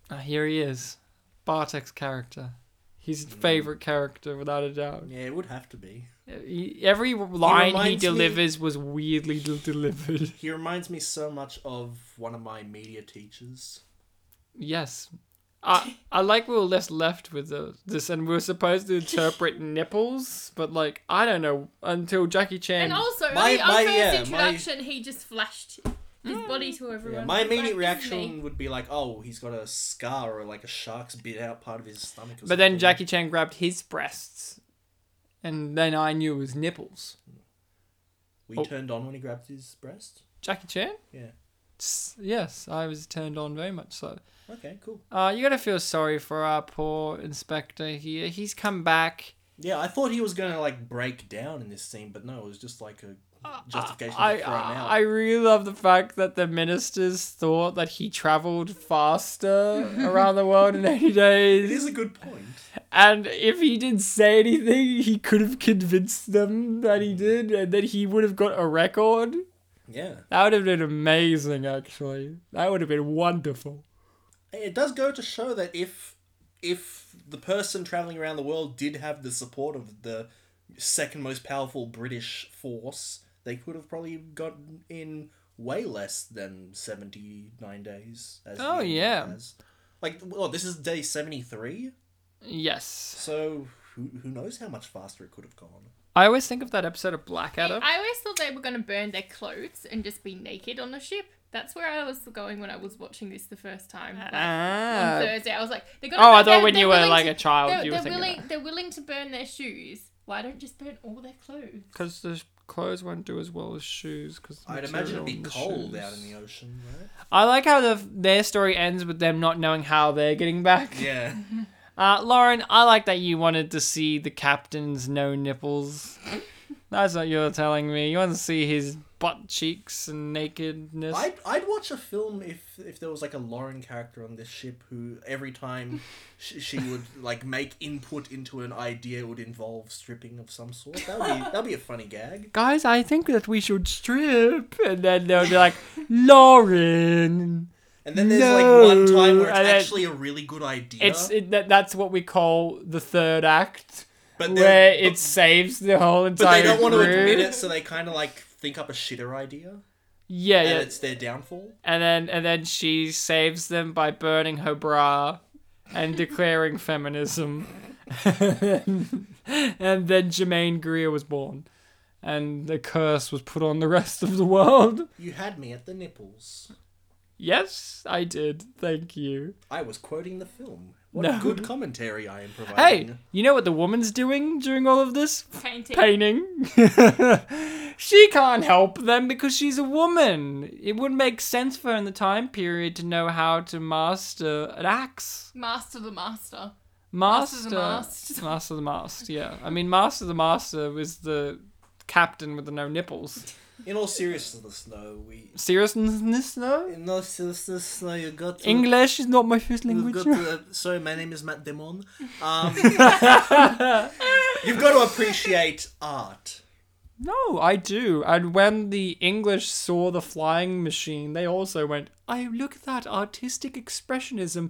Ah, here he is, Bartek's character. His favorite character, without a doubt. Yeah, it would have to be. He- every line he, reminds me- delivers was weirdly del- delivered. He reminds me so much of one of my media teachers. Yes. I, I like we were less left with the, this, and we were supposed to interpret <laughs> nipples, but like I don't know until Jackie Chan. And also, My- on the- on my- first yeah, my- Mm. introduction, he just flashed his body to everyone. my It was immediate like, reaction Disney. would be like, "Oh, he's got a scar or like a shark's bit out part of his stomach." Or but then something." Jackie Chan grabbed his breasts, and then I knew it was nipples. we Oh. turned on when he grabbed his breast. Jackie Chan. Yeah. S- Yes, I was turned on very much so. Okay, cool. Uh, you gotta feel sorry for our poor inspector here. He's come back. Yeah, I thought he was gonna like break down in this scene, but no, it was just like a justification I, to throw him out. I really love the fact that the ministers thought that he traveled <laughs> faster around the world in 80 it is days. a good point. And if he didn't say anything, he could have convinced them that he did, and then he would have got a record. Yeah, That would have been amazing, actually. That would have been wonderful. it does go to show that if if the person traveling around the world did have the support of the second most powerful British force, they could have probably gotten in way less than 79 days as Oh, the- yeah. as- like well this is day 73 Yes. so who, who knows how much faster it could have gone I always think of that episode of Blackadder. I always thought they were going to burn their clothes and just be naked on the ship. That's where I was going when I was watching this the first time. Like, Ah. on Thursday, I was like, they're gonna Oh, burn- I thought they're- when they're you were willing like to- a child, you they're, were they're thinking willing, that. They're willing to burn their shoes. Why don't just burn all their clothes? Because the clothes won't do as well as shoes. Cause the i'd imagine material it'd be on the cold shoes. out in the ocean right I like how the, their story ends with them not knowing how they're getting back. <laughs> yeah Uh, Lauren, I like that you wanted to see the captain's no <laughs> nipples. That's what you're telling me. You want to see his butt cheeks and nakedness. I'd, I'd watch a film if if there was like a Lauren character on this ship who <laughs> every time she, she would like make input into an idea would involve stripping of some sort. That would be that'd be a funny gag. Guys, I think that we should strip. And then they'll be like, Lauren, And then there's No, like one time where it's and it- actually a really good idea. It's it, that, that's what we call the third act, But then- where but- it saves the whole but entire. they don't want to admit group. it, so they kind of like think up a shitter idea, Yeah, and yeah, it's their downfall. and then and then she saves them by burning her bra and declaring feminism. <laughs> and then Jermaine Greer was born, and the curse was put on the rest of the world. You had me at the nipples. Yes, I did. Thank you. I was quoting the film. What No. good commentary I am providing. Hey, you know what the woman's doing during all of this? Painting. painting. <laughs> she can't help them because she's a woman. It wouldn't make sense for her in the time period to know how to master an axe. Master the master. Master, Master the mast. Master the mast. Yeah, I mean, master the master was the captain with the no nipples. In all seriousness, though, we. Seriousness, no. In all seriousness, though, you got to. English is not my first You've language. <laughs> got to, uh, sorry, my name is Matt Damon. Um, you've got to appreciate art. No, I do. And when the English saw the flying machine, they also went, "Oh, look at that artistic expressionism.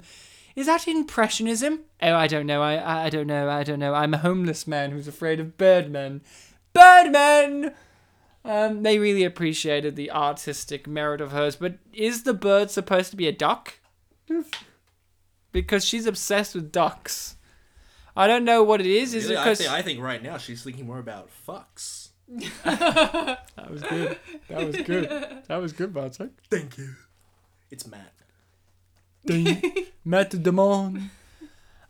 Is that impressionism? Oh, I don't know. I- I I don't know. I don't know. I'm a homeless man who's afraid of birdmen. Birdmen." Um, they really appreciated the artistic merit of hers. But is the bird supposed to be a duck? <laughs> Because she's obsessed with ducks. I don't know what it is. Is Really, it I, because think, I think right now she's thinking more about fucks. That was good. That was good. <laughs> That was good, Bartek. Thank you. It's Matt. Matt Damon.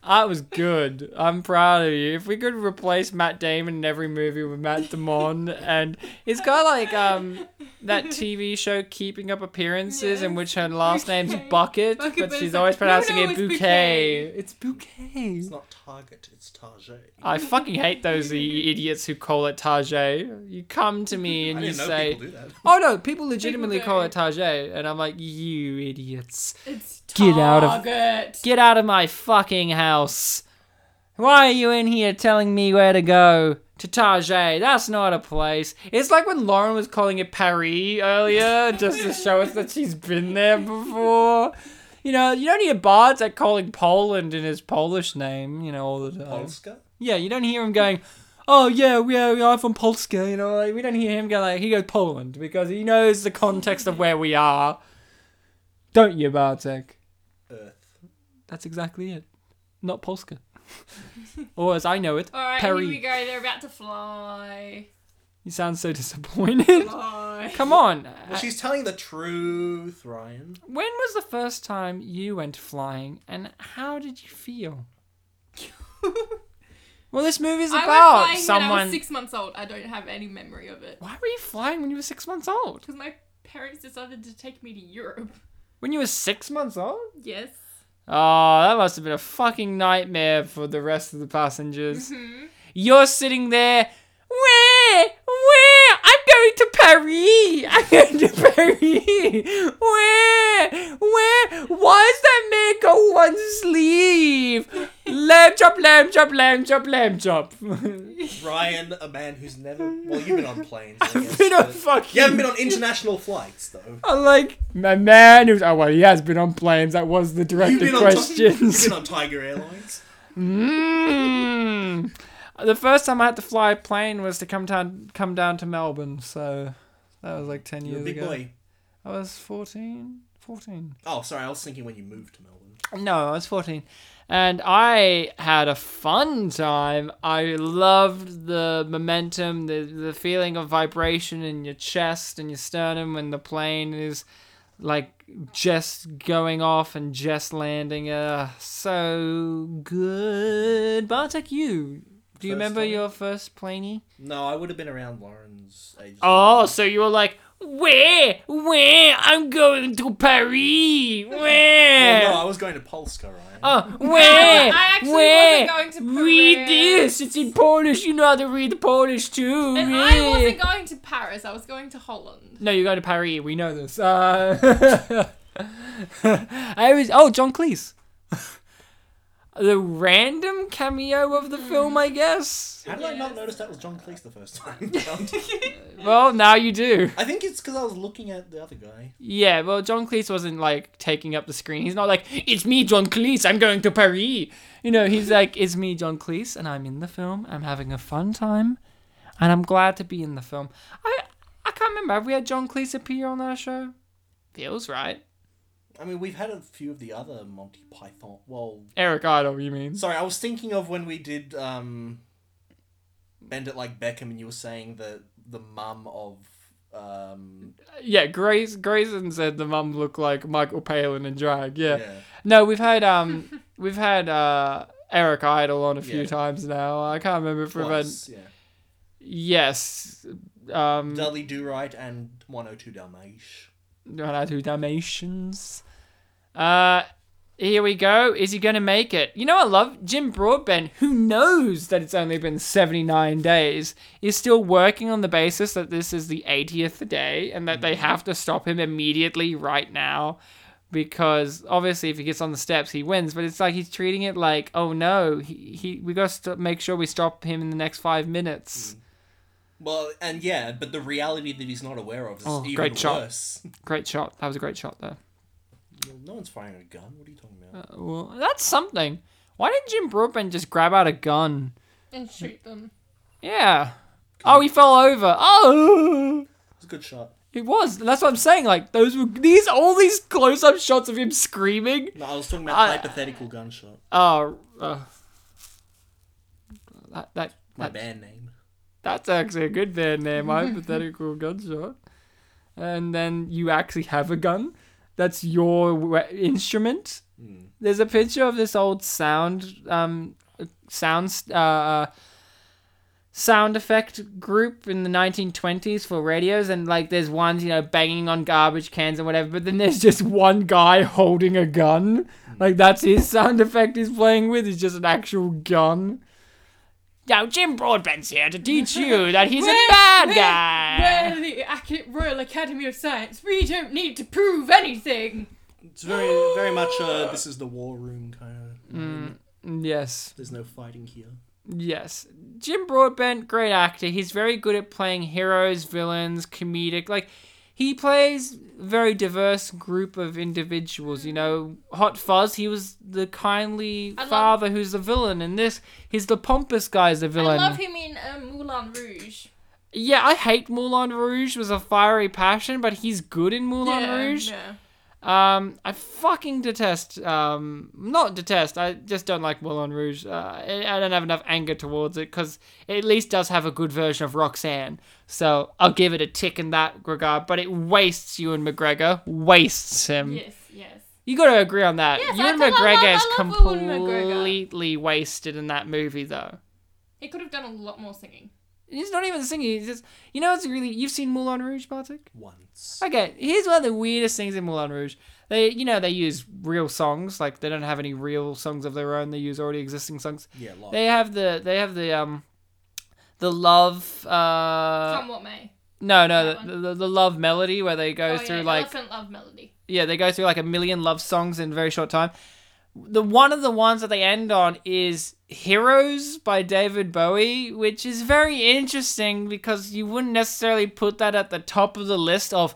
That was good. I'm proud of you. If we could replace Matt Damon in every movie with Matt Damon, and it's got like um that TV show Keeping Up Appearances, in Yes. which her last name's Bouquet. Bucket, Bucket, but but she's it's like, always no, pronouncing no, it it's bouquet. bouquet. It's bouquet. It's not Target, it's Target. I fucking hate those i- idiots who call it Tajay. You come to me I and you didn't know say, people do that. Oh no, people legitimately do. call it Tajay, and I'm like, you idiots. It's target. Get out of- Get out of my fucking house. Why are you in here telling me where to go? To Tajay, that's not a place. It's like when Lauren was calling it Paris earlier, just to show us that she's been there before. You know, you don't hear Bartek calling Poland in his Polish name, you know, all the time. Polska? Yeah, you don't hear him going, "Oh yeah, we are, we are from Polska." You know, like, we don't hear him go like he goes Poland because he knows the context of where we are. Don't you, Bartek? Earth. That's exactly it. Not <laughs> Polska, or as I know it, All right, Perry. here we go. They're about to fly. You sound so <laughs> disappointed. Fly. Come on. Well, she's telling the truth, Ryan. When was the first time you went flying, and how did you feel? well, this movie's I about went flying someone. when I was six months old. I don't have any memory of it Why were you flying when you were six months old? because my parents decided to take me to Europe. When you were six months old? Yes. Oh, that must have been a fucking nightmare for the rest of the passengers. Mm-hmm. You're sitting there, where, where? I'm going to Paris. I'm <laughs> going to Paris. Where, where? Why is that man go one sleeve? lamb chop, lamb chop, lamb chop, lamb chop. <laughs> I've Ryan, a man who's never. Well, you've been on planes. <laughs> I guess, been on but- fucking. You haven't been on international flights, though. I'm like my man who's oh well he has been on planes that was the You've directed been, on, Ti- questions. you've been on Tiger Airlines. Mm. the first time I had to fly a plane was to come down come down to Melbourne, so that was like ten You're a years big ago. boy. I was 14, 14. Oh, sorry, I was thinking when you moved to Melbourne. No, I was fourteen, and I had a fun time. I loved the momentum, the the feeling of vibration in your chest and your sternum when the plane is like just going off and just landing. Uh, so good. Bartek, you. Do you First remember time? your first planey? No, I would have been around Lauren's age. Oh, so you were like, where, where? I'm going to <laughs> Paris. Where? Well, no, I was going to Polska, Ryan. <laughs> Oh, where? I actually where? wasn't going to Read Paris. this. It's in Polish. You know how to read Polish too. And Yeah. I wasn't going to Paris. I was going to Holland. No, you go to Paris. We know this. <laughs> Uh, I was. Oh, John Cleese. <laughs> the random cameo of the film, Mm-hmm. I guess. How did I not Yes. notice that was John Cleese the first time? <laughs> Well, now you do. I think it's because I was looking at the other guy. Yeah, well, John Cleese wasn't like taking up the screen. He's not like, it's me, John Cleese, I'm going to Paris. You know, he's like, it's me, John Cleese, and I'm in the film. I'm having a fun time, and I'm glad to be in the film. I I can't remember. Have we had John Cleese appear on our show? Feels right. I mean, we've had a few of the other Monty Python. Well, Eric Idle, you mean? sorry, I was thinking of when we did um, Bend It Like Beckham, and you were saying the the mum of um, Yeah, Grace, Grayson said the mum looked like Michael Palin in drag. Yeah. Yeah. No, we've had um, <laughs> we've had uh, Eric Idle on a few Yeah. times now. I can't remember if we've had Twice, yeah. yes, um, Dudley Do Right and 102 Dalmatian. not out two Dalmatians. Uh, here we go. Is he gonna make it? You know, I love Jim Broadbent, who knows that it's only been seventy nine days, is still working on the basis that this is the eightieth day and that they have to stop him immediately right now. Because obviously, if he gets on the steps, he wins. But it's like he's treating it like, oh no, he, he we gotta st- make sure we stop him in the next five minutes. Well, and yeah, but the reality that he's not aware of is Oh, even great shot. worse. Great shot. That was a great shot there. Well, no one's firing a gun. What are you talking about? Oh. Well, that's something. Why didn't Jim Broadbent just grab out a gun? and shoot them. Yeah. Oh, he fell over. Oh, <laughs> It's a good shot. it was. That's what I'm saying. Like those were these all these close-up shots of him screaming. No, I was talking about I- hypothetical gunshot. Oh, uh, that that My that, band name. that's actually a good band name. Hypothetical gunshot. And then you actually have a gun. That's your we- instrument. There's a picture of this old sound um sounds uh sound effect group in the 1920s for radios and like there's ones you know banging on garbage cans and whatever but then there's just one guy holding a gun like that's his sound effect he's playing with is just an actual gun now jim broadbent's here to teach you that he's a bad guy We're the Ac- Royal Academy of Science. We don't need to prove anything. It's very, very much. Uh, this is the war room kind Mm. of. yes There's no fighting here. Yes. Jim Broadbent, great actor. He's very good at playing heroes, villains, comedic. Like he plays very diverse group of individuals, you know. Hot Fuzz, he was the kindly I love- father who's the villain and this he's the pompous guy's the villain. I love him in um, Moulin Rouge. Yeah, I hate Moulin Rouge was a fiery passion, but he's good in Moulin Yeah, Rouge. yeah. Um, I fucking detest. Um, not detest. I just don't like Moulin Rouge. Uh, I I don't have enough anger towards it because it at least does have a good version of Roxanne. So I'll give it a tick in that regard. But it wastes Ewan McGregor. Wastes him. Yes, yes. You got to agree on that. Yes, I Ewan do- I love- McGregor is I love Ewan McGregor. completely wasted in that movie, though. He could have done a lot more singing. He's not even singing. He's just. You know, it's really. You've seen Moulin Rouge, Bartek? Once. Okay, here's one of the weirdest things in Moulin Rouge. They, you know, they use real songs. Like they don't have any real songs of their own. They use already existing songs. Yeah, lot. They have the, they have the um, the love. Uh, Come what may. no, no, that the, the, the love melody where they go Oh, through yeah, like Elephant Love Melody. yeah, they go through like a million love songs in a very short time. The one of the ones that they end on is Heroes by David Bowie, which is very interesting because you wouldn't necessarily put that at the top of the list of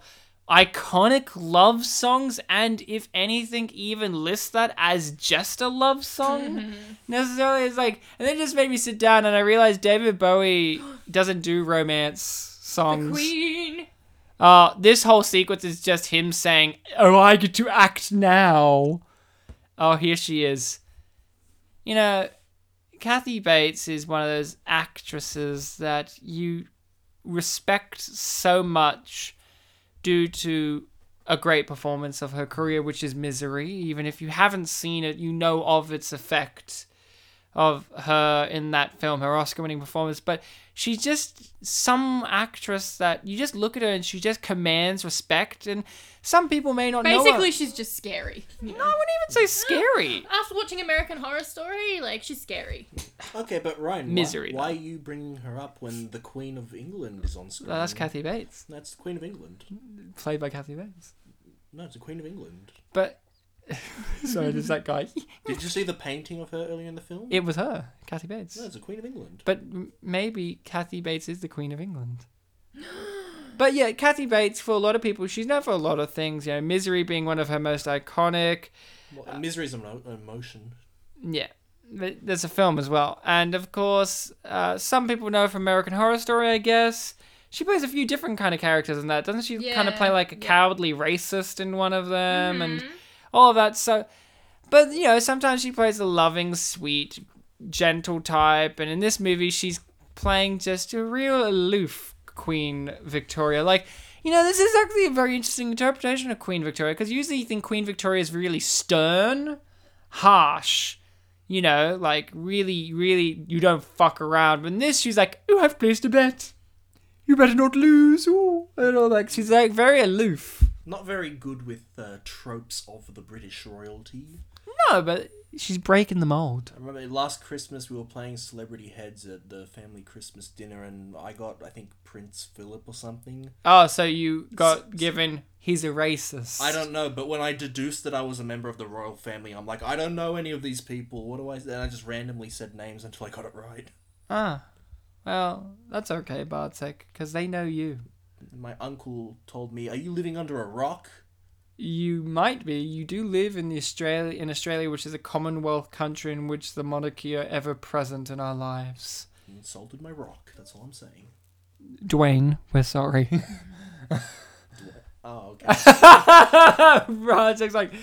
iconic love songs and if anything even list that as just a love song necessarily it's like and then it just made me sit down and I realized David Bowie doesn't do romance songs. Queen. Uh, this whole sequence is just him saying, "Oh, I get to act now." Oh, here she is. You know, Kathy Bates is one of those actresses that you respect so much due to a great performance of her career, which is Misery. Even if you haven't seen it, you know of its effect of her in that film, her Oscar winning performance. But she's just some actress that you just look at her and she just commands respect. And some people may not know. Basically, her- she's just scary. no, I wouldn't even say scary. After watching American Horror Story, like she's scary. Okay, but Ryan, why- Misery, Why, are you bringing her up when the Queen of England is on screen? No, that's Hmm? Kathy Bates, That's the Queen of England. played by Kathy Bates. No, it's the Queen of England. But <laughs> Sorry, there's that guy. Did you see the painting of her earlier in the film? Hmm. It was her, Kathy Bates. No, it's the Queen of England. But m- maybe Kathy Bates is the Queen of England. But yeah, Kathy Bates, for a lot of people, she's known for a lot of things. You know, Misery being one of her most iconic. Well, misery is an emo- emotion. Yeah, th- there's a film as well, and of course, uh, some people know her from American Horror Story. I guess she plays a few different kind of characters in that, doesn't she? kind of Yeah, play like a yeah. Mm-hmm. cowardly racist in one of them, and all of that. So, but you know, sometimes she plays a loving, sweet, gentle type, and in this movie, she's playing just a real aloof Queen Victoria, like. You know, this is actually a very interesting interpretation of Queen Victoria because usually you think Queen Victoria is really stern, harsh, you know, like really, really, you don't fuck around. But in this, she's like, "Oh, I've placed a bet. You better not lose." Ooh, and all that. She's like very aloof. Not very good with uh, tropes of the British royalty. No, but she's breaking the mold. I remember last Christmas we were playing Celebrity Heads at the family Christmas dinner, and I got I think Prince Philip or something. Oh, so you got given he's a racist. I don't know, but when I deduced that I was a member of the royal family, I'm like, I don't know any of these people. What do I? And I just randomly said names until I got it right. Ah, well, that's okay, Bartek, because they know you. And my uncle told me, "Are you living under a rock?" You might be. You do live in the Australia in Australia, which is a Commonwealth country in which the monarchy are ever present in our lives. He insulted my rock. That's all I'm saying. Dwayne, we're sorry. <laughs> Oh, okay. <laughs> Project's like,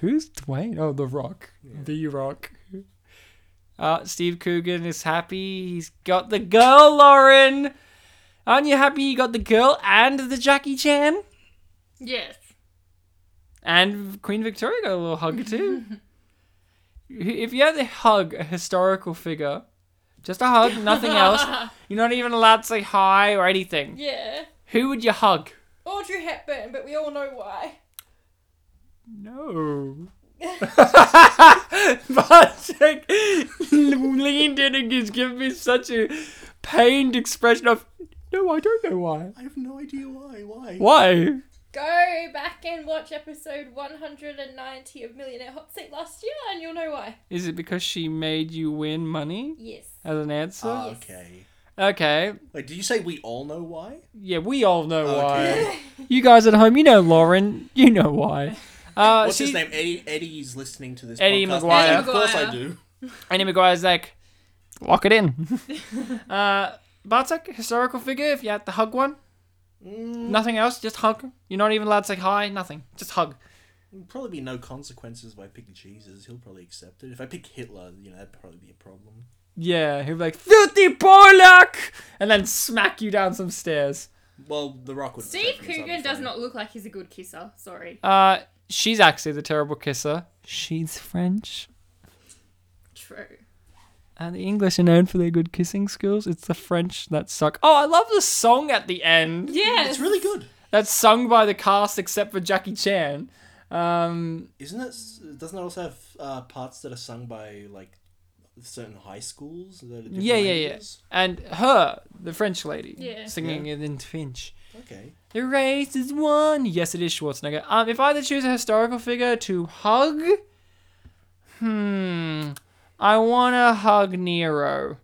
who's Dwayne? Oh, The Rock. The Rock. Uh, Steve Coogan is happy. He's got the girl, Lauren. Aren't you happy you got the girl and the Jackie Chan? Yes. And Queen Victoria got a little hug too. if you had to hug a historical figure, just a hug, nothing else. You're not even allowed to say hi or anything. Yeah. Who would you hug? Audrey Hepburn, but we all know why. No. <laughs> Bartek leaned in and just gave me such a pained expression of, no, I don't know why. I have no idea why. Why? Why? Go back and watch episode 190 of Millionaire Hot Seat last year and you'll know why. Is it because she made you win money Yes. as an answer? Ah, Yes. okay. okay. Wait, did you say we all know why? Yeah, we all know Okay. <laughs> why. you guys at home, you know Lauren. You know <laughs> why. Uh, What's his she- name? Eddie. Eddie's listening to this. Eddie podcast. Maguire. Of course I do. Annie McGuire's like, lock it <laughs> in. uh, Bartek, historical figure, if you had to hug one. Nothing else, just hug. You're not even allowed to say hi, nothing. Just hug. There'll Mm, probably be no consequences if I pick Jesus. He'll probably accept it. If I pick Hitler, you know, that'd probably be a problem. Yeah, he'll be like, filthy Polak! And then smack you down some stairs. Well, The Rock would. Steve Coogan does not look like he's a good kisser. Sorry. Uh, she's actually the terrible kisser. She's French. True. And the English are known for their good kissing skills. It's the French that suck. Oh, I love the song at the end. Yes. It's really good, That's sung by the cast except for Jackie Chan. Um, isn't it? s- Doesn't it also have uh, parts that are sung by like certain high schools? That are different Yeah, yeah, yeah. languages? And her, the French lady, Yeah. singing it in Finch. Okay. The race is won. Yes, it is Schwarzenegger. Um, if I had to choose a historical figure to hug, hmm, I want to hug Nero.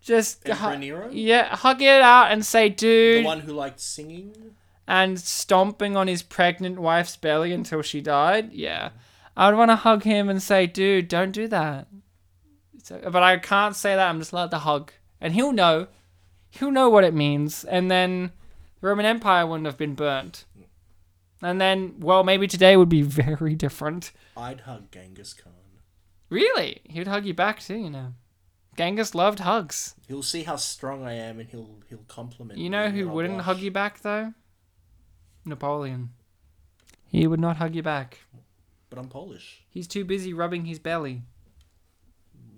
Just Emperor hu- Nero? Yeah, hug it out and say, The dude, one who liked singing. and stomping on his pregnant wife's belly until she died. Yeah, I'd want to hug him and say, dude, don't do that. So, but I can't say that. I'm just allowed to hug, and he'll know. He'll know what it means, and then the Roman Empire wouldn't have been burnt. And then, well, maybe today would be <laughs> very different. I'd hug Genghis Khan. Really, he'd hug you back too, you know. Genghis loved hugs. He'll see how strong I am, and he'll he'll compliment. You me know and who I'll wouldn't blush. hug you back though? Napoleon. He would not hug you back. But I'm Polish. He's too busy rubbing his belly.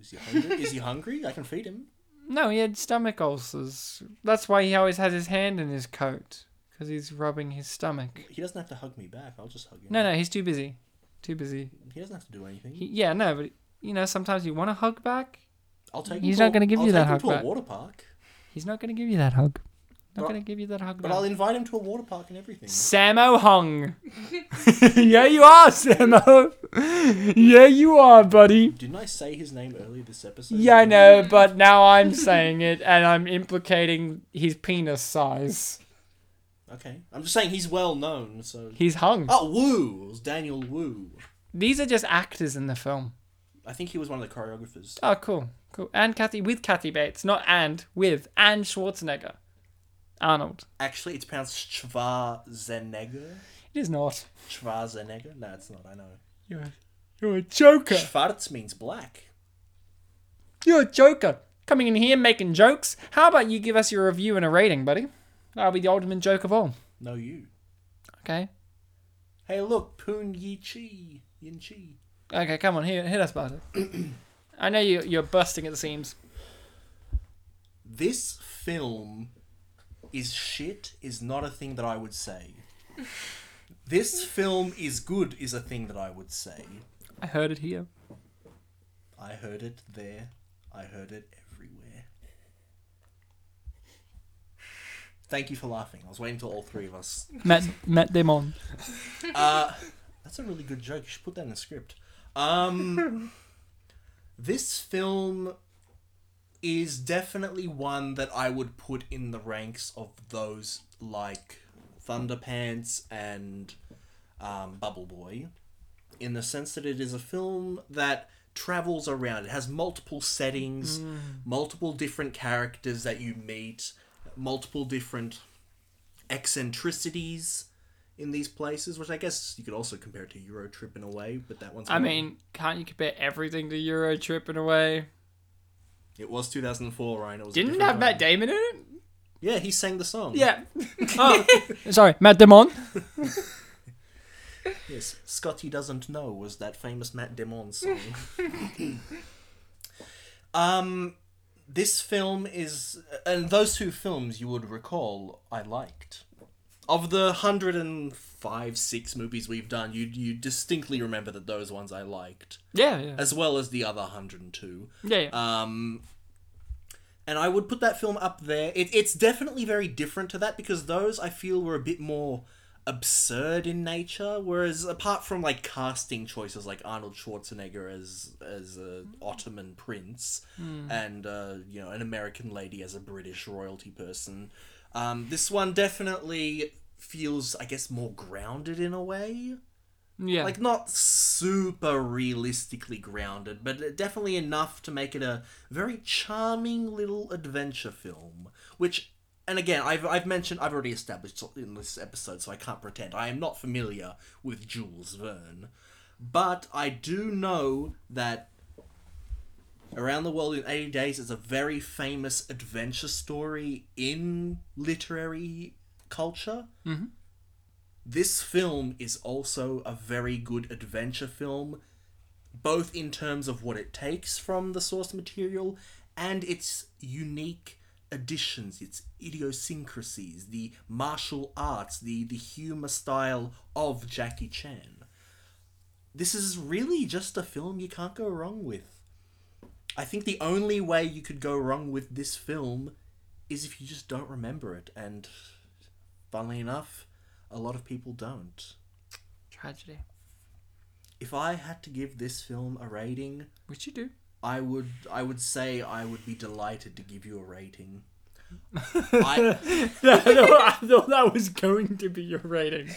Is he hungry? Is he hungry? I can feed him. No, he had stomach ulcers. That's why he always has his hand in his coat, because he's rubbing his stomach. He doesn't have to hug me back. I'll just hug him. No, no, he's too busy. Too busy. He doesn't have to do anything. He, yeah, no, but you know, sometimes you want a hug back. I'll take. He's not him to a- gonna give I'll you take that him hug to a back. water park. He's not going to give you that hug. Not But- gonna give you that hug. But now. I'll invite him to a water park and everything. Sammo Hung. <laughs> yeah, you are, Sammo. Yeah, you are, buddy. Didn't I say his name earlier this episode? Yeah, I know, but now I'm saying it and I'm implicating his penis size. Okay. I'm just saying he's well known, so. He's hung. Oh, Woo! It was Daniel Woo. These are just actors in the film. I think he was one of the choreographers. Oh, cool. Cool. And Kathy, with Kathy Bates. Not and, with. And Schwarzenegger. Arnold. Actually, it's pronounced Schwarzenegger. It is not. Schwarzenegger? No, it's not, I know. You're a, you're a joker. Schwarz means black. You're a joker. Coming in here making jokes. How about you give us your review and a rating, buddy? That'll be the ultimate joke of all. No, you. Okay. Hey, look, Poon Yi Chi. Yin Chi. Okay, come on, hit, hit us, <clears throat> Bartek. I know you, you're busting at the seams. This film is shit, is not a thing that I would say. This film is good, is a thing that I would say. I heard it here. I heard it there. I heard it everywhere. Thank you for laughing. I was waiting till all three of us. Matt, Matt Damon. Uh, that's a really good joke. You should put that in the script. Um, this film is definitely one that I would put in the ranks of those like Thunderpants and um, Bubble Boy, in the sense that it is a film that travels around. It has multiple settings, Mm. multiple different characters that you meet, multiple different eccentricities in these places, which I guess you could also compare it to Euro Trip in a way, but that one's I mean, can't you compare everything to Euro Trip in a way? it was 2004, Ryan. It was a Didn't it different have Matt time. Damon in it? Yeah, he sang the song. <laughs> Yeah. oh, sorry, Matt Damon. Yes, Scotty Doesn't Know was that famous Matt <laughs> Damon song. <laughs> um, this film is, and those two films you would recall, I liked. Of the hundred and five, six movies we've done, you you distinctly remember that those ones I liked, Yeah, yeah. as well as the other hundred and two. Yeah, yeah. Um, and I would put that film up there. It, it's definitely very different to that because those I feel were a bit more absurd in nature. Whereas apart from like casting choices like Arnold Schwarzenegger as as a Ottoman prince and uh, you know an American lady as a British royalty person, um, this one definitely feels I guess more grounded in a way yeah. like not super realistically grounded, but definitely enough to make it a very charming little adventure film. Which, and again, I've I've mentioned I've already established in this episode, so I can't pretend I am not familiar with Jules Verne, but I do know that. Around the World in 80 Days is a very famous adventure story in literary culture this film is also a very good adventure film, both in terms of what it takes from the source material and its unique additions, its idiosyncrasies, the martial arts, the, the humor style of Jackie Chan. This is really just a film you can't go wrong with. I think the only way you could go wrong with this film is if you just don't remember it, and funnily enough, a lot of people don't. Tragedy. If I had to give this film a rating, Which you do. I would I would say I would be delighted to give you a rating. I, <laughs> I thought that was going to be your rating.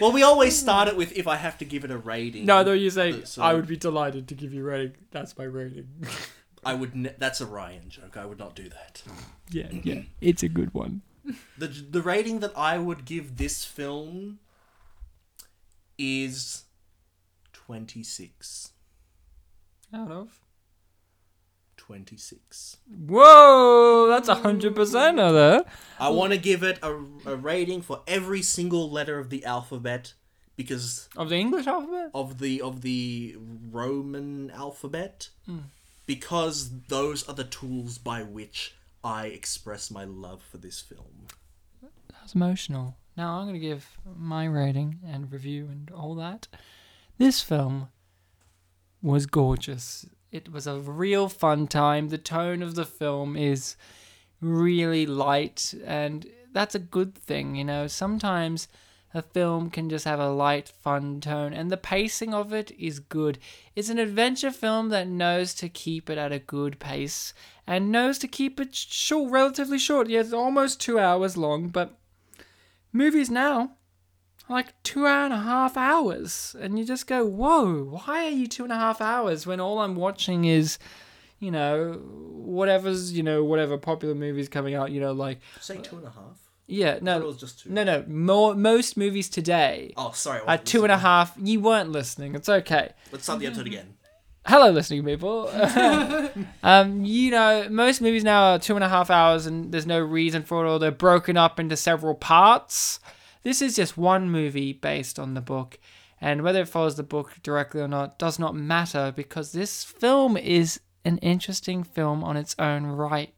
well, we always start it with if I have to give it a rating. No, though you say So- I would be delighted to give you rating. That's my rating. <laughs> I would. Ne- that's a Ryan joke. I would not do that. <laughs> yeah, yeah. It's a good one. the The rating that I would give this film is twenty six. Out of. 26. Whoa, that's a hundred percent of that. I want to give it a, a rating for every single letter of the alphabet because Of the English alphabet? of the of the Roman alphabet because those are the tools by which I express my love for this film. That was emotional. Now I'm going to give my rating and review and all that. This film was gorgeous. It was a real fun time. The tone of the film is really light, and that's a good thing, you know. Sometimes a film can just have a light, fun tone, and the pacing of it is good. It's an adventure film that knows to keep it at a good pace and knows to keep it short, relatively short. Yeah, it's almost two hours long, but movies now are like two hour and a half hours, and you just go, "Whoa, why are you two and a half hours when all I'm watching is." You know, whatever's, you know, whatever popular movies coming out, you know, like, Say two and a half. yeah, I no, thought it was just two. no, no. More, most movies today Oh, sorry. I are wasn't uh, two and a listening. half. You weren't listening. It's okay. Let's start the episode again. Hello, listening people. um, you know, most movies now are two and a half hours, and there's no reason for it. Or they're broken up into several parts. This is just one movie based on the book, and whether it follows the book directly or not does not matter because this film is an interesting film on its own right.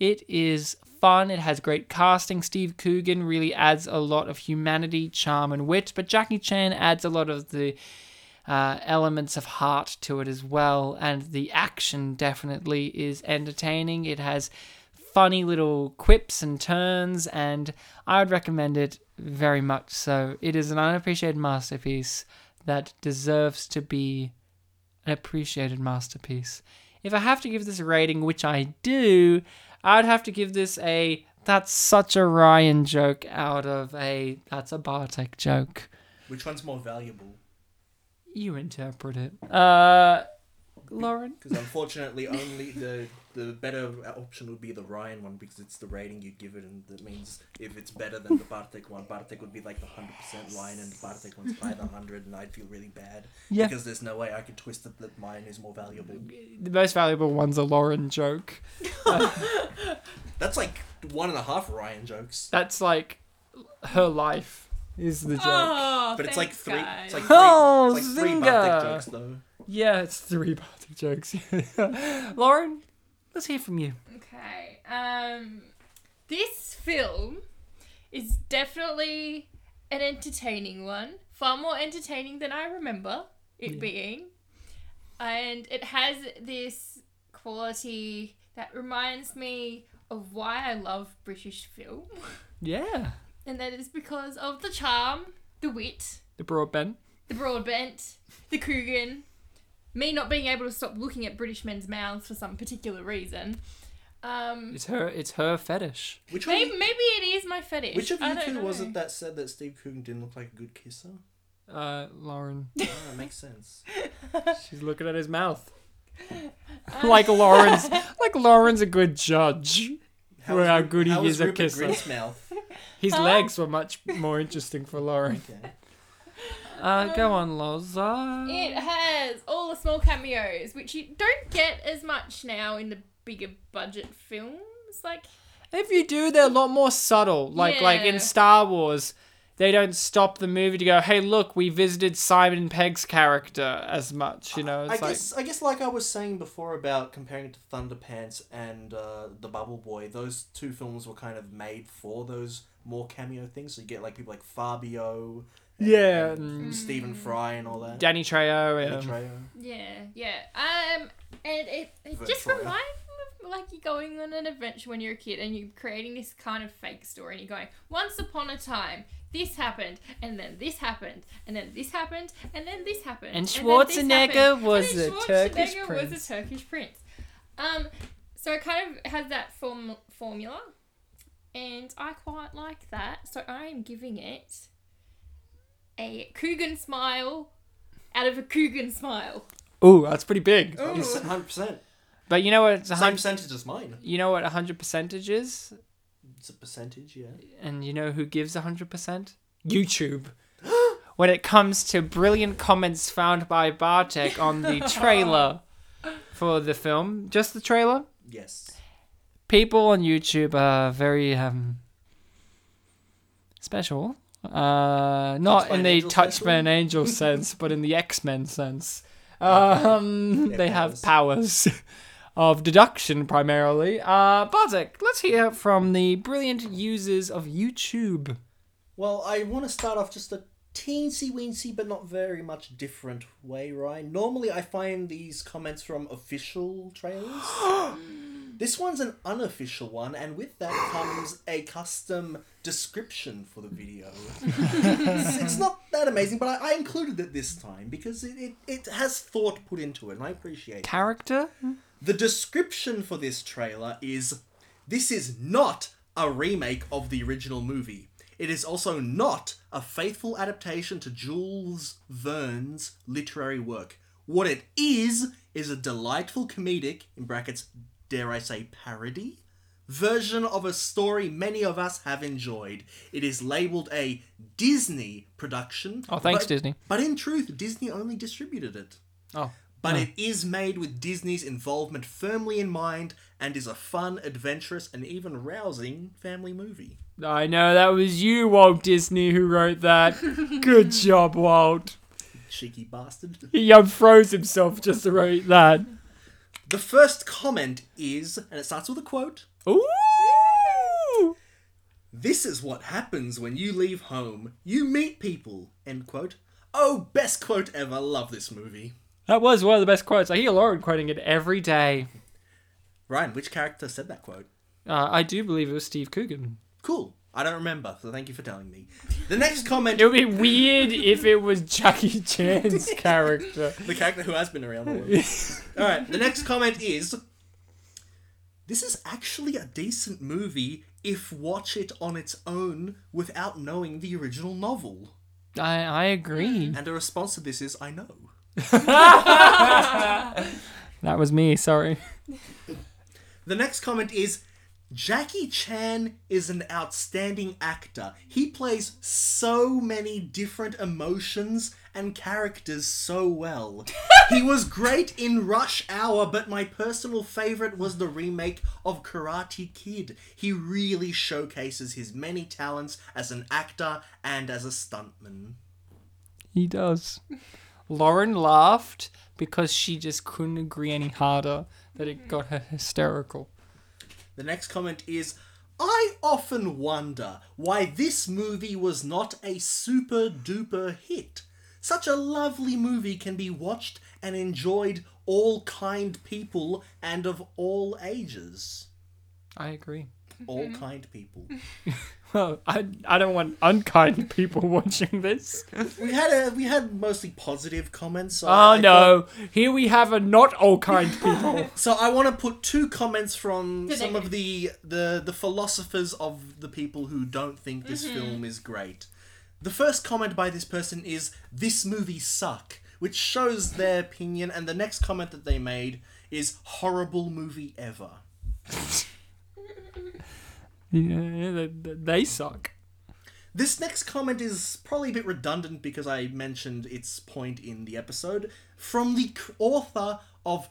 It is fun. It has great casting. Steve Coogan really adds a lot of humanity, charm, and wit, but Jackie Chan adds a lot of the uh, elements of heart to it as well. And the action definitely is entertaining. It has funny little quips and turns, and I would recommend it very much. So it is an unappreciated masterpiece that deserves to be an appreciated masterpiece. If I have to give this a rating, which I do, I'd have to give this a that's such a Ryan joke out of a that's a Bartek joke. Which one's more valuable? You interpret it. Uh, Lauren? Because unfortunately, only the the better option would be the Ryan one because it's the rating you give it, and that means if it's better than the Bartek one, Bartek would be like the hundred percent line, and the Bartek one's by the hundred, and I'd feel really bad Yeah. because there's no way I could twist it that mine is more valuable. The most valuable one's a Lauren joke. That's like one and a half Ryan jokes, That's like her life is the joke. Oh, but it's like thanks, three. guys. It's like three, Oh, it's like three zinger. Bartek jokes though. Yeah, it's three <laughs> Bartek jokes. Lauren, let's hear from you. Okay. Um, this film is definitely an entertaining one. Far more entertaining than I remember it Yeah. being. And it has this quality that reminds me of why I love British film. Yeah. And that is because of the charm, the wit, The broadbent. the Broadbent, the Coogan, me not being able to stop looking at British men's mouths for some particular reason. Um, It's her it's her fetish. Which one? maybe, maybe it is my fetish. Which of I you don't two was know. it that said that Steve Coogan didn't look like a good <laughs> kisser? Uh, Lauren. Ah, that makes sense. She's looking at his mouth. <laughs> like Lauren's like Lauren's a good judge. How Well, was how Ru- good he how was is at Rupert kisser. Grint's mouth. His Huh? legs were much more interesting for Lauren. Okay. Uh, go on, Loza. It has all the small cameos, which you don't get as much now in the bigger budget films. Like, If you do, they're a lot more subtle. Like like Yeah. in Star Wars, they don't stop the movie to go, "Hey, look, we visited Simon Pegg's character as much." You know, I it's like guess I guess like I was saying before about comparing it to Thunderpants and uh, the Bubble Boy, those two films were kind of made for those more cameo things. So you get like people like Fabio, and, Yeah, and and- Stephen Fry and all that. Danny Trejo. And Um, Atreyo. yeah, yeah. Um, and it, it just Ventura. reminds me of like you're going on an adventure when you're a kid and you're creating this kind of fake story and you're going, once upon a time, this happened, and then this happened, and then this happened, and then this happened. And then this Schwarzenegger happened, was and then a Turkish Schwarzenegger prince. was a Turkish prince. Um, so it kind of has that form- formula, and I quite like that. So I am giving it a Coogan smile out of a Coogan smile. Ooh, that's pretty big. It's 100%. But you know what? It's a Same hun- percentage as mine. you know what? hundred percentage is, It's a percentage, yeah. and you know who gives hundred percent? <gasps> YouTube. when it comes to brilliant comments found by Bartek on <laughs> the trailer for the film, just the trailer. Yes. people on YouTube are very um, special. Uh, not Touched by in an the angel touched special? by an angel sense, but in the X Men sense. Um, Their they have powers <laughs> of deduction primarily. Uh, Bartek, let's hear from the brilliant users of YouTube. Well, I want to start off just a teensy weensy, but not very much different way, Ryan. Normally, I find these comments from official trailers. This one's an unofficial one, and with that comes a custom description for the video. it's, it's not that amazing, but I, I included it this time because it, it, it has thought put into it, and I appreciate it. Character? The description for this trailer is this is not a remake of the original movie. It is also not a faithful adaptation to Jules Verne's literary work. What it is is a delightful comedic, in brackets, dare I say parody, version of a story many of us have enjoyed. It is labeled a Disney production. Oh, thanks, but- Disney. But in truth, Disney only distributed it Oh. but it is made with Disney's involvement firmly in mind and is a fun, adventurous, and even rousing family movie. I know that was you, Walt Disney, who wrote that. Good job, Walt. Cheeky bastard. He unfroze himself just to write that. The first comment is, and it starts with a quote Ooh! This is what happens when you leave home. You meet people. End quote. Oh, best quote ever. Love this movie. That was one of the best quotes. I hear Lauren quoting it every day. Ryan, which character said that quote? Uh, I do believe it was Steve Coogan. Cool. I don't remember, so thank you for telling me. The next comment It would be weird if it was Jackie <laughs> Chan's character. the character who has been around all All right, the next comment is This is actually a decent movie if watch it on its own without knowing the original novel. I, I agree. And a response to this is I know. That was me, sorry. The next comment is Jackie Chan is an outstanding actor. He plays so many different emotions and characters so well. he was great in Rush Hour, but my personal favorite was the remake of Karate Kid. He really showcases his many talents as an actor and as a stuntman. He does. Lauren laughed because she just couldn't agree any harder that it got her hysterical. The next comment is I often wonder why this movie was not a super duper hit. Such a lovely movie can be watched and enjoyed all kind people and of all ages. I agree. All kind people. Well, I, I don't want unkind people <laughs> watching <laughs> this. We had a we had mostly positive comments. So Oh I thought- no, here we have a not all kind people. so I want to put two comments from Did some it- of the the the philosophers of the people who don't think this film is great. The first comment by this person is this movie suck, which shows their opinion and the next comment that they made is horrible movie ever. yeah, they, they suck. This next comment is probably a bit redundant because I mentioned its point in the episode. From the c- author of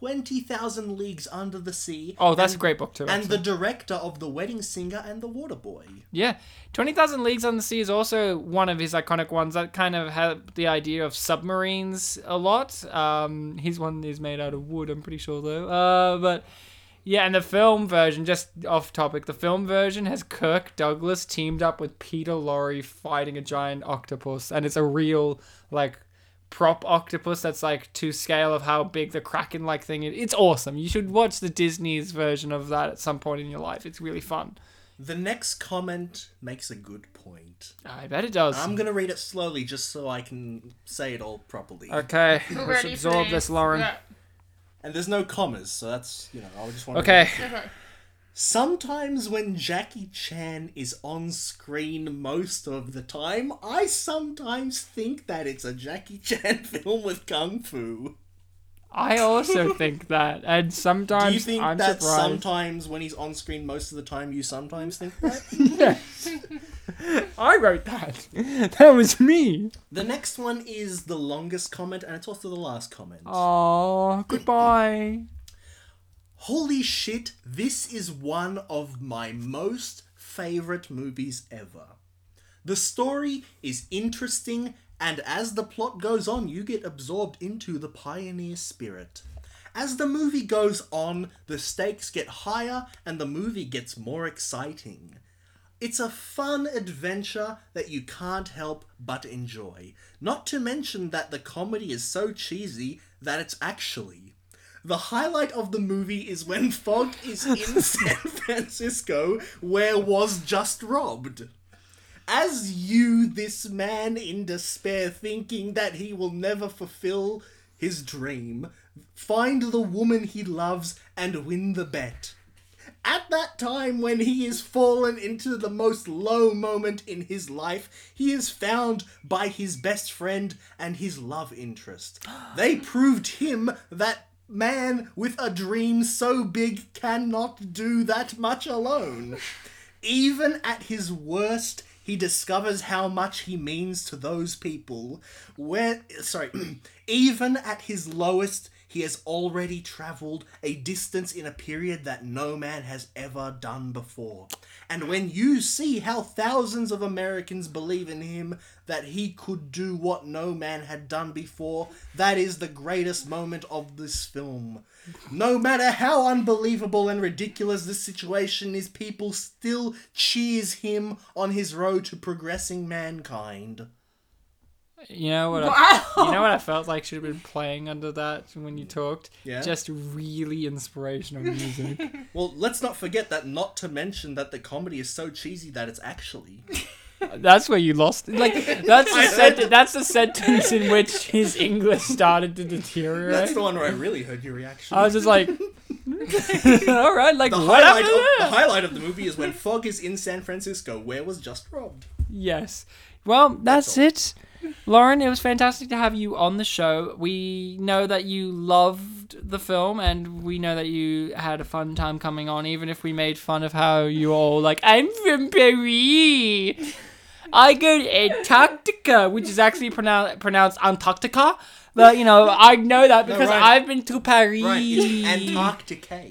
20,000 Leagues Under the Sea. Oh, that's a and- great book too. and actually. the director of The Wedding Singer and The Water Boy. Yeah, Twenty Thousand Leagues Under the Sea is also one of his iconic ones. That kind of had the idea of submarines a lot. Um, his one is made out of wood, I'm pretty sure though. Uh, but yeah, and the film version, just off topic, the film version has Kirk Douglas teamed up with Peter Lorre fighting a giant octopus, and it's a real like prop octopus that's like to scale of how big the kraken like thing is. It's awesome. You should watch the Disney's version of that at some point in your life. It's really fun. The next comment makes a good point. I bet it does. I'm gonna read it slowly just so I can say it all properly. Okay, We're let's ready for absorb this, Lauren. Yeah. And there's no commas, so that's, you know, I just want Okay, <laughs> Okay. Sometimes when Jackie Chan is on screen most of the time, I sometimes think that it's a Jackie <laughs> Chan film with kung fu. I also think that, and sometimes Do you think I'm that surprised. <laughs> sometimes when he's on screen most of the time, you sometimes think that? <laughs> I wrote that. <laughs> That was me. the next one is the longest comment, and it's also the last comment. Oh, goodbye. Holy shit, this is one of my most favorite movies ever. The story is interesting, and as the plot goes on, you get absorbed into the pioneer spirit. As the movie goes on, the stakes get higher and the movie gets more exciting. It's a fun adventure that you can't help but enjoy. Not to mention that the comedy is so cheesy that it's actually The highlight of the movie is when Fog is in San Francisco, where was just robbed. As you, this man in despair, thinking that he will never fulfill his dream, find the woman he loves and win the bet. At that time, when he is fallen into the most low moment in his life, he is found by his best friend and his love interest. They proved him that man with a dream so big cannot do that much alone. Even at his worst, he discovers how much he means to those people. Where, sorry, <clears throat> even at his lowest, he has already traveled a distance in a period that no man has ever done before. And when you see how thousands of Americans believe in him that he could do what no man had done before, that is the greatest moment of this film. No matter how unbelievable and ridiculous this situation is, people still cheers him on his road to progressing mankind. You know what? I, Wow. you know what I felt like should have been playing under that when you talked. Yeah? Just really inspirational music. <laughs> Well, let's not forget that not to mention that the comedy is so cheesy that it's actually That's where you lost. <laughs> Like that's the I sentence. heard- That's the sentence in which his English started to That's deteriorate. the one where I really heard your reaction. I was just <laughs> like, <laughs> all right, like the what highlight, happened of, there? the highlight of the movie is when Fog is in San Francisco, where was just robbed. Yes. Well, that's, That's it. Lauren, it was fantastic to have you on the show. We know that you loved the film and we know that you had a fun time coming on, even if we made fun of how you all like, I'm from Paris. I go to Antarctica, which is actually pronoun- pronounced Antarctica. But, you know, I know that because right. I've been to Paris. Right, it's Antarctica.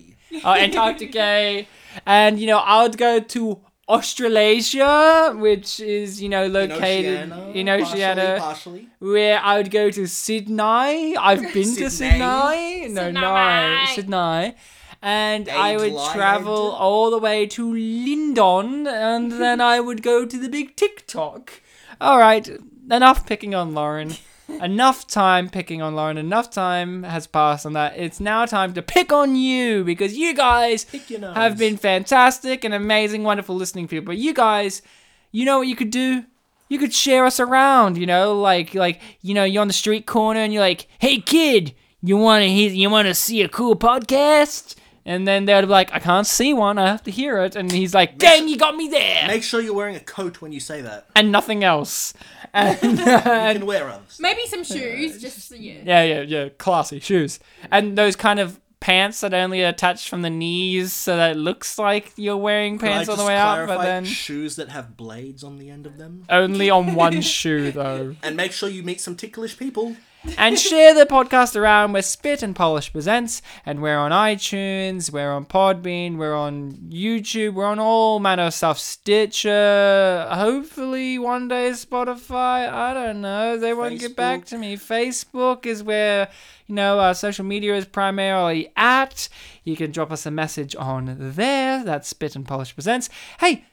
Oh, Antarctica. and, you know, I would go to Australasia, which is, you know, In located Oceania. in Oceania, Partially, partially. where I would go to Sydney. I've been to Sydney. Sydney. No, Sydney. no, Sydney. And I would Adelaide. travel all the way to Lindon, and then I would go to the big TikTok. All right, enough picking on Lauren. enough time picking on Lauren. Enough time has passed on that. It's now time to pick on you because you guys Pick your nose. have been fantastic and amazing, wonderful listening people. You guys, you know what you could do? You could share us around, you know, like like you know, you're on the street corner and you're like, "Hey kid, you want to hear you want to see a cool podcast?" And then they'd be like, "I can't see one. I have to hear it." And he's like, "Dang, you got me there." Make sure you're wearing a coat when you say <laughs> that. and nothing else. And You can wear others. Maybe some shoes, just yeah. Yeah, yeah, yeah. Classy shoes. And those kind of pants that only are attached from the knees so that it looks like you're wearing Can I pants all the just way out, but clarify, then shoes that have blades on the end of them. only on <laughs> one shoe though. And make sure you meet some ticklish people. And share the podcast around. We're Spit and Polish Presents, and we're on iTunes, we're on Podbean, we're on YouTube, we're on all manner of stuff. Stitcher, hopefully one day Spotify. I don't know. They won't get back Facebook. to me. Facebook is where you know our social media is primarily at. You can drop us a message on there. That's Spit and Polish Presents. Hey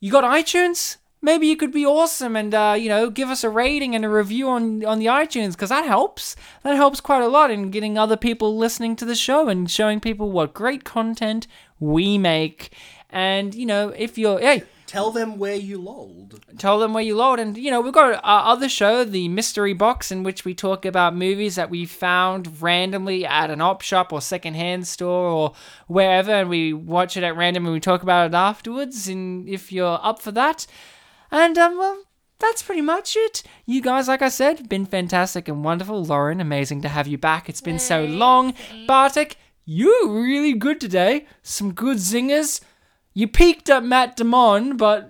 you got iTunes? Maybe you could be awesome and uh, you know give us a rating and a review on on the iTunes because that helps. That helps quite a lot in getting other people listening to the show and showing people what great content we make. And you know if you're hey Tell them where you lolled. tell them where you load and you know we've got our other show the mystery box in which we talk about movies that we found randomly at an op shop or secondhand store or wherever and we watch it at random and we talk about it afterwards and if you're up for that and um well that's pretty much it. You guys, like I said, been fantastic and wonderful. Lauren, amazing to have you back. It's been so long. Bartek, you were really good today. Some good zingers. You peaked at Matt Damon, but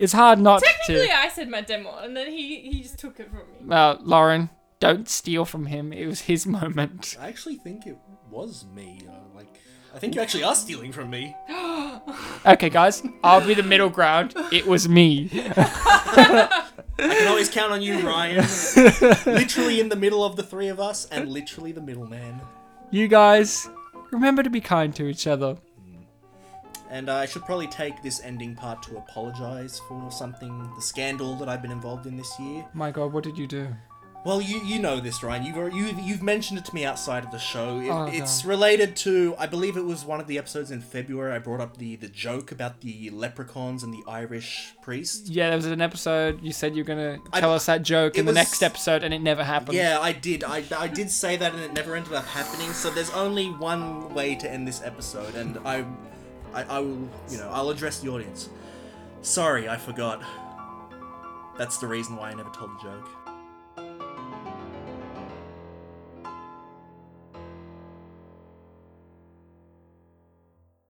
it's hard not Technically, to. I said my demo, and then he he just took it from me. Uh, Lauren, don't steal from him. It was his moment. I actually think it was me. Uh, like, I think you actually are stealing from me. Okay, guys, I'll be the middle ground. It was me. I can always count on you, <laughs> Ryan. literally in the middle of the three of us, and literally the middleman. You guys, remember to be kind to each other. And uh, I should probably take this ending part to apologize for something, the scandal that I've been involved in this year. My God, what did you do? Well, you you know this, Ryan. You've al- you've, you've mentioned it to me outside of the show. It, Oh, it's related to I believe it was one of the episodes in February. I brought up the the joke about the leprechauns and the Irish priest. Yeah, there was an episode you said you were going to I- tell us that joke it in the was- next episode, and it never happened. Yeah, I did. I, I did say that, and it never ended up happening. So there's only one way to end this episode, and I, I, I will you know I'll address the audience. Sorry, I forgot. That's the reason why I never told the joke.